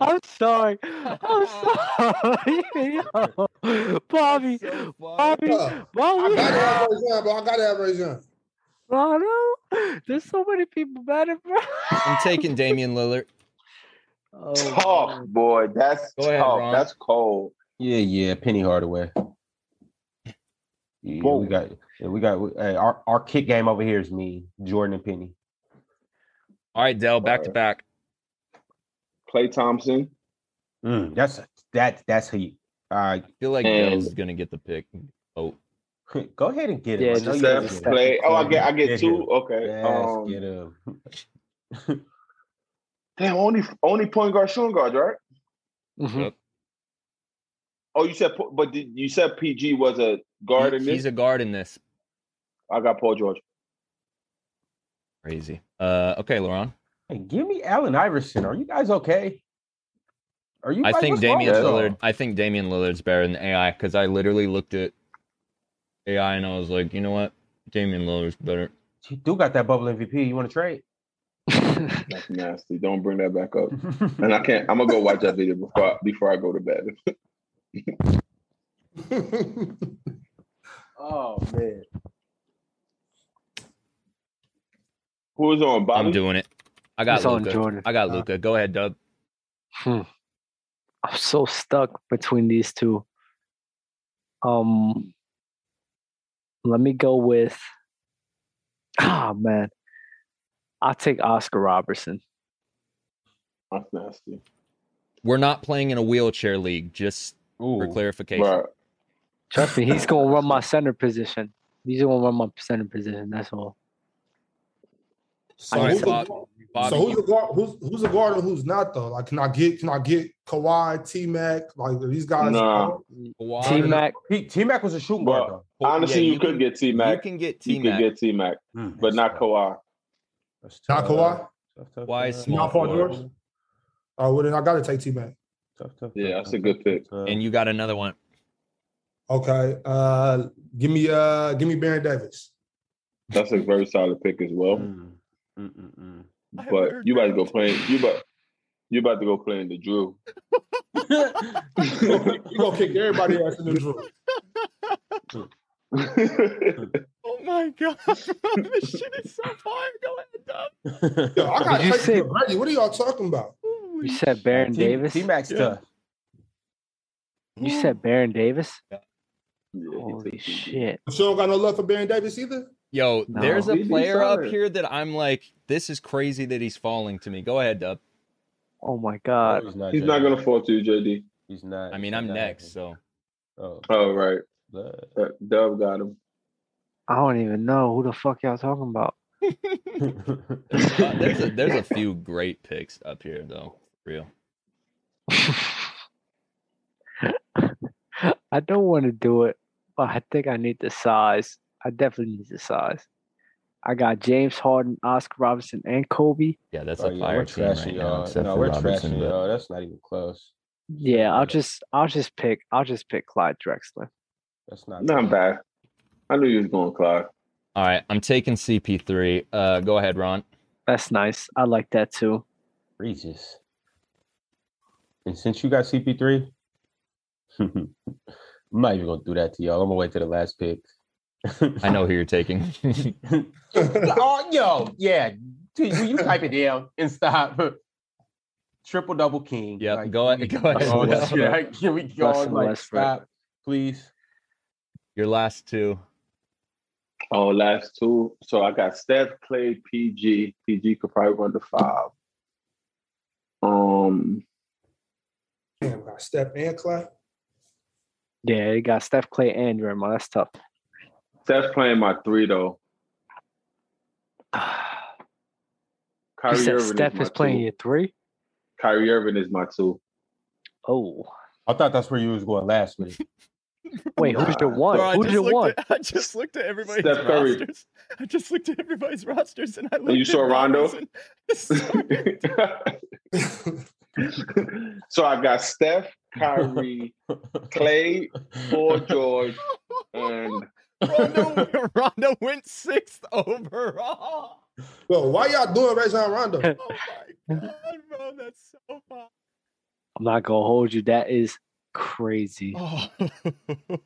I'm sorry. I'm sorry, yo. Bobby. So fun. Bobby, Yeah, Uh, I Bobby, gotta have Rajon, bro. I gotta have Rajon. Ronald. There's so many people better, bro. I'm taking Damian Lillard. Oh, Tough, man. boy. That's Go ahead, tough. Ron. That's cold. Yeah, yeah, Penny Hardaway. Yeah, Whoa. we got, yeah, we got hey, our our kick game over here is me, Jordan and Penny. All right, Dell, back Uh, to back. Clay Thompson. Mm, that's that that's heat. All right, I feel like And- Dell's gonna get the pick. Oh, go ahead and get it. Yeah, I just know you Steph, can Steph get Steph. it. Clay. Oh, I get. I Get get two. him. Okay. Yes, um, get him. Damn. Only. Only point guard, shooting guard, right? Mhm. Oh, you said. po- But did, you said PG was a guard he- in he's this. a guard in this. I got Paul George. Crazy. Uh, okay, Laurent. Hey, give me Allen Iverson. Are you guys okay? Are you? I like, think what's wrong Damian with y'all? Lillard. I think Damian Lillard's better than AI because I literally looked at AI and I was like, you know what, Damian Lillard's better. He do got that bubble MVP. You want to trade? That's nasty. Don't bring that back up. And I can't. I'm gonna go watch that video before I, before I go to bed. oh man, Who is on? Bobby. I'm doing it. I got It's on Luca. Jordan. Uh, I got Luca. Go ahead, Dub. I'm so stuck between these two. Um, let me go with. Ah man, I'll take Oscar Robertson. That's nasty. We're not playing in a wheelchair league. Just for Ooh. clarification. Bruh. Trust me, he's gonna run my center position. He's gonna run my center position. That's all. So All right, who's the Bob- guard- Bobby, so who's the guard? Who's who's the guard and who's not though? Like, can I get can I get Kawhi, T Mac? Like are these guys? Nah. Kawhi- T Mac. T Mac was a shooting guard Well, though. Kawhi- Honestly, yeah, you, could get T You Mac. can get You T could Mac. get T Mac, Mm, but that's not tough. Kawhi. That's Not tough. Kawhi? Tough, tough, Kawhi's tough. small Not Paul forward. George? Oh, well then I gotta take T Mac. Tough, tough, Yeah, tough, that's tough, a good tough, pick. tough. And you got another one. Okay. Uh, give me uh, give me Baron Davis. That's a very solid pick as well. Mm, mm, mm, mm. But you about to go playing. You about you about to go playing the Drew. You gonna kick- you gonna kick everybody ass in the drawer. Oh my god, this shit is so hard. Go ahead, Dub. Yo, I got Did you Tracy say- McGrady. What are y'all talking about? You said Baron Davis. T Max Yeah. tough. you said Baron Davis. Yeah, he Holy took the Drew. shit! You sure don't got no love for Baron Davis either. Yo, No. there's a He'd be player up solid. here that I'm like, this is crazy that he's falling to me. Go ahead, Dub. Oh my No, god! not. He's not JD. gonna fall to you, JD. He's not. I mean, he's I'm not next, happening. so Oh, All right, but- uh, Dub got him. I don't even know who the fuck y'all talking about. Uh, there's a, there's a few great picks up here though. for Real. I don't want to do it, but I think I need the size. I definitely need the size. I got James Harden, Oscar Robinson, and Kobe. Yeah, that's Oh, a yeah, fire we're team trashy, right now, y'all. except No, for we're Robinson. trashy, but- y'all. That's not even close. Yeah, I'll Yeah. just I'll just pick I'll just pick Clyde Drexler. That's not. Not close. bad. I knew you was going, Clyde. All right, I'm taking CP3. Uh, go ahead, Ron. That's nice. I like that too. Regis. And since you got CP3, I'm not even gonna do that to y'all. I'm gonna wait till the last pick. I know who you're taking. oh, yo, yeah. T, Will you type it down and stop? Triple double king. Yep, Like, Oh, go ahead- please, go ahead. like, all that- Russell yeah, Can we go Russell on, like Westbrook. stop, please? Your last two. Oh, last two. So I got Steph, Clay, PG. PG could probably run to five. Um, Damn, got Steph and Clay. Yeah, you got Steph Clay and Draymond. That's tough. Steph's playing my three though. you Kyrie said Irving Steph is, my is playing two. your three? Kyrie Irving is my two. Oh. I thought that's where you was going last with it. Wait, who's your Nah. one? Bro, I who's just your looked one? At, I just looked at everybody's Steph Curry. rosters. I just looked at everybody's rosters and I looked you at saw Rondo? Robinson. Sorry. so I got Steph, Kyrie, Clay, Paul George, and Rondo, Rondo went sixth overall. Yo, why y'all doing Rajon Rondo? Oh my god, bro, that's so fun. I'm not gonna hold you. That is crazy. Oh.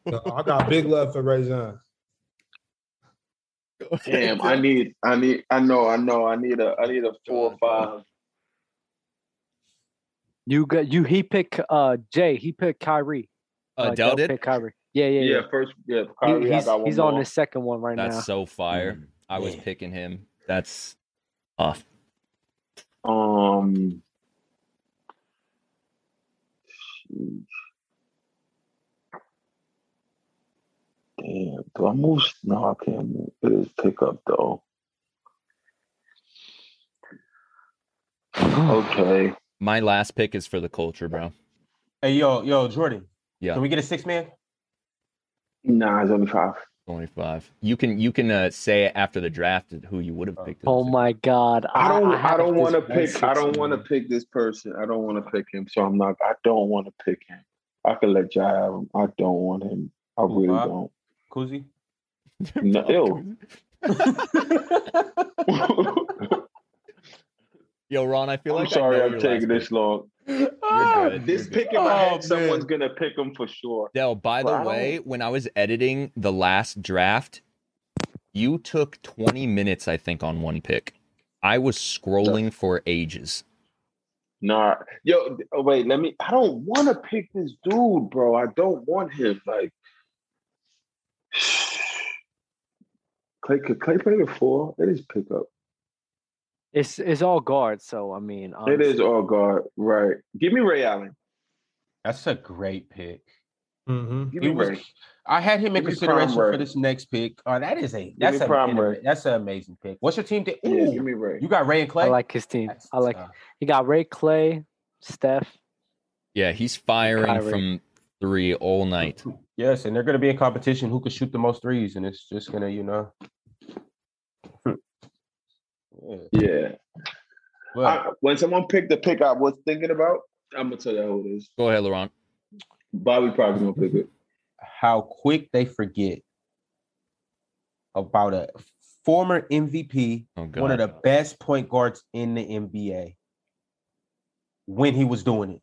No, I got big love for Rajon. damn, I need, I need, I know, I know, I need a, I need a four or five. You got you he picked uh Jay, he picked Kyrie. uh, Dell Dell did. picked Kyrie. Yeah, yeah, Yeah, yeah. first, yeah, He- Kyrie, I he's got one he's more. on his second one right That's now. so fire. Mm. I was Yeah. picking him. That's off. Um. Damn, do I move? No, I can't move. It is pickup though. Okay. My last pick is for the culture, bro. Hey, yo, yo, Jordan. Yeah. Can we get a six man? Nah, it's only five. 25. You can you can uh, say after the draft who you would have picked. oh my god. I don't. I, have don't this want to one pick. I six don't want to man. pick this person. I don't want to pick him. So I'm not. I don't want to pick him. I could let Jai have him. I don't want him. I really Why? don't. Kuzi? No, ew. Yo, Ron, I feel I'm like I sorry. know I'm your taking last this long. You're good. Ah, This You're good. pick in my Oh, head, someone's man. gonna pick him for sure. Dell, by Well, I the don't- way, when I was editing the last draft, you took 20 minutes, I think, on one pick. I was scrolling for ages. Nah, yo, oh, wait, let me. I don't want to pick this dude, bro. I don't want him. Like, Clay could Clay play the four? It is pickup. It's it's all guard, so I mean It honestly. is all guard, right? Give me Ray Allen. That's a great pick. Mm-hmm. Give me It was- Ray. I had him Give in me consideration Prime for Ray. this next pick. Oh, that is a me that's a Prime Ray. anyway, that's an amazing pick. What's your team? Th- Yeah, give Ooh, me Ray. you got Ray and Clay. I like his team. That's I like tough. He got Ray Clay, Steph. Yeah, he's firing Kyrie. from three all night. Yes, and they're going to be in competition who can shoot the most threes, and it's just going to you know. Yeah. Yeah. But I, when someone picked the pick I was thinking about, I'm gonna tell you how it is. Go ahead, Laurent. Bobby probably gonna pick it. how quick they forget about a former MVP, Oh god. one of the best point guards in the NBA when he was doing it.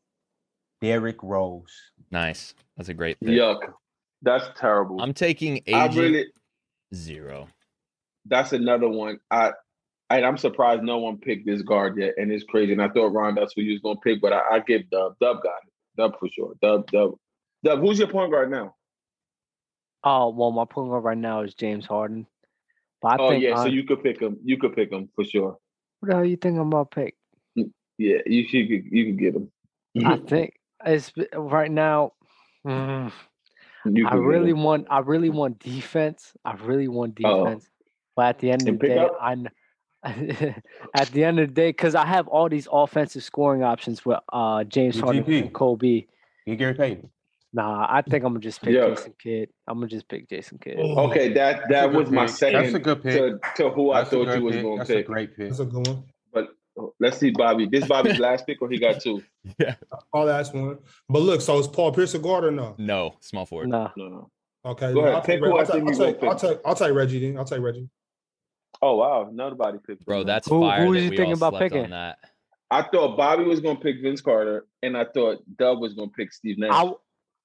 Derrick Rose. nice. That's a great pick. Yuck, that's terrible. I'm taking I AG really, zero. that's another one. I, I, I'm surprised no one picked this guard yet, and it's crazy. And I thought Ron, that's who you was gonna pick, but I, I give Dub. Dub got it. Dub for sure. Dub, Dub, Dub. Who's your point guard now? Oh well, my point guard right now is James Harden. But I oh think yeah, uh, so Hard- you could pick him. You could pick him for sure. who the hell you think I'm gonna pick? Yeah, you should. You could, you could get him. I think it's right now. Mm-hmm. mm, You could I get really him. want. I really want defense. I really want Uh-oh. defense. But at the end of Oh. the And pick day, up- I. kn- at the end of the day, because I have all these offensive scoring options with uh, James Harden GGP. and Kobe. You Gary Payton. Nah, I think I'm gonna just pick Yeah. Jason Kidd. I'm gonna just pick Jason Kidd. Okay, that That's a that good was my pick. That's a second good pick. to, to who I That's a thought good you was pick. gonna That's pick. a great pick. That's a good one. Let's see, Bobby. This Bobby's last pick, or he got two? I'll last one. But look, so is Paul Pierce a guard or no? No, small forward. Nah, No, no. Okay. Go ahead. I'll take Pick who I I'll take- think I'll you gonna take- I'll pick. take- I'll take Reggie then. I'll take Reggie. Oh wow, nobody picked. Bro, him. that's Who- fire. who that was you we thinking all about slept on picking? that. I thought Bobby was gonna pick Vince Carter, and I thought Dub was gonna pick Steve Nash. I w-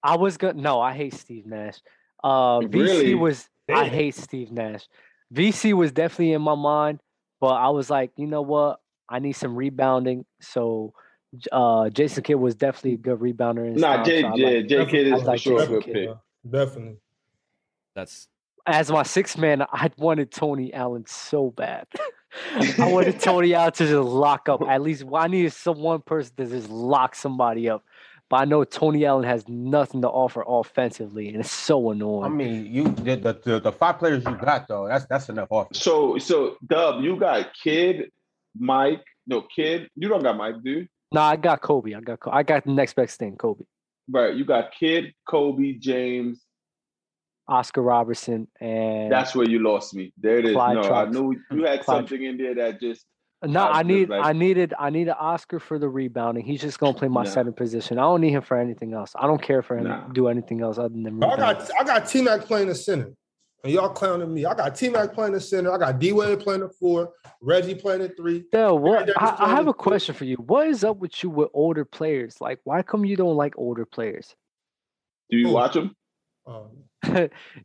I was gonna. No, I hate Steve Nash. Uh, VC Really? was. I Damn. hate Steve Nash. VC was definitely in my mind, but I was like, you know what? I need some rebounding. So, J- uh, Jason Kidd was definitely a good rebounder. In his nah, time, J so I J like- J Kidd I is for like sure a Jason good Kidd. pick. Definitely. That's as my sixth man, I wanted Tony Allen so bad. I wanted Tony Allen to just lock up. At least well, I needed some one person to just lock somebody up. But I know Tony Allen has nothing to offer offensively, and it's so annoying. I mean, you the, the, the, the five players you got though, that's that's enough offense. So so Dub, you got Kid, Mike. No, Kid. You don't got Mike, dude. no, I got Kobe. I got Ko- I got the next best thing, Kobe, Right. You got Kid, Kobe, James. Oscar Robertson, and That's where you lost me. There it is. Clyde no, I Trucks. knew you had Clyde something in there that just no. I I was need like- I needed I need an Oscar for the rebounding. He's just gonna play my Nah. center position. I don't need him for anything else. I don't care for him Nah. to do anything else other than I rebounding. got I got T Mac playing the center. And y'all clowning me. I got T Mac playing the center. I got D Wade playing the four. Reggie playing the three. Dell, what Davis I, I Jones have a is good. question for you. What is up with you with older players? Like, why come you don't like older players? do you Who? watch him? Um,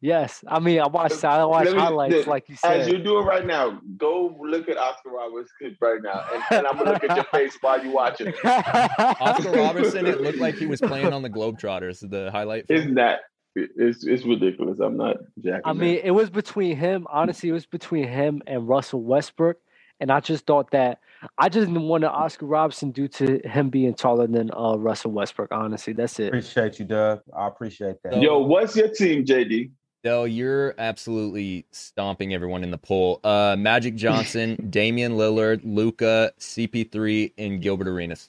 Yes, I mean, I watch I watch let me- highlights, let- like you As said. you're doing right now, go look at Oscar Robertson right now, and, and I'm gonna look at your face while you watch it. Oscar Robertson. It looked like he was playing on the Globetrotters. The highlight. film. It's not. It's it's ridiculous. I'm not jacking. I that. mean, it was between him. Honestly, it was between him and Russell Westbrook, and I just thought that I just didn't want to Oscar Robertson due to him being taller than uh, Russell Westbrook. Honestly, that's it. Appreciate you, Dub. I appreciate that. Yo. yo, what's your team, JD? Dell, you're absolutely stomping everyone in the poll. Uh, Magic Johnson, Damian Lillard, Luca, CP3, and Gilbert Arenas.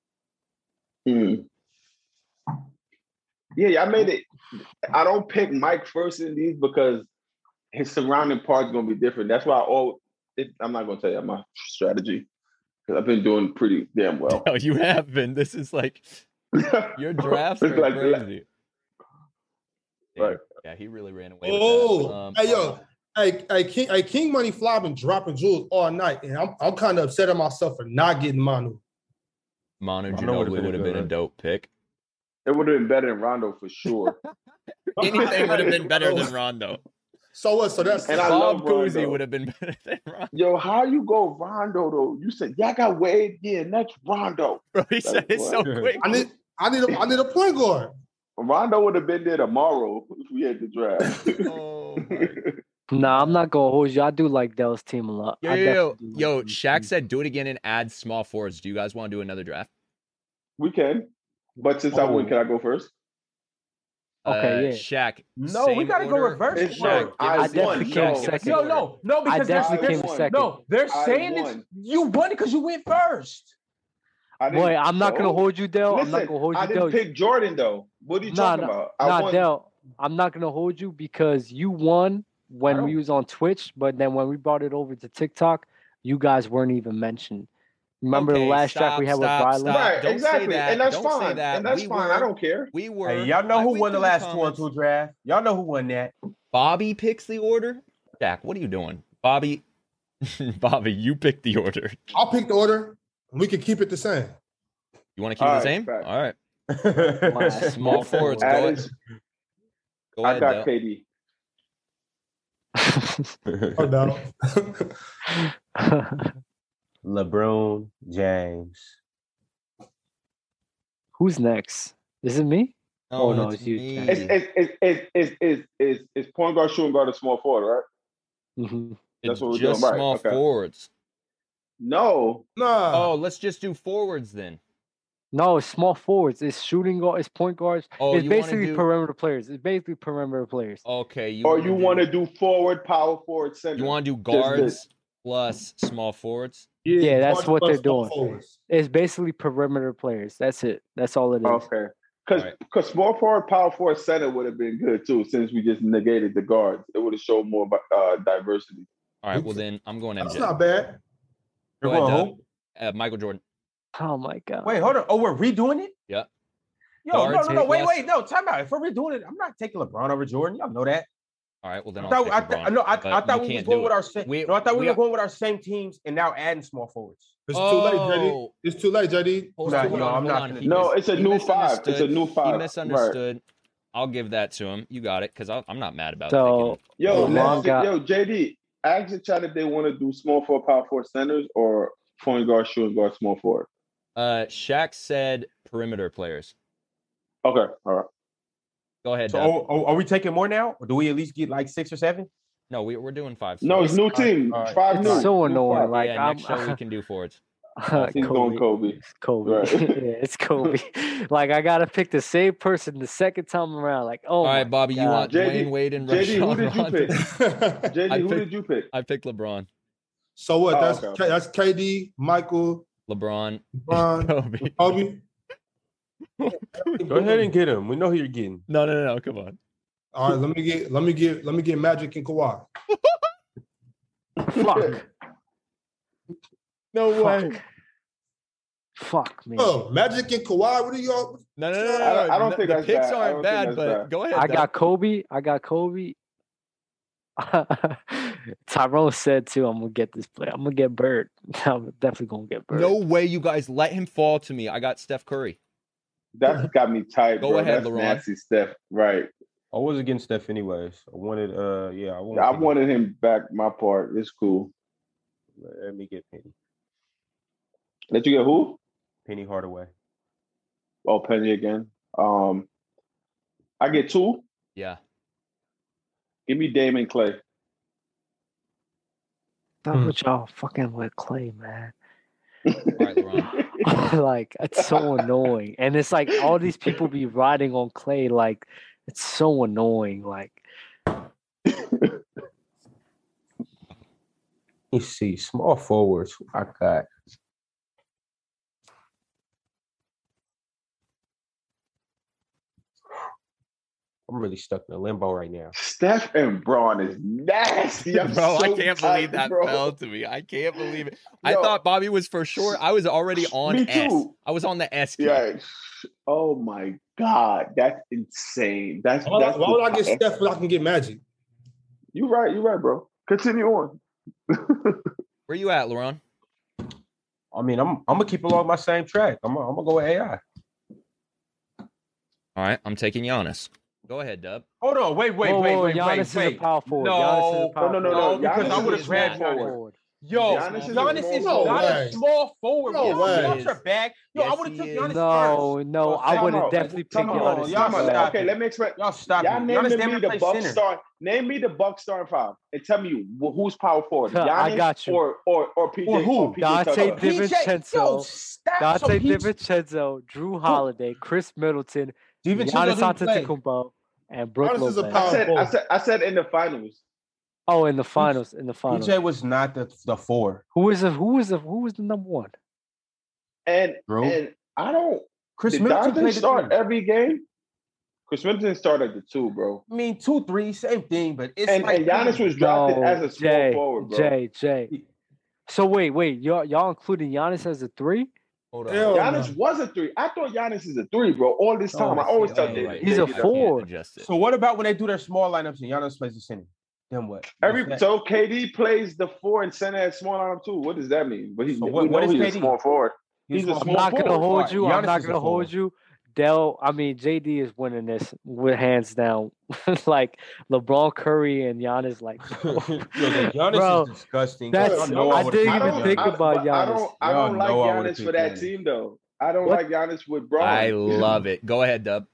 Hmm. Mm. Yeah, yeah, I made it. I don't pick Mike first in these because his surrounding part's gonna be different. That's why I all. It, I'm not gonna tell you my strategy because I've been doing pretty damn well. Oh, you have been. This is like your drafts It's are like- crazy. Damn. Right. Yeah, he really ran away. with oh, that. Um, hey yo, hey, hey, King, hey, King Money Fly been dropping jewels all night, and I'm, I'm kind of upset at myself for not getting Manu. Manu Rondo would've Ginobili been a would have good been a one. dope pick. it would have been better than Rondo for sure. Anything would have been better than Rondo. So what? So that's And I Bob love Rondo. Cousy would have been better than Rondo. Yo, how you go Rondo though? You said y'all got Wade, yeah, and that's Rondo. Bro, he said it so what? quick. I need I need a I need a point guard. Rondo would have been there tomorrow if we had the draft. Oh my Nah, I'm not gonna hold you. I do like Dell's team a lot. Yo, I yo, yo, definitely do like yo, Dell's Shaq team. said do it again and add small forwards. Do you guys want to do another draft? we can, but since I win, Oh. can I go first? Okay, yeah. Uh, Shaq. No, we same gotta go order. reverse It's order. give I us the definitely order. came Give us the second. No, order. no, no, I because they're- definitely they're- came won. second. No, they're I saying it's won. you won it because you went first. I didn't- Boy, I'm not no. gonna hold you, Dell. I'm Listen, not gonna hold I you, didn't Dell. pick Jordan though. What are you Nah, talking nah, about? I Nah, won. Dell, I'm not gonna hold you because you won when we don't- was on Twitch, but then when we brought it over to TikTok, you guys weren't even mentioned. Remember the Okay, last track stop, we had stop, with Rylan? stop. Right, don't say exactly. that. And that's Don't say fine. that. And that's We fine. were- I don't care. We were. Hey, y'all know I who went won the through last two on comments. two draft? Y'all know who won that? Bobby picks the order. Jack, what are you doing, Bobby? Bobby, you pick the order. I'll pick the order. and We can keep it the same. You want to keep All it right, the same? fact. All right. Last Small forwards. Go That ahead. is- Go I ahead. got Del. KD. No doubt. LeBron James. Who's next? Is it me? Oh, no, it's it's you, me. Jack. It's it's it's it's it's it's, it's, it's point guard, shooting guard, and small forward, right? Mhm. It's That's what we're doing, just right, small okay. forwards. No, Nah. Ah. Oh, let's just do forwards then. No, it's small forwards. It's shooting guard. It's point guards. Oh, it's you want basically to do? Oh, perimeter players. It's basically perimeter players. okay, Oh, you or you want wanna to do forward, power forward, do- center. you want to do Just the- guards plus small forwards? yeah, that's March what they're first, doing. forwards. It's basically perimeter players. That's it. That's all it is. Okay. Because Alright. small forward, power forward, center would have been good too, since we just negated the guards. It would have showed more about, uh, diversity. All right, well then I'm going That's MJ. not bad. Go You're ahead, going Del. home? Uh, Michael Jordan. Oh my god. Wait, hold on. Oh, we're redoing it? Yeah. Yo, Guards no, no, no. take Wait, less- wait, no. Time out. If we're redoing it, I'm not taking LeBron over Jordan. Y'all know that. All right, well then I I'll thought, pick I, th- LeBron, no, I, but I thought you we was can't going do with it. our same. We- no, I thought we, we were are- going with our same teams and now adding small forwards. It's too late, JD. Oh, It's too late, JD. hold Nah, on, you hold know, on, I'm hold not on. gonna He do No, mis- it's a he new five. It's a misunderstood. new five. He Right. misunderstood. I'll give that to him. You got it, because I'm not mad about So picking. Yo, Oh, let's LeBron see- got- yo, JD, ask the chat if they want to do small forward, power forward, centers or point guard, shooting guard, small forward. Uh, Shaq said perimeter players. Okay, all right. Go ahead. So, Dub. oh, oh, are we taking more now? Or do we at least get like six or seven? no, we, we're doing five. No, it's forwards. new team. alright. Five it's new. so New annoying. five. Like yeah, I'm next show we can do forwards. He's going Kobe. It's Kobe. Right. yeah, it's Kobe. like I gotta pick the same person the second time around. Like, oh All my right, Bobby, you God. want JD Wayne Wade and JD, who Rashawn did you Rondo? pick? JD, I who picked- did you pick? I picked LeBron. so what? Oh, That's okay, K- okay. that's KD, Michael, LeBron, Bron, Kobe. Kobe. Go ahead and get him. We know who you're getting. No, no, no, no. Come on. All right, let me get let me get let me get Magic and Kawhi. fuck. No fuck. Fuck me. Oh, Magic and Kawhi. What are y'all? No, no, no. no I don't- I don't no, think the that's picks bad. I aren't don't think bad, that's but bad. go ahead. I Dub. got Kobe. I got Kobe. Tyrone said too, I'm gonna get this play. I'm gonna get Bird. I'm definitely gonna get Bird. No way you guys let him fall to me. I got Steph Curry. That's got me tight, Go bro. ahead, That's LeBron. nasty stuff. Right. I was against Steph anyways. I wanted, uh, yeah, I wanted. I wanted him back my part. It's cool. Let me get Penny. Let you get who? Penny Hardaway. Oh, Penny again. Um, I get two. Yeah. Give me Damon Clay. Stop Hmm. with y'all fucking with Clay, man. All right, LeBron. like it's so annoying, and it's like all these people be riding on Clay. Like it's so annoying. Like Let me see. Small forwards. Who I got. I'm really stuck in a limbo right now. Steph and Braun is nasty. I'm bro, I so can't tight, believe that bro. fell to me. I can't believe it. I Yo. thought Bobby was for sure. I was already on Me S. too. I was on the S. tier. Yeah. Oh my God, that's insane. That's Why, would I- that's. why would I the- get Steph when I can get Magic? You right. You right, bro. Continue on. Where you at, LeBron? I mean, I'm I'm gonna keep along my same track. I'm gonna- I'm gonna go with AI. All right, I'm taking Giannis. Go ahead, Dub. Hold on, wait, wait, whoa, wait, whoa, wait, "Oh, Giannis wait, is wait. a power forward. No, Giannis is a no, power no, no, forward. no, because Giannis I would've is grabbed small Giannis. forward. Yo, Giannis Giannis is is, a small not forward. a small forward. No Y'all- way. Y'all are back. Yo, Yes, I would have he took is. Giannis first. No, no, Well, I time would have out. definitely picked Come on, Giannis. y'all time first. must out. stop Okay, it. let me explain. Y'all stop Y'all me. name Giannis damn me near the plays Buck center. star. Name me the Buck star five and tell me wh- who's power forward. Huh, I Giannis got you. Or or or PJ. Or who? Or PJ Dante Tucker. Di- DiVincenzo. yo, stop. Dante So he- DiVincenzo, Drew Holiday, Chris Middleton, DiVincenzo Giannis didn't play. Antetokounmpo, and Brook Giannis is a Lopez. power- I said, I said, I said in the finals. Oh, in the finals, in the finals. DJ was not the, the four. Who was the who was the who was the number one? And Bro. and I don't. Chris did Middleton Donovan played the start three. every game? Chris Middleton started the two, bro. I mean, two, three, same thing, but it's And, like and Giannis was drafted No, as a small Jay, forward, bro. Jay, Jay. So wait, wait, y'all y'all including Giannis as a three? Hold Hell no. Giannis was a three. I thought Giannis is a three, bro. All this time, Oh, I always see, thought oh, that right. He's Yeah, a you can't four. adjust it. So what about when they do their small lineups and Giannis plays the center? Then what? Every What's that? so KD plays the four and center at small lineup too. What does that mean? But he, So we what- know what is he's a KD? small forward. he's a small- I'm small not gonna forward. hold you. I'm Giannis not is a gonna hold forward. you. Dell, I mean JD is winning this with hands down. like LeBron Curry and Giannis, like Yo, that Giannis Bro, is disgusting. that's- Y'all know I would've didn't picked even Giannis. think I- about but I Giannis. don't. I Y'all don't like know I would've Giannis for picked that Giannis. team though. I don't What? like Giannis with Braun. I love it. Go ahead, Dub.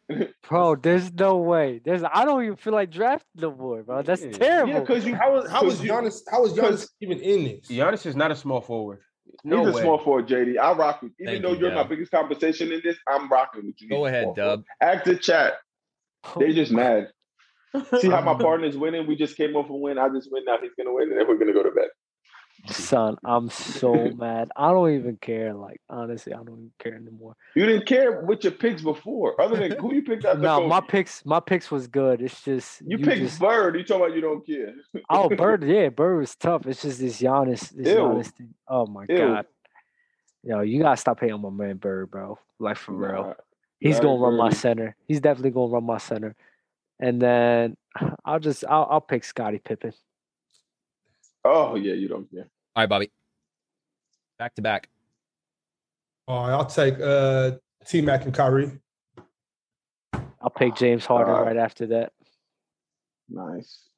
bro, there's no way. There's I don't even feel like drafting the boy, bro. That's Yeah. Yeah, terrible. Yeah, because you. How was how was you- Giannis? How was Giannis because- even in this? Giannis is not a small forward. No he's way. a small forward, JD. I rock with. Even Thank though you, you, are my Dub. biggest competition in this, I'm rocking with you. Go He's a ahead, small forward. Dub. Active chat. Oh, They just mad. See how my partner's winning? We just came off a win. I just win. Now he's gonna win, and then we're gonna go to bed. Son, I'm so mad. I don't even care. Like honestly, I don't even care anymore. You didn't care what your picks before, other than who you picked up. No, my picks, my picks was good. It's just you, picked just- Bird. You talking about you don't care? oh bird, yeah, bird was tough. It's just this Giannis, this Ew. Giannis thing. Oh my Ew. god, yo, you gotta stop hating on my man Bird, bro. Like for Nah. real, he's Larry gonna run my Bird is- center. He's definitely gonna run my center. And then I'll just I'll, I'll pick Scottie Pippen. Oh yeah, you don't care. All right, Bobby. Back to back. All right, I'll take uh T Mac and Kyrie. I'll pick James Harden Ah, God. right after that. Nice.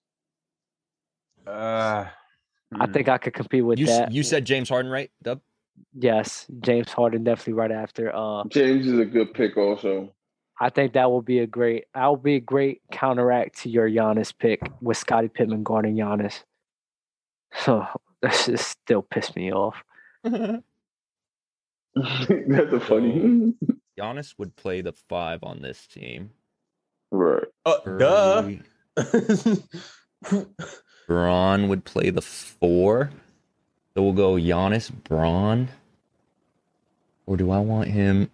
Uh, I Mm. think I could compete with You s- that. you said James Harden, right, Dub? yes, James Harden definitely right after. Uh, James is a good pick also. I think that will be a great. That will be a great counteract to your Giannis pick with Scottie Pittman guarding Giannis. So that's just still pissed me off. That's a funny. Giannis would play the five on this team. right. duh. Curry- Braun would play the four. So we'll go Giannis, Braun. Or do I want him?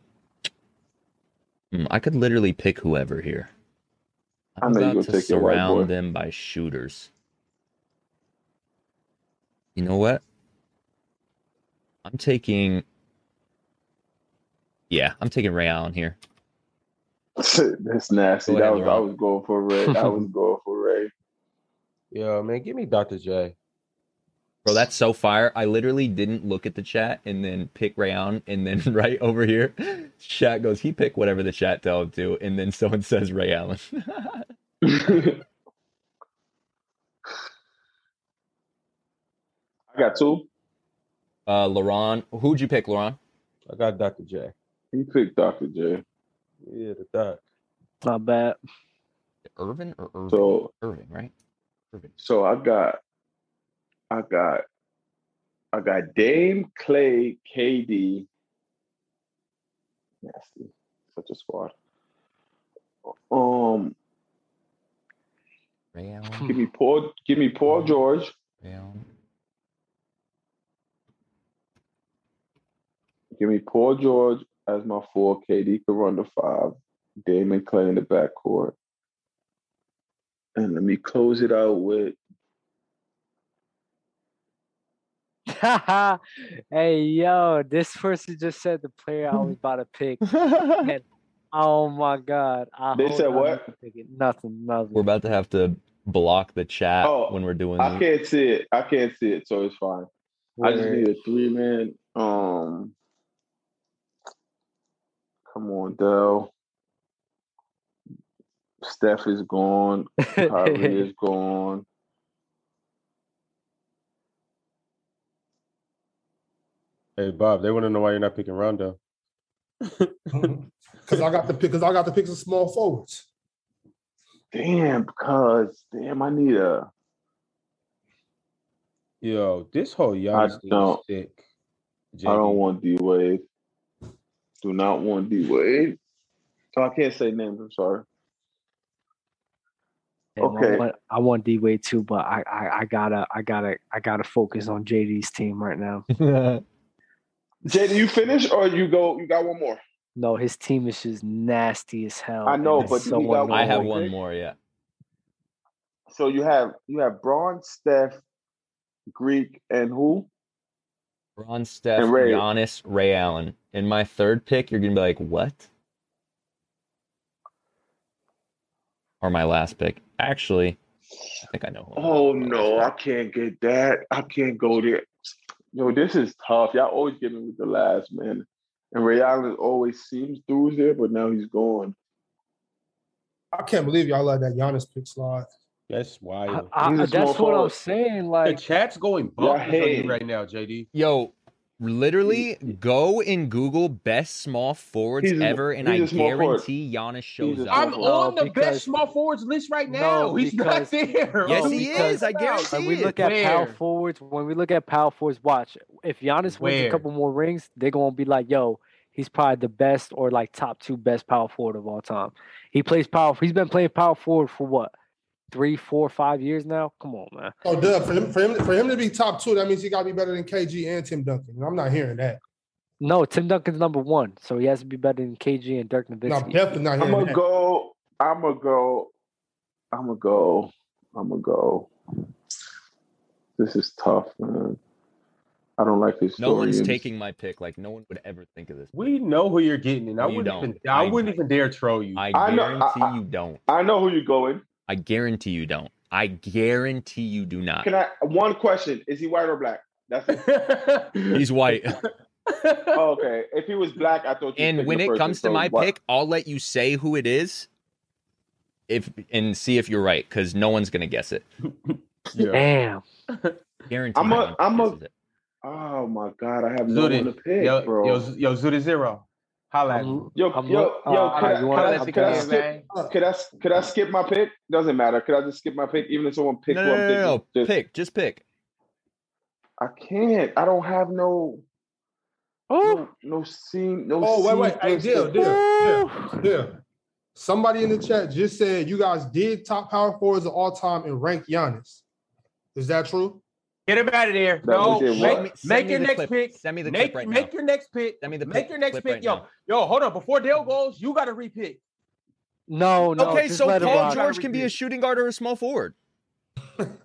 Hmm, I could literally pick whoever here. I I'm know you about gonna to pick your white boy. surround them by shooters. You know what? I'm taking. Yeah, I'm taking Ray Allen here. That's nasty. Go ahead, that was I Laurent. was going for Ray. I was going for Ray. Yo, man, give me Dr. J. Bro, that's so fire. I literally didn't look at the chat and then pick Rayon. And then right over here, chat goes, he picked whatever the chat tell him to. And then someone says Ray Allen. I got two. uh, Laron, who'd you pick, Laron? I got Dr. J. He picked Dr. J. Yeah, the doc. Not bad. Irvin or Irving? So Irving, right? Irving. so I got I got I got Dame Clay KD. Nasty. Such a squad. Um Ray Allen. give me Paul give me Paul George. Ray Allen. Give me Paul George as my four. KD could run the five. Damon Clay in the backcourt. And let me close it out with hey yo, this person just said the player I was about to pick. and, oh my god! I They hope said I'm what? not picking Nothing. Nothing. We're about to have to block the chat Oh, when we're doing I this. can't see it. I can't see it, so it's fine. I just Word. need a three man. Um, come on, Dell. Steph is gone. Kyrie is gone. Hey, Bob, they want to know why you're not picking Rondo. Because I got the pick. Because I got the picks of small forwards. Damn, because damn, I need a. Yo, this whole Giannis thing is don't. sick. I don't JD. want D Wade. Do not want D Wade. So I can't say names. I'm sorry. Damn, I Okay. want, I want D Wade too, but I, I I gotta I gotta I gotta focus on JD's team right now. Jay, do you finish or you go? You got one more. No, his team is just nasty as hell. I and know, it's but so we got I have annoying. one more, yeah. So you have you have Braun, Steph, Greek, and who? Bron, Steph, And Ray. Giannis, Ray Allen. In my third pick, you're gonna be like, what? Or my last pick. Actually, I think I know. who I'm Oh going with. no, I can't get that. I can't go there. Yo, this is tough. Y'all always get me with the last man. And Ray Allen always seems through there, but now he's gone. I can't believe y'all let that Giannis pick slide. That's I, wild. I, He's a small that's what I'm forward. saying. The Like, chat's going Y'all bonkers on hate. you right now, JD. Yo, literally go and Google best small forwards He's a- ever, and I he's a small forward. guarantee Giannis shows He's a up. small I'm No, on the because- uh, best small forwards list right now. No, He's because- not there. yes, No, he because- is. I guarantee when we it. look at power Where? forwards, when we look at power forwards, watch if Giannis wins Where? a couple more rings, they're gonna be like, "Yo, he's probably the best or like top two best power forward of all time." He plays power. He's been playing power forward for what, three, four, five years now. Come on, man. Oh, duh. For him, for him, for him to be top two, that means he got to be better than KG and Tim Duncan. I'm not hearing that. No, Tim Duncan's number one, so he has to be better than KG and Dirk No, Nowitzki. I'm definitely not hearing I'm gonna that. go. I'm gonna go. I'm gonna go. I'm gonna go. This is tough, man. I don't like this. No one's taking my pick. Like no one would ever think of this. We know who you're getting, and I No, you wouldn't don't. even I, I- wouldn't even dare troll you. I I know- I- guarantee I- you don't. I know who you're going. I guarantee you don't. I guarantee you do not. Can I? One question: Is he white or black? That's it. He's white. Oh, okay. If he was black, I thought. you picked and when the it person, comes to so my why- pick, I'll let you say who it is, if and see if you're right, because no one's gonna guess it. yeah. Damn. Guarantee. I'm no a- one I'm a- guesses it. Oh my god, I have no Zooted. one to pick, Yo, bro. yo, Z- yo, Zuda Zero. Holla at I'm- me. Yo, I'm yo, look- yo, Oh, uh, could I- you wanna could I- let the could I guys- skip- uh, Could I could I skip my pick? Doesn't matter. Could I just skip my pick? Even if someone picked No, who no, I'm no, no, thinking, no. just- Pick. Just pick. I can't. I don't have no Ooh, no, no scene. No. Oh, wait, scene wait. Hey, person. deal, deal, deal, deal. Somebody in the chat just said you guys did top power forwards of all time and ranked Giannis. Is that true? Get him out of there. No, No, we did make, what? me- make me your the next clip. pick. Send me the Make, clip right make now. your next pick. Send me the Make pick- your next clip pick. right yo, now. yo, hold on. Before Dale goes, you got to repick. No, no. okay, just so let it Paul rock. George can be a shooting guard or a small forward.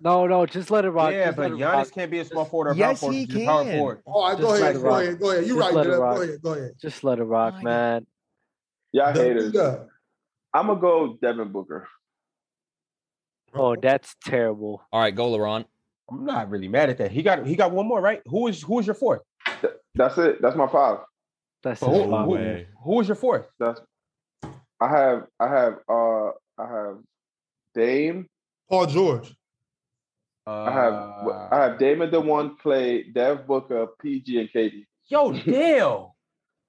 No, no. Just let it rock. yeah, just let but it rock. Giannis can't be a small forward or a power Yes, forward. he He's a power can. forward. All right, Oh, go Just let ahead, it go rock. ahead, go ahead. You're Just right, let it Dub. rock. Go ahead, go ahead. Just let it rock, My God. man. Y'all haters. Dub, I'm gonna go Devin Booker. Oh, that's terrible. All right, go, LeBron. I'm not really mad at that. He got he got one more, right? Who is who is your fourth? That's it. That's my five. That's Oh, Who, his No fault. who, way. who is your fourth? That's. I have. I have. Uh. I have. Dame. Paul George. Uh, I have. I have Dame at the one. Play Dev Booker, PG, and KD. Yo, Dale.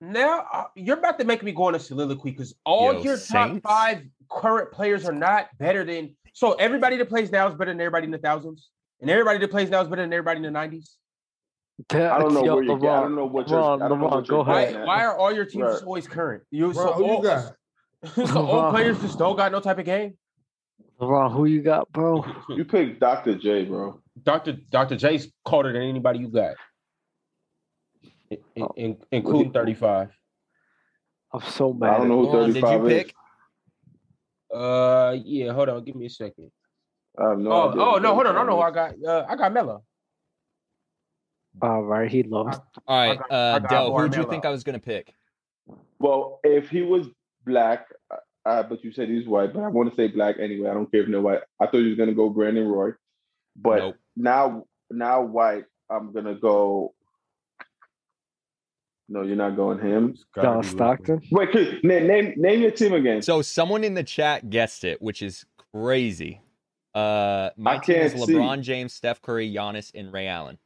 Now uh, you're about to make me go on a soliloquy because all Yo, your Saints. top five current players are not better than. So everybody that plays now is better than everybody in the thousands, and everybody that plays now is better than everybody in the nineties. I don't know Yo, where you. get- I don't LeBron, know what you're. LeBron, I don't know LeBron, what you're go ahead. getting at. Why, why are all your teams Right. always current? You Bro, so who all, you got? so all players just don't got no type of game. LeBron, who you got, bro? You picked Dr. J, bro. Doctor Doctor J's colder than anybody you got, in, in- in- including thirty five. I'm so I mad. don't know who LeBron, did 35 you pick? is. Uh, yeah. Hold on, give me a second. I have no oh, idea oh who no, hold on. I 35 know who I is. got. Uh, I got Melo. All right, he lost. All I right, got- uh, I got Dell, who'd you Barmelo. think I was gonna pick? Well, if he was black, uh, uh, but you said he's white, but I want to say black anyway. I don't care if no white. I thought you was gonna go Brandon Roy, but Nope. now now white, I'm gonna go. No, you're not going him. John Stockton. Wait, could, name, name name your team again. So someone in the chat guessed it, which is crazy. Uh, my I team is can't see. LeBron James, Steph Curry, Giannis, and Ray Allen.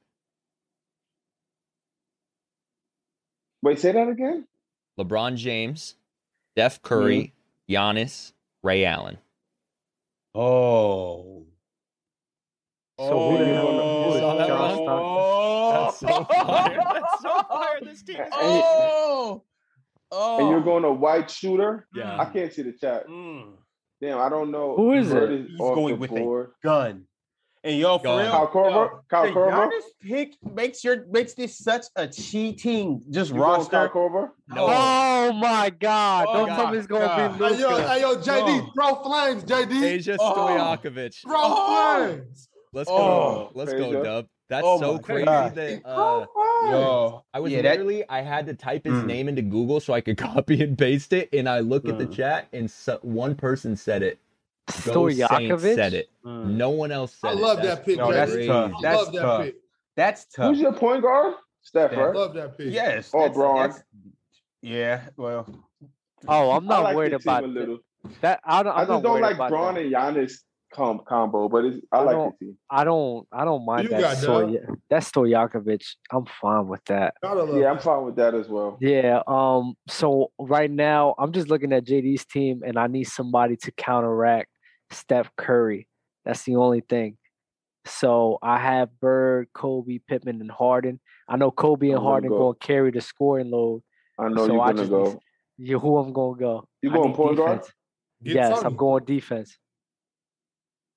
Wait, say that again. LeBron James, Steph Curry, Mm-hmm. Giannis, Ray Allen. Oh. So who do you wanna- who is Oh. John Stockton? That's so fire. That's so fire. This team is Oh. Oh. And you're going a white shooter. Yeah. I can't see the chat. Mm. Damn, I don't know. Mm-hmm. Who is Bird it? He's off going the with a- board. Gun. And yo, for Gun. real, Kyle Korver? yo, Kyle the Korver? Giannis pick makes your makes this such a cheating just You going Kyle roster. Korver? No. Oh my God! Oh Don't my tell me it's gonna God. be Hey yo, Luka. hey yo, JD, No. throw flames, JD, Asia Oh. Stojakovic. throw Oh. flames. Let's go. Oh. Let's Asia. go, Dub. That's Oh so my crazy God. that uh, Yo, I was yeah, that- literally I had to type his Mm. name into Google so I could copy and paste it, and I look at the Mm. chat and so, one person said it. Go Saints Stojakovic? said it. Mm. No one else said I it. love That's that pick. No, that's crazy. tough. I That's love that tough. pick. that's tough. Who's your point guard? Steph, Yeah. I right? love that pick. Yes. Oh, that's- Braun. that's- Yeah. Well, Oh, I'm I not like worried their team about a that. little. that. I don't. I'm I just not don't worried like about Braun that. and Giannis com- combo, but it's, I, I like don't- the team. I don't. I don't mind you that. got, dog? Stoy, that Stojakovic. I'm fine with that. Gotta love Yeah, yeah. I'm fine with that as well. Yeah. Um. So right now, I'm just looking at JD's team, and I need somebody to counteract Steph Curry. That's the only thing. So I have Bird, Kobe, Pittman, and Harden. I know Kobe and I'm gonna Harden go- going to carry the scoring load. I know So you're I gonna just go. need- You who I'm going to go? You I going need point guard? defense. Yes, I'm going defense.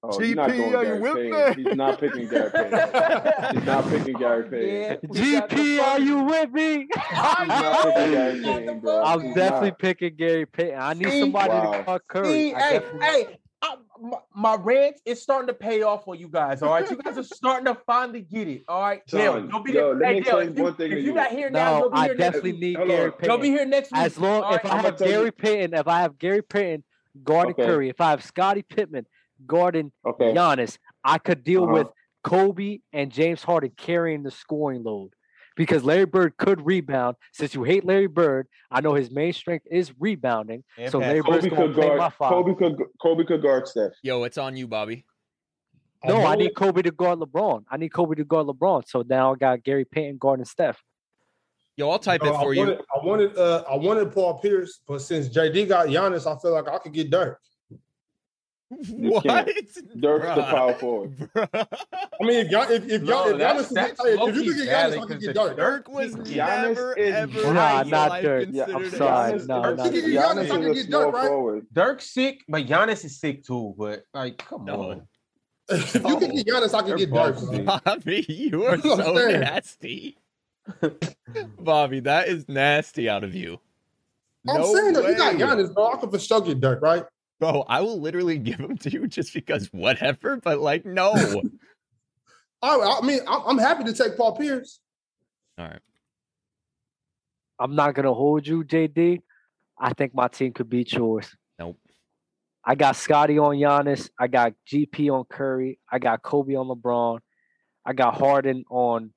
Oh, you're not GP, going are you Gary with Payne. me? He's not picking Gary Payne. He's not picking Gary Payne. GP, are you with me? He's not picking Gary Payne, bro. I'm He's definitely not. picking Gary Payton. I need See? somebody Wow. to call Curry. see, I hey, definitely- hey, I, my, my rant is starting to pay off for you guys. All right, you guys are starting to finally get it. All right, Dale, Son, don't be yo, there. let hey, me Dale, tell you if you, one thing if to you're you. not here now, No, you'll be I here next definitely week. need Hold Gary on. You'll Payton. be here next week. As long All if right, I I'ma have tell you- Gary Payton, if I have Gary Payton guarding Okay. Curry, if I have Scottie Pittman guarding Okay. Giannis, I could deal Uh-huh. with Kobe and James Harden carrying the scoring load because Larry Bird could rebound. Since you hate Larry Bird, I know his main strength is rebounding. And so pass. Larry Bird's Kobe going to could play my guard. five. Kobe could. Kobe could guard Steph. Yo, it's on you, Bobby. No, I know need Kobe to guard LeBron. I need Kobe to guard LeBron. So now I got Gary Payton guarding Steph. Yo, I'll type No, it I for you. wanted, I wanted, uh, I wanted Paul Pierce, but since JD got Giannis, I feel like I could get Dirk. You what? can't. Dirk's the Bruh. power forward. Bruh. I mean, if y'all, if, if y'all, No, if, Giannis that's- is, that's hey, if low-key you could get valid Giannis, I could get 'cause Dirk. Dirk was Giannis never is ever Dirk. Nah, in his not life Dirk. considered Yeah, I'm a- sorry. No, Dirk, no, you could get no. Giannis, I Giannis could get is a small Dirk, right? forward. Dirk's sick, but Giannis is sick too. But like, come No. on. If you could get Giannis, I They're could get both Dirk. sick. bro. Bobby, you are That's what I'm so saying. nasty. Bobby, that is nasty out of you. I'm No saying that if you got way. Giannis, bro, I could for sure get Dirk, right? Bro, I will literally give them to you just because whatever, but like, no. All I, I mean, I'm, I'm happy to take Paul Pierce. right. I'm not gonna hold you, JD. I think my team could beat yours. Nope. I got Scotty on Giannis. I got GP on Curry. I got Kobe on LeBron. I got Harden on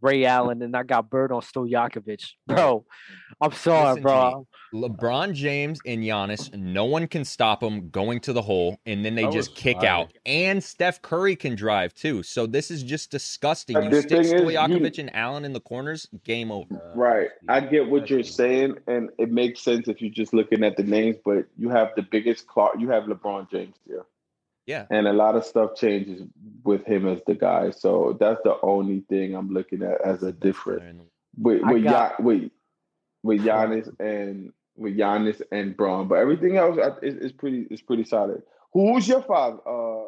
Ray Allen, and I got Bird on Stojakovic. Bro, I'm sorry, Listen to bro. LeBron James and Giannis, no one can stop them going to the hole, and then they That just was kick fire. out. And Steph Curry can drive too. So this is just disgusting. But You the stick thing is, you- Stojakovic and Allen in the corners, game over. Right. I get what you're saying, and it makes sense if you're just looking at the names, but you have the biggest clock. You have LeBron James here. Yeah. And a lot of stuff changes with him as the guy. So that's the only thing I'm looking at as a difference. With I with, got- Gian- with, with Giannis and with Giannis and Braun. But everything else I- is, is pretty is pretty solid. Who's your five? Uh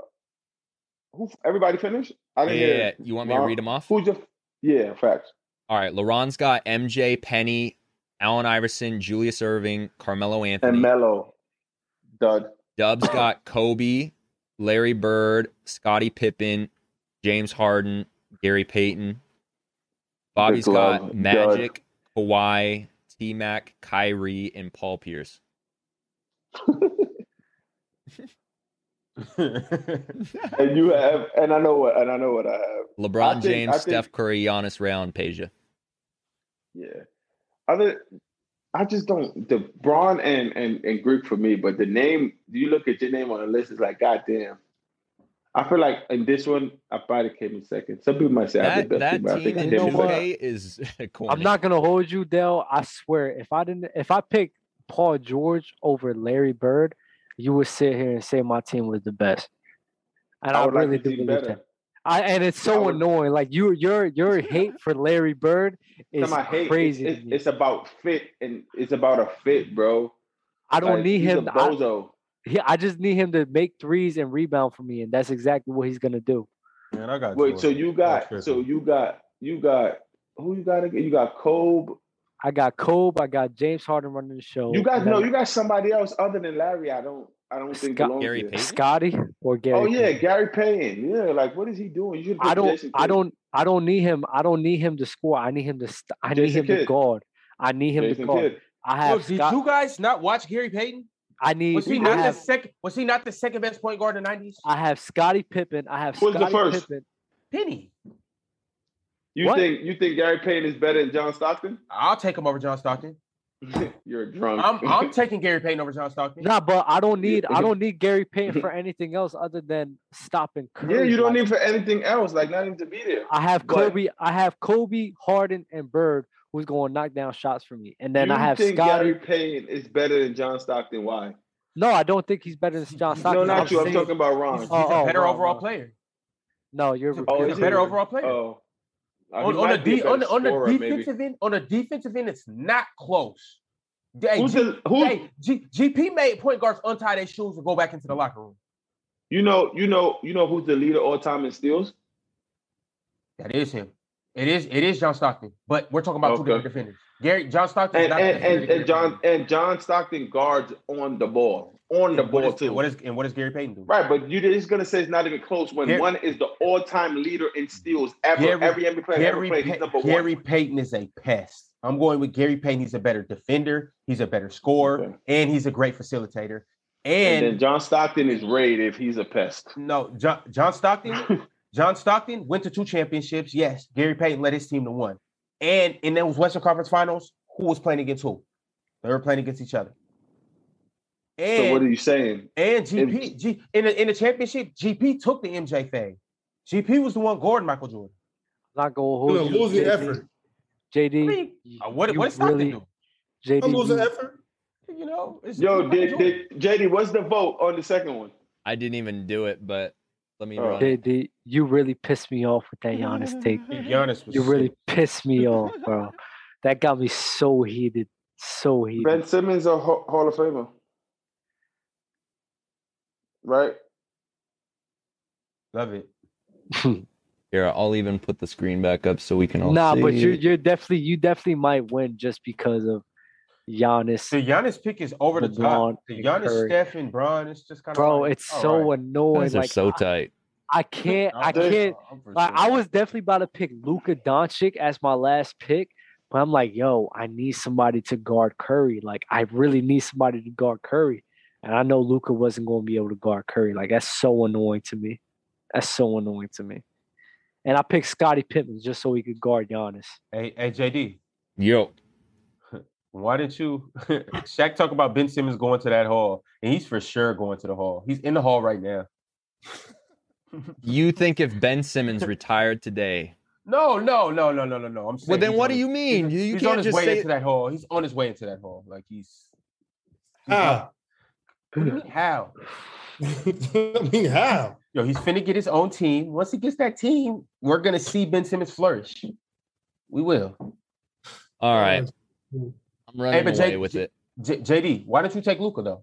who everybody finished? I Yeah, didn't yeah, hear. yeah. you want me to Ron- read them off? Who's your yeah, facts. All right, LaRon's got MJ, Penny, Allen Iverson, Julius Irving, Carmelo Anthony. And Melo. Dud. Dubs got Kobe, Larry Bird, Scottie Pippen, James Harden, Gary Payton. Bobby's glove, got Dud. Magic, Kawhi, T Mac, Kyrie, and Paul Pierce. and you have, and I know what, and I know what I have. LeBron think- James, I think- Steph Curry, Giannis, Round, Peja. Yeah. Other, I just don't. The Braun and and and Greek for me, but the name. You look at your name on the list. It's like, goddamn. I feel like in this one, I probably came in second. Some people might say I did That, best that team, but I team think I in you came know in what? second. Norway is corny. I'm not gonna hold you, Dell. I swear, if I didn't, if I picked Paul George over Larry Bird, you would sit here and say my team was the best. And I, I would really like do to see believe better. that. I, and it's so I would- annoying. Like you, your your hate for Larry Bird is Some I hate. crazy. It's, to it's, me. it's about fit, and it's about a fit, bro. I don't Like, need he's him. A I, bozo. he- I just need him to make threes and rebound for me, and that's exactly what he's gonna do. Man, I got Wait, so Jordan. you That's got, tripping. so you got, you got who you got again? You got Kobe. I got Kobe. I got James Harden running the show. You guys and then know you got somebody else other than Larry. I don't. I don't think Scott- belongs Gary there. Payton? Scotty or Gary? Oh yeah, Payton? Gary Payton. Yeah, like what is he doing? You should've I put don't. Jason I Kidd. don't. I don't need him. I don't need him to score. I need him to. St- I need Jason him to Kidd. guard. I need him to Jason guard. Kidd. I Yo, have did Scott. you guys not watch Gary Payton? I need. Was he I not the have, Uh, second? Was he not the second best point guard in the nineties? I have Scotty Pippen. I have Who's the Scottie first? Pippen. Penny. You What? think you think Gary Payton is better than John Stockton? I'll take him over John Stockton. You're a drunk. I'm I'm taking Gary Payton over John Stockton. Nah, but I don't need. I Yeah. don't need Gary Payton for anything else other than stopping Curry. yeah, you don't Like, need for anything else. Like not even to be there. I have but- Kobe. I have Kobe, Harden, and Bird who's going to knock down shots for me, and then you I have think Scotty. Gary Payton is better than John Stockton? Why? No, I don't think he's better than John Stockton. no, not I'm you. I'm saying- talking about He's, Ron. he's Oh, a oh, better wrong, overall wrong. player. No, you're. He's a, Oh, you're he's is a he? better good. overall player. Oh, Uh, he on, on the might be a de- on the better on the scorer, maybe. defensive end, on the defensive end, it's not close. Hey, Who's G- the who? hey, G- GP made point guards untie their shoes and go back into the locker room. You know, you know, you know who's the leader all time in steals? That is him. It is it is John Stockton, but we're talking about two Okay. different defenders. Gary John Stockton is And not the and, best and, and defender John and John Stockton guards on the ball, on in the league. What ball is- too. What is and what does Gary Payton do? Right, but you're just gonna say it's not even close when Gary- one is the all-time leader in steals ever. Gary- every NBA player ever Gary, played, he's Pay- number Gary one. Payton is a pest. I'm going with Gary Payton. He's a better defender. He's a better scorer, Okay. and he's a great facilitator. And, And, then John Stockton is raid if he's a pest. no, John, John Stockton. John Stockton went to two championships. Yes, Gary Payton led his team to one. And in those Western Conference Finals, who was playing against who? They were playing against each other. And so what are you saying? And If- GP, G, in the in the championship, GP took the MJ thing. GP was the one guarding Michael Jordan. Not gonna hold You're you. losing JD. effort. I JD, mean, uh, what you what is Stockton really- do? JD, I'm losing you- effort. You know, it's Yo, Michael did, Jordan. did JD? What's the vote on the second one? I didn't even do it, but let me Oh. run. it. JD, you really pissed me off with that Giannis take. Giannis was You really sick. pissed me off, bro. That got me so heated, so heated. Ben Simmons a Ho- Hall of Famer, right? love it. Here, I'll even put the screen back up so we can all nah, but see you it. you're definitely you definitely might win just because of Giannis, The Giannis pick is over the LeBron top. The and Giannis, Curry. Steph, and Bron. It's just kind of bro. It's so annoying. Those are Like so I, tight. I can't, I Dude, can't. Like I was definitely about to pick Luka Doncic as my last pick, but I'm like, yo, I need somebody to guard Curry. Like I really need somebody to guard Curry, and I know Luka wasn't going to be able to guard Curry. Like that's so annoying to me. That's so annoying to me. And I picked Scottie Pippen just so he could guard Giannis. Hey, hey, JD, Yo, why didn't you? Shaq talk about Ben Simmons going to that hall, and he's for sure going to the hall. He's in the hall right now. you think if Ben Simmons retired today? No, no, no, no, no, no, no. I'm saying Well, then he's what do on his- you mean? You, He's, you he's on can't his just way say into that hall. He's on his way into that hall. Like he's. he's How? What do you mean, how? I mean, how? Yo, he's finna get his own team. Once he gets that team, we're gonna see Ben Simmons flourish. We will. All right, I'm running but away Jake- with it. J- JD, why don't you take Luca though?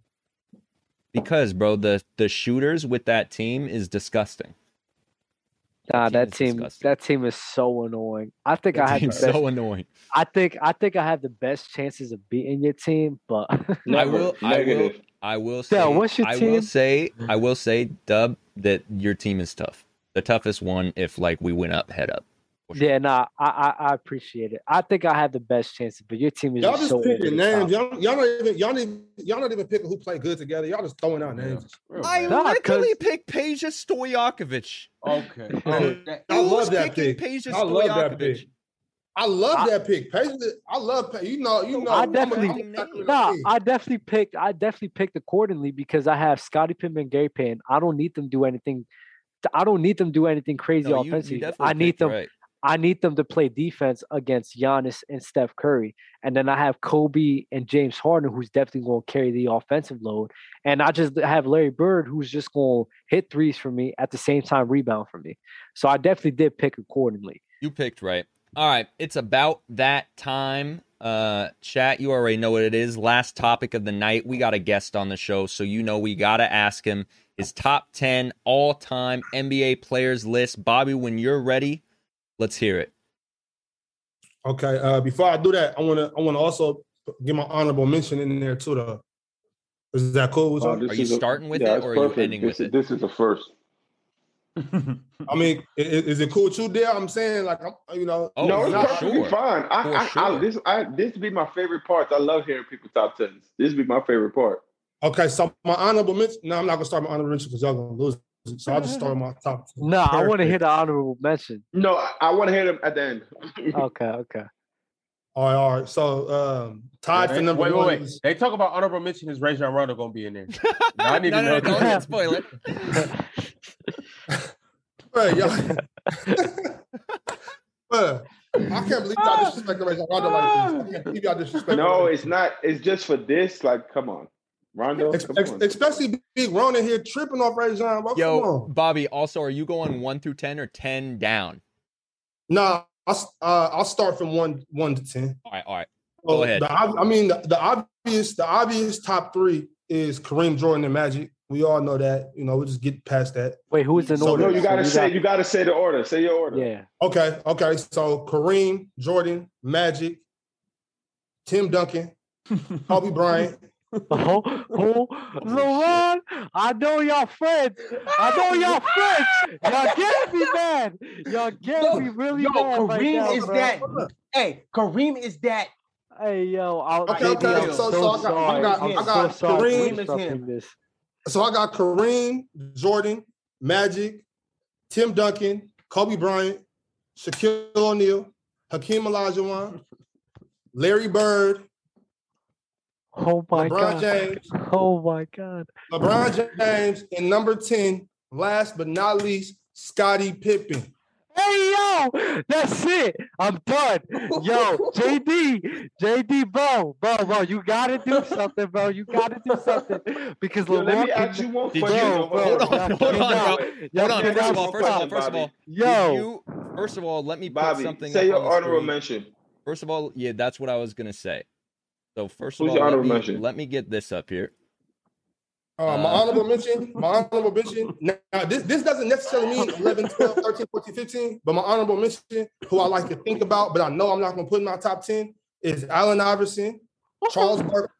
Because, bro, the the shooters with that team is disgusting. Nah, team that is team, disgusting. that team is so annoying. I think I That have the team's best. so annoying. I think I think I have the best chances of beating your team, but I will. I will. Negative. I will say. Dell, what's your I will team? say. I will say, Dub, that your team is tough. The toughest one, if like we went up head up. for sure. Yeah, nah, I, I I appreciate it. I think I have the best chances, but your team is Y'all just just so picking over the names. top. Y'all, y'all not even y'all not even y'all not even picking who play good together. Y'all just throwing out names. I Nah, 'cause- literally picked Peja Stoyakovich. Okay. Yeah. that- I Who's love Oh, that picking pick. Peja I love that Stojakovic? pick. I love I- that pick. Peyton, I love Peyton. You know, you know. I I'm a- definitely- I'm a sucker Nah, for I definitely picked. I definitely picked accordingly because I have Scottie Pippen and Gary Payne. I don't need them to do anything. I don't need them to do anything crazy No, you- you offensively. definitely I need picked them. right. I need them to play defense against Giannis and Steph Curry, and then I have Kobe and James Harden, who's definitely going to carry the offensive load, and I just have Larry Bird, who's just going to hit threes for me at the same time rebound for me. So I definitely did pick accordingly. You picked right. All right, it's about that time. Uh chat, you already know what it is. Last topic of the night. We got a guest on the show, so you know we got to ask him his top 10 all-time NBA players list. Bobby, when you're ready, let's hear it. Okay. Uh, before I do that, I wanna I wanna also get my honorable mention in there too. Though Is that cool? with Uh, y'all? this Are you is a- starting with yeah, it it's or are you perfect. ending this with is- it? This is the first. I mean, i- i- is it cool too, Dale? I'm saying, like, I'm, you know, Oh, no, for it's not- perfectly sure. fine. I, For I, I, sure. this, I, this be my favorite parts. I love hearing people top tens. This be my favorite part. okay. So my honorable mention. No, I'm not gonna start my honorable mention because y'all gonna lose. It. So I'll just start my top. two. No, I want to Perfect. hear the honorable mention. No, I, I want to hear them at the end. Okay, okay. All right, all right. So um, tied for Wait, number wait, one. wait. is- They talk about honorable mention is Ray John Rondo gonna be in there. I need no, to no, no, know. don't hit spoiler. Hey, y'all. Man, I can't believe y'all disrespecting Ray Rondo like this. I can't believe y'all disrespecting. no, it's not. It's just for this. Like, come on, Rondo. Ex- come ex- on. especially Big Ron in here tripping off Ray John. Bro, Yo. Oh, come Yo, on. Bobby, also, are you going one through 10 or 10 down? Nah, I'll, s- uh, I'll start from one one to ten. All right, all right. So Go ahead. The, ob- I mean, the, the obvious, the obvious top three is Kareem Jordan and Magic. We all know that. You know, we just get past that. Wait, who is in So, order? no, you gotta So say. You gotta say the order. Say your order. Yeah. Okay, okay. So Kareem Jordan, Magic, Tim Duncan, Kobe Bryant. Oh, oh, LeBron, I know y'all friends. I know y'all friends. Y'all getting me mad. Y'all getting me really Yo, mad right Kareem now, is bro. that. Hey, Kareem is that. Hey, yo. I, Okay, JD, okay. I'm So, so, I got, I sorry. got, I'm I got so sorry Kareem. for Kareem is interrupting him. This. So I got Kareem, Jordan, Magic, Tim Duncan, Kobe Bryant, Shaquille O'Neal, Hakeem Olajuwon, Larry Bird, Oh my LeBron god. James. Oh my god. LeBron James, and number 10, last but not least, Scottie Pippen. Hey yo, that's it. I'm done. Yo, JD, JD, bro, bro, bro, you gotta do something, bro. You gotta do something because Yo, let LeBron me ask can- you one Did question. you- though. Bro, Hold bro, on, hold on, bro. Y'all Hold on. cannot First of all, stop. first of all, first of all, Yo, oh did you- first of all, let me put Bobby, something say up your on the honorable screen. mention. First of all, yeah, that's what I was gonna say. So first of Who's all, your let honorable me, mention? let me get this up here. Uh, my Uh. honorable mention, my honorable mention. Now, this, this doesn't necessarily mean 11, 12, 13, 14, 15, but my honorable mention, who I like to think about, but I know I'm not going to put in my top 10, is Allen Iverson, Charles Barkley,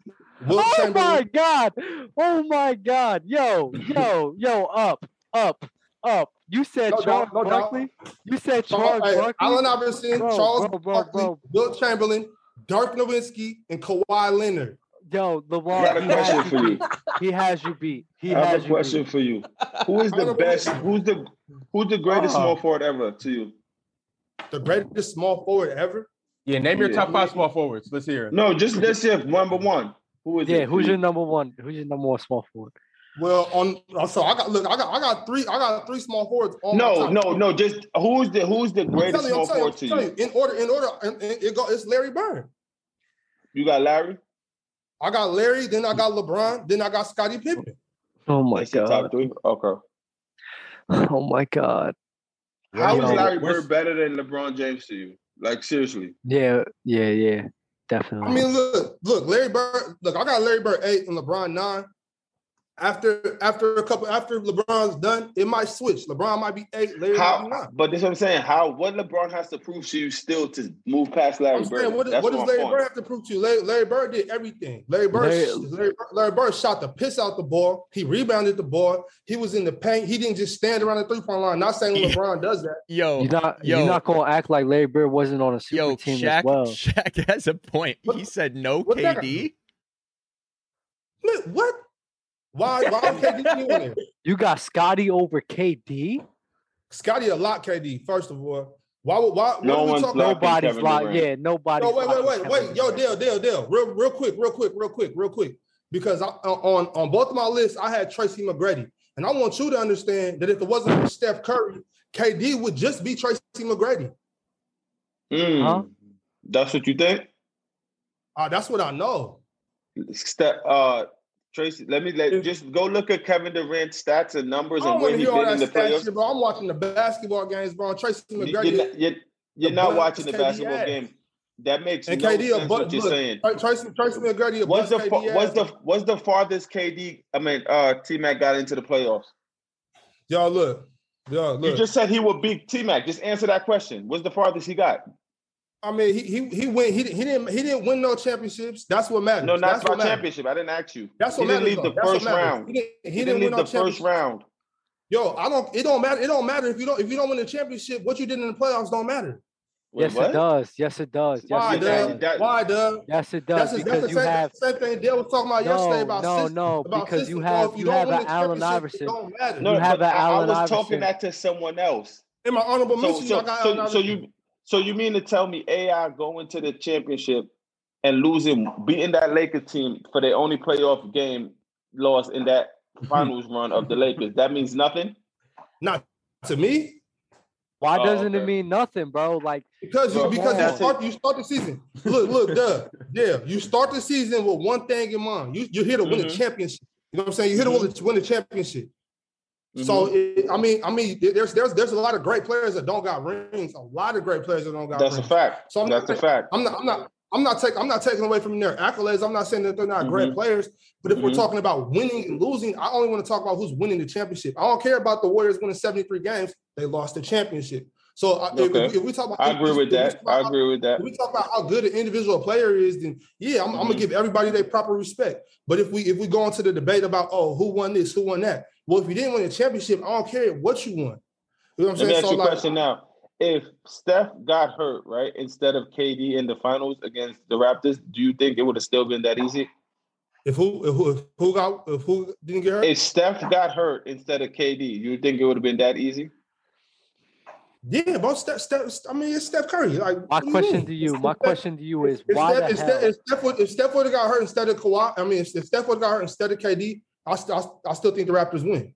Will oh my Chamberlain. god, oh my god, yo, yo, yo, up, up, up. You said No doubt, Charles no doubt. Barkley. You said Charles Charles, hey, Barkley. Allen Iverson, Bro, Charles bro, bro, Barkley, bro. Will Chamberlain, Dirk Nowitzki, and Kawhi Leonard. Yo, I LeBron, got he a has, question you for you. beat. he has you beat. He I has have a you question beat. for you. Who is the Honorable best? mention. Who's the who's the greatest Oh. small forward ever to you? The greatest small forward ever. Yeah, name your Yeah. top five small forwards. Let's hear it. No, just let's say one by one. Who is it? Yeah, for who's you? your number one? Who's your number one small forward? Well, on so I got look, I got I got three, I got three small forwards. On my No, top. no, no. Just who's the who's the I'm greatest telling you, small I'm telling forward to you, I'm you? telling you, in order, in order, and, and it go, it's Larry Bird. You got Larry. Oh I got Larry, then I got LeBron, then I got Scottie Pippen. Oh my That's your top god. three. Okay. Oh my god. How is Yo, Larry where's- Bird better than LeBron James to you? Like seriously. Yeah, yeah, yeah. Definitely. I mean, look, look, Larry Bird. Look, I got Larry Bird eight and LeBron nine. After after a couple after LeBron's done, it might switch. LeBron might be eight, Larry might be How? nine. But that's what I'm saying. How? What LeBron has to prove to you still to move past Larry I'm Bird? saying, what, is- That's what does my Larry point. Bird have to prove to you? Larry, Larry Bird did everything. Larry Bird, Larry- Larry, Bird- Larry Bird shot the piss out the ball. He rebounded the ball. He was in the paint. He didn't just stand around the three point line. Not saying LeBron does that. Yo, You're not yo. you're not gonna act like Larry Bird wasn't on a super yo, team Shaq, as well. Shaq has a point. He What- said no what that- KD. Man, What? Why? Why KD in there? You got Scotty over KD? Scotty a lot KD. First of all, why? would- Why? What No are we one's talking Locking about? Nobody's Kevin like Durant. yeah, nobody's No, wait, wait, locking wait, Kevin wait. Yo, Durant. Dale, Dale, Dale. Real, real quick, real quick, real quick, real quick. Because I, uh, on on both of my lists, I had Tracy McGrady, and I want you to understand that if it wasn't for Steph Curry, KD would just be Tracy McGrady. Mm. Huh? That's what you think? Uh, that's what I know. Step uh Tracy, let me let If- just go look at Kevin Durant's stats and numbers I don't want and where to he hear all did in that the stat playoffs. shit, bro. I'm watching the basketball games, bro. Tracy You- McGrady, You're not, you're, you're the not best watching the KD basketball ass. game. That makes and no KD, a sense what butt, you're look, saying. Tra- Tracy, Tracy McGrady, a What's bust KD the fa- what's ass. the what's the farthest KD? I mean, uh, T Mac got into the playoffs. Y'all look, y'all look. You just said he would beat T Mac. Just answer that question. What's the farthest he got? I mean, he he he went. He, he didn't he didn't win no championships. That's what matters. No, not That's about what matters. championship. I didn't ask you. That's He what didn't matters. leave the though. That's what first matters. round. He didn't, he He didn't didn't win leave no the first championship. round. Yo, I don't. It don't matter. It don't matter if you don't if you don't win the championship. What you did in the playoffs don't matter. Wait, yes, what? it does. Yes, it does. Yes, Why, it Wow, Doug? does. that- that- Why, Doug? Yes, it does. That's, the- because that's the you same, have same thing Dale was talking about yesterday no, about no, system, no. about Because you system. So have if you don't have win an the Allen championship, Iverson. it don't matter. No, You have but an I, I Allen was Iverson. talking that to someone else. In my honorable So, mentions, I so, got uh, so, Allen so you, so you mean to tell me AI going to the championship and losing, beating that Lakers team for their only playoff game loss in that finals run of the Lakers? That means nothing. Not to me Why Oh, doesn't okay. it mean nothing, bro? Like because you, Bro, because you that's start you start the season. Look, look, Doug. Yeah, you start the season with one thing in mind. You you're here to win a Mhm. championship. You know what I'm saying? You're here to win, to win a championship. So Mhm. it, I mean, I mean, there's there's there's a lot of great players that don't got rings. A lot of great players that don't got Mm-hmm. that's a rings. fact. So I'm that's a fact. I'm not I'm not I'm not taking I'm not taking away from their accolades. I'm not saying that they're not Mm-hmm. great players, but if we're Mhm. talking about winning and losing, I only want to talk about who's winning the championship. I don't care about the Warriors winning 73 games. They lost the championship. So I- if, Okay. if, we talk about I agree with if we that. talk about I agree with that. if we talk about how good an individual player is, then yeah, I'm, I'm gonna Mhm. give everybody their proper respect. But if we if we go into the debate about oh who won this, who won that, well, if you didn't win a championship, I don't care what you won. You know what I'm Let me saying? ask So you a like, question now. If Steph got hurt, right, instead of KD in the finals against the Raptors, do you think it would have still been that easy? if who if who, if who got if who didn't get hurt, If Steph got hurt instead of KD, you think it would have been that easy? yeah, both Steph, Steph. I mean, it's Steph Curry. Like, my what do you question mean? to you, It's- my it's- question to you is If why Steph, the if hell? Steph, if Steph, would- if Steph would have got hurt instead of Kawhi, I mean, if, if Steph would have got hurt instead of KD, I, st- I, st- I still think the Raptors win.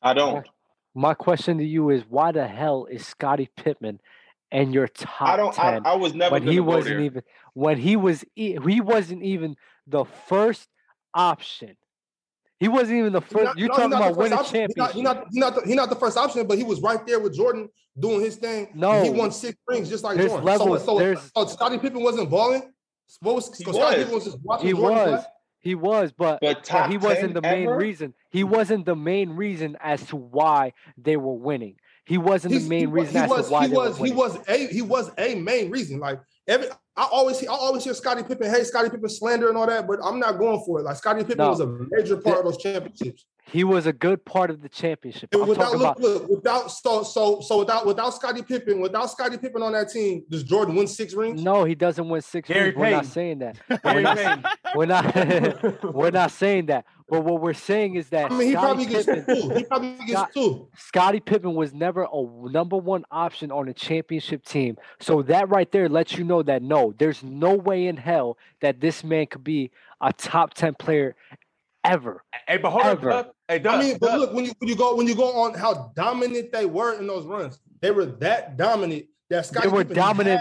I don't. My question to you is why the hell is Scottie Pittman and your top I don't. I, ten I was never. when he gonna go wasn't there. even when he was e- he wasn't even the first option. He wasn't even the first. No, You're talking he's not about the first winning option. He's not- championship. He's not, he's not, the- he's not the first option, but he was right there with Jordan doing his thing. and No. he won six rings just like There's Jordan. levels, so, so, there's- so Scottie Pippen wasn't balling. What was, so He Scottie was. Pippen was just watching he Jordan play? was, he was, but But but top he wasn't 10 the main ever? reason. He wasn't the main reason as to why they were winning. He wasn't He's- the main he wa- reason he as was, to why he they was, were he winning. was a he was a main reason. Like every I always I always hear Scottie Pippen, hey Scottie Pippen slander and all that, but I'm not going for it. Like Scottie Pippen No. was a major part of those championships. He was a good part of the championship. And I'm without talking look, about look, without so so so without without Scottie Pippen, without Scottie Pippen on that team, does Jordan win six rings? no, he doesn't win six Gary rings. We're not Payton. saying that. We're Gary not, Payton. we're not we're not saying that. But what we're saying is that I mean, he Scottie probably gets Pippen- two. He probably gets Scott- two. Scottie Pippen was never a number one option on a championship team. So that right there lets you know that no, there's no way in hell that this man could be a top 10 player ever. Hey, but hold up, Ever. Doug. Hey, Doug. I mean, but Doug. look when you when you go when you go on how dominant they were in those runs, they were that dominant that Scottie They were Pippen had- dominant.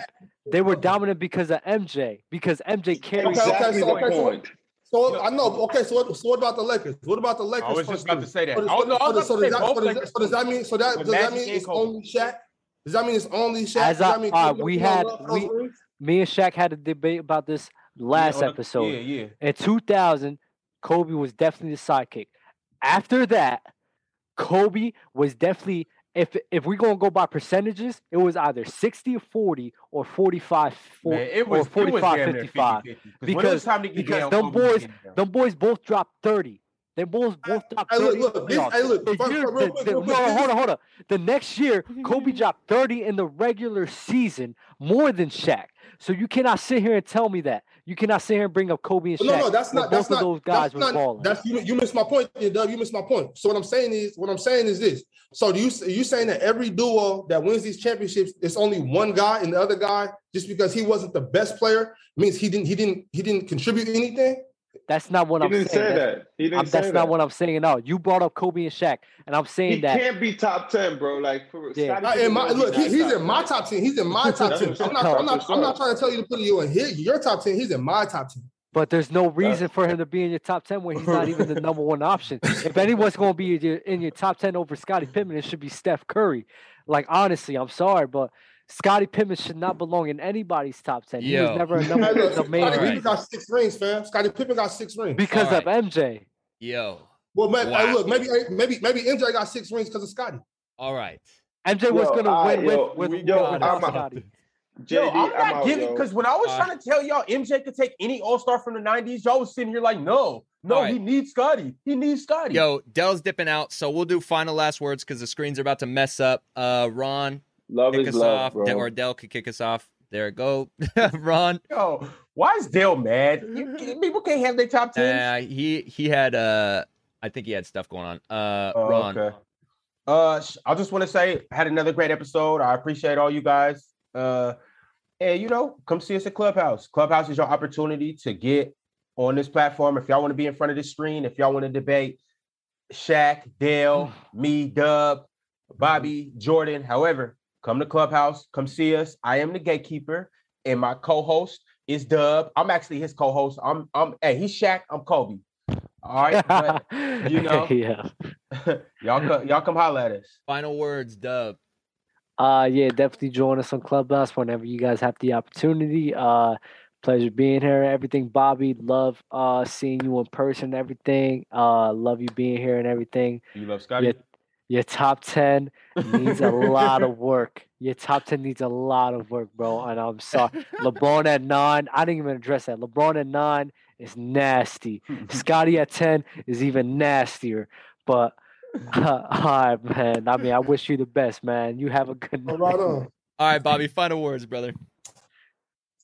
They were dominant because of MJ, because MJ carried Okay, that okay, Exactly so- team. okay, the so- point. So I know. Okay, so what, so what about the Lakers? What about the Lakers? I was just first about to team? say that. So, does- I was- I was so does- so about to say does that- both so does Lakers that- so does that mean? So that But does that Magic mean and it's Kobe. only Shaq? Does that mean it's only Shaq? As does I- that mean alright, Kobe we and LeBron had- love those we- rings? Me and Shaq had a debate about this last Yeah, on the- episode. Yeah, yeah. In 2000, Kobe was definitely the sidekick. After that, Kobe was definitely if if we're gonna go by percentages, it was either 60 or 40 or 45 for, Man, it was or it was 45 damn near 55. 50-50. when it Because- was time to get because down, them Kobe was boys- getting down. Them boys both dropped 30. They both both dropped Hey, 30. look, in look, the this- playoffs. hey, look, The fir- year- fir- real the- quick, the- real no, quick, this- hold on, hold on. The next year, Kobe dropped 30 in the regular season, more than Shaq. So you cannot sit here and tell me that. You cannot sit here and bring up Kobe and Shaq. No, no, that's when not. That's both not. of those guys that's were not. balling. That's you. You missed my point, there, Doug. You missed my point. So what I'm saying is, what I'm saying is this. So do you you saying that every duo that wins these championships, it's only one guy and the other guy just because he wasn't the best player means he didn't he didn't he didn't contribute anything? That's not what He I'm saying. didn't say That's- that. He didn't I'm- say that's that. not what I'm saying at all. You brought up Kobe and Shaq, and I'm saying he that. can't be top ten, bro. Like, for, Yeah. Scottie I, Pippen in my, won't be look, he, that he's top in my 10. top ten. He's in my top That's ten. what I'm I'm not. saying. I'm not. I'm not trying to tell you to put you in his, your top ten. He's in my top ten. But there's no Uh, reason for him to be in your top ten when he's not even the number one option. If anyone's going to be in your, in your top ten over Scottie Pittman, it should be Steph Curry. Like honestly, I'm sorry, but Scottie Pittman should not belong in anybody's top ten. He Yo. was never a Hey, number look, the Scottie main All Pippen right. reason got six rings, fam. Scottie Pippen got six rings. because All of MJ. Yo. Well, maybe, Wow. look, maybe maybe maybe MJ got six rings because of Scotty. All right. MJ was Yo, going to I- win yo, with with we- yo, with- without I'm a- Scottie. Yo, JD, I'm I'm not out, giving yo. because when I was Uh, trying to tell y'all MJ could take any All Star from the '90s, y'all was sitting here like, no, no, Alright. he needs Scotty, he needs Scotty. Yo, Dell's dipping out, so we'll do final last words because the screens are about to mess up. Uh, Ron, Love kick is us love, off, bro. De- or Dell could kick us off. There it go, Ron. Yo, why is Dale mad? You, people can't have their top ten. Uh, he he had uh, I think he had stuff going on. Uh, Oh, Ron, okay. Uh, sh- I just want to say, I had another great episode. I appreciate all you guys. Uh, and you know, come see us at Clubhouse. Clubhouse is your opportunity to get on this platform. If y'all want to be in front of the screen, if y'all want to debate Shaq, Dale, me, Dub, Bobby, Jordan, however, come to Clubhouse. Come see us. I am the gatekeeper, and my co-host is Dub. I'm actually his co-host. I'm I'm hey, he's Shaq. I'm Kobe. All right, but you know. yeah. y'all come, y'all come holler at us. final words, Dub. Uh yeah, definitely join us on Clubhouse whenever you guys have the opportunity. Uh pleasure being here. Everything, Bobby. Love uh seeing you in person and everything. Uh love you being here and everything. You love Your, your top ten needs a lot of work. Your top ten needs a lot of work, bro. And I'm sorry. LeBron at nine. I didn't even address that. LeBron at nine is nasty. Scotty at ten is even nastier. But all right, man. I mean, I wish you the best, man. You have a good night. Oh, Right on. All right, Bobby, final words, brother.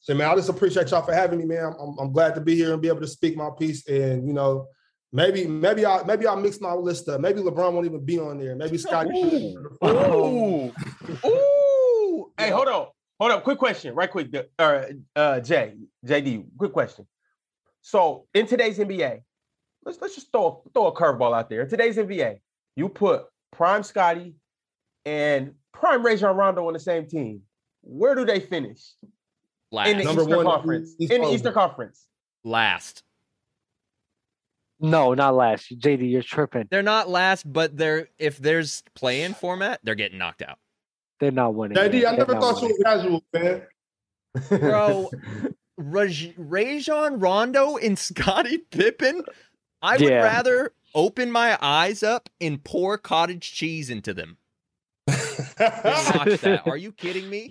So man, I just appreciate y'all for having me, man. I'm- I'm, I'm glad to be here and be able to speak my piece. And you know, maybe maybe I maybe I'll mix my list up. Maybe LeBron won't even be on there. Maybe Scotty. Ooh, ooh. Hey, hold on, hold on. Quick question, right quick. the- Uh, uh, Jay, JD, quick question. So in today's NBA, let's let's just throw a- throw a curveball out there. In today's NBA, you put prime Scotty and prime Rajon Rondo on the same team. Where do they finish Last, in the Number Eastern one in the Conference? East in the Conference. Eastern Conference. last. No, not last. JD, you're tripping. They're not last, but they're if there's play-in format, they're getting knocked out. They're not winning. JD, man. I They're never not thought you winning. were casual, man. Bro, Raj- Rajon Rondo and Scottie Pippen. I would Yeah. rather open my eyes up and pour cottage cheese into them. Than watch that. Are you kidding me?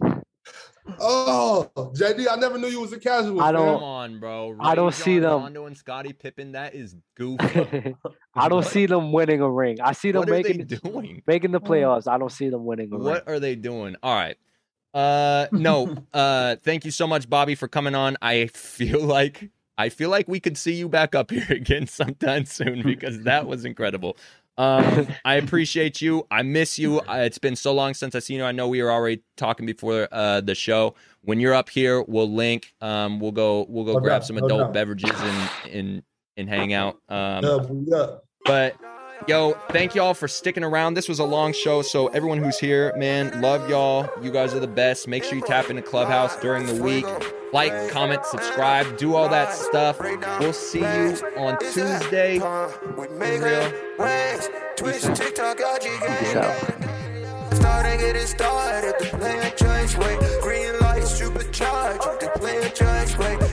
oh, JD, I never knew you was a casual. I Come don't- on, bro. I don't see Rajon them. Rondo and Scottie Pippen. That is goofy. I don't What- see them winning a ring. I see them what are they making doing? making the playoffs. I don't see them winning a ring. What are they doing? All right. Uh no. Uh thank you so much, Bobby, for coming on. I feel like I feel like we could see you back up here again sometime soon because that was incredible. Um, I appreciate you. I miss you. Uh, It's been so long since I seen you. I know we were already talking before uh, the show. When you're up here, we'll link. Um, we'll go. We'll go Oh, No grab doubt, some no adult doubt. beverages and and and hang out. Um, Dub, we up. but yo, thank y'all for sticking around. This was a long show, so everyone who's here, man, love y'all. You guys are the best. Make sure you tap into Clubhouse during the week. Like, comment, subscribe, do all that stuff. We'll see you on Tuesday. We Be make real. real waves. Twitch, TikTok, IG Peace gang. out. Starting getting started, the plan change way. Green light supercharged, the plan change way.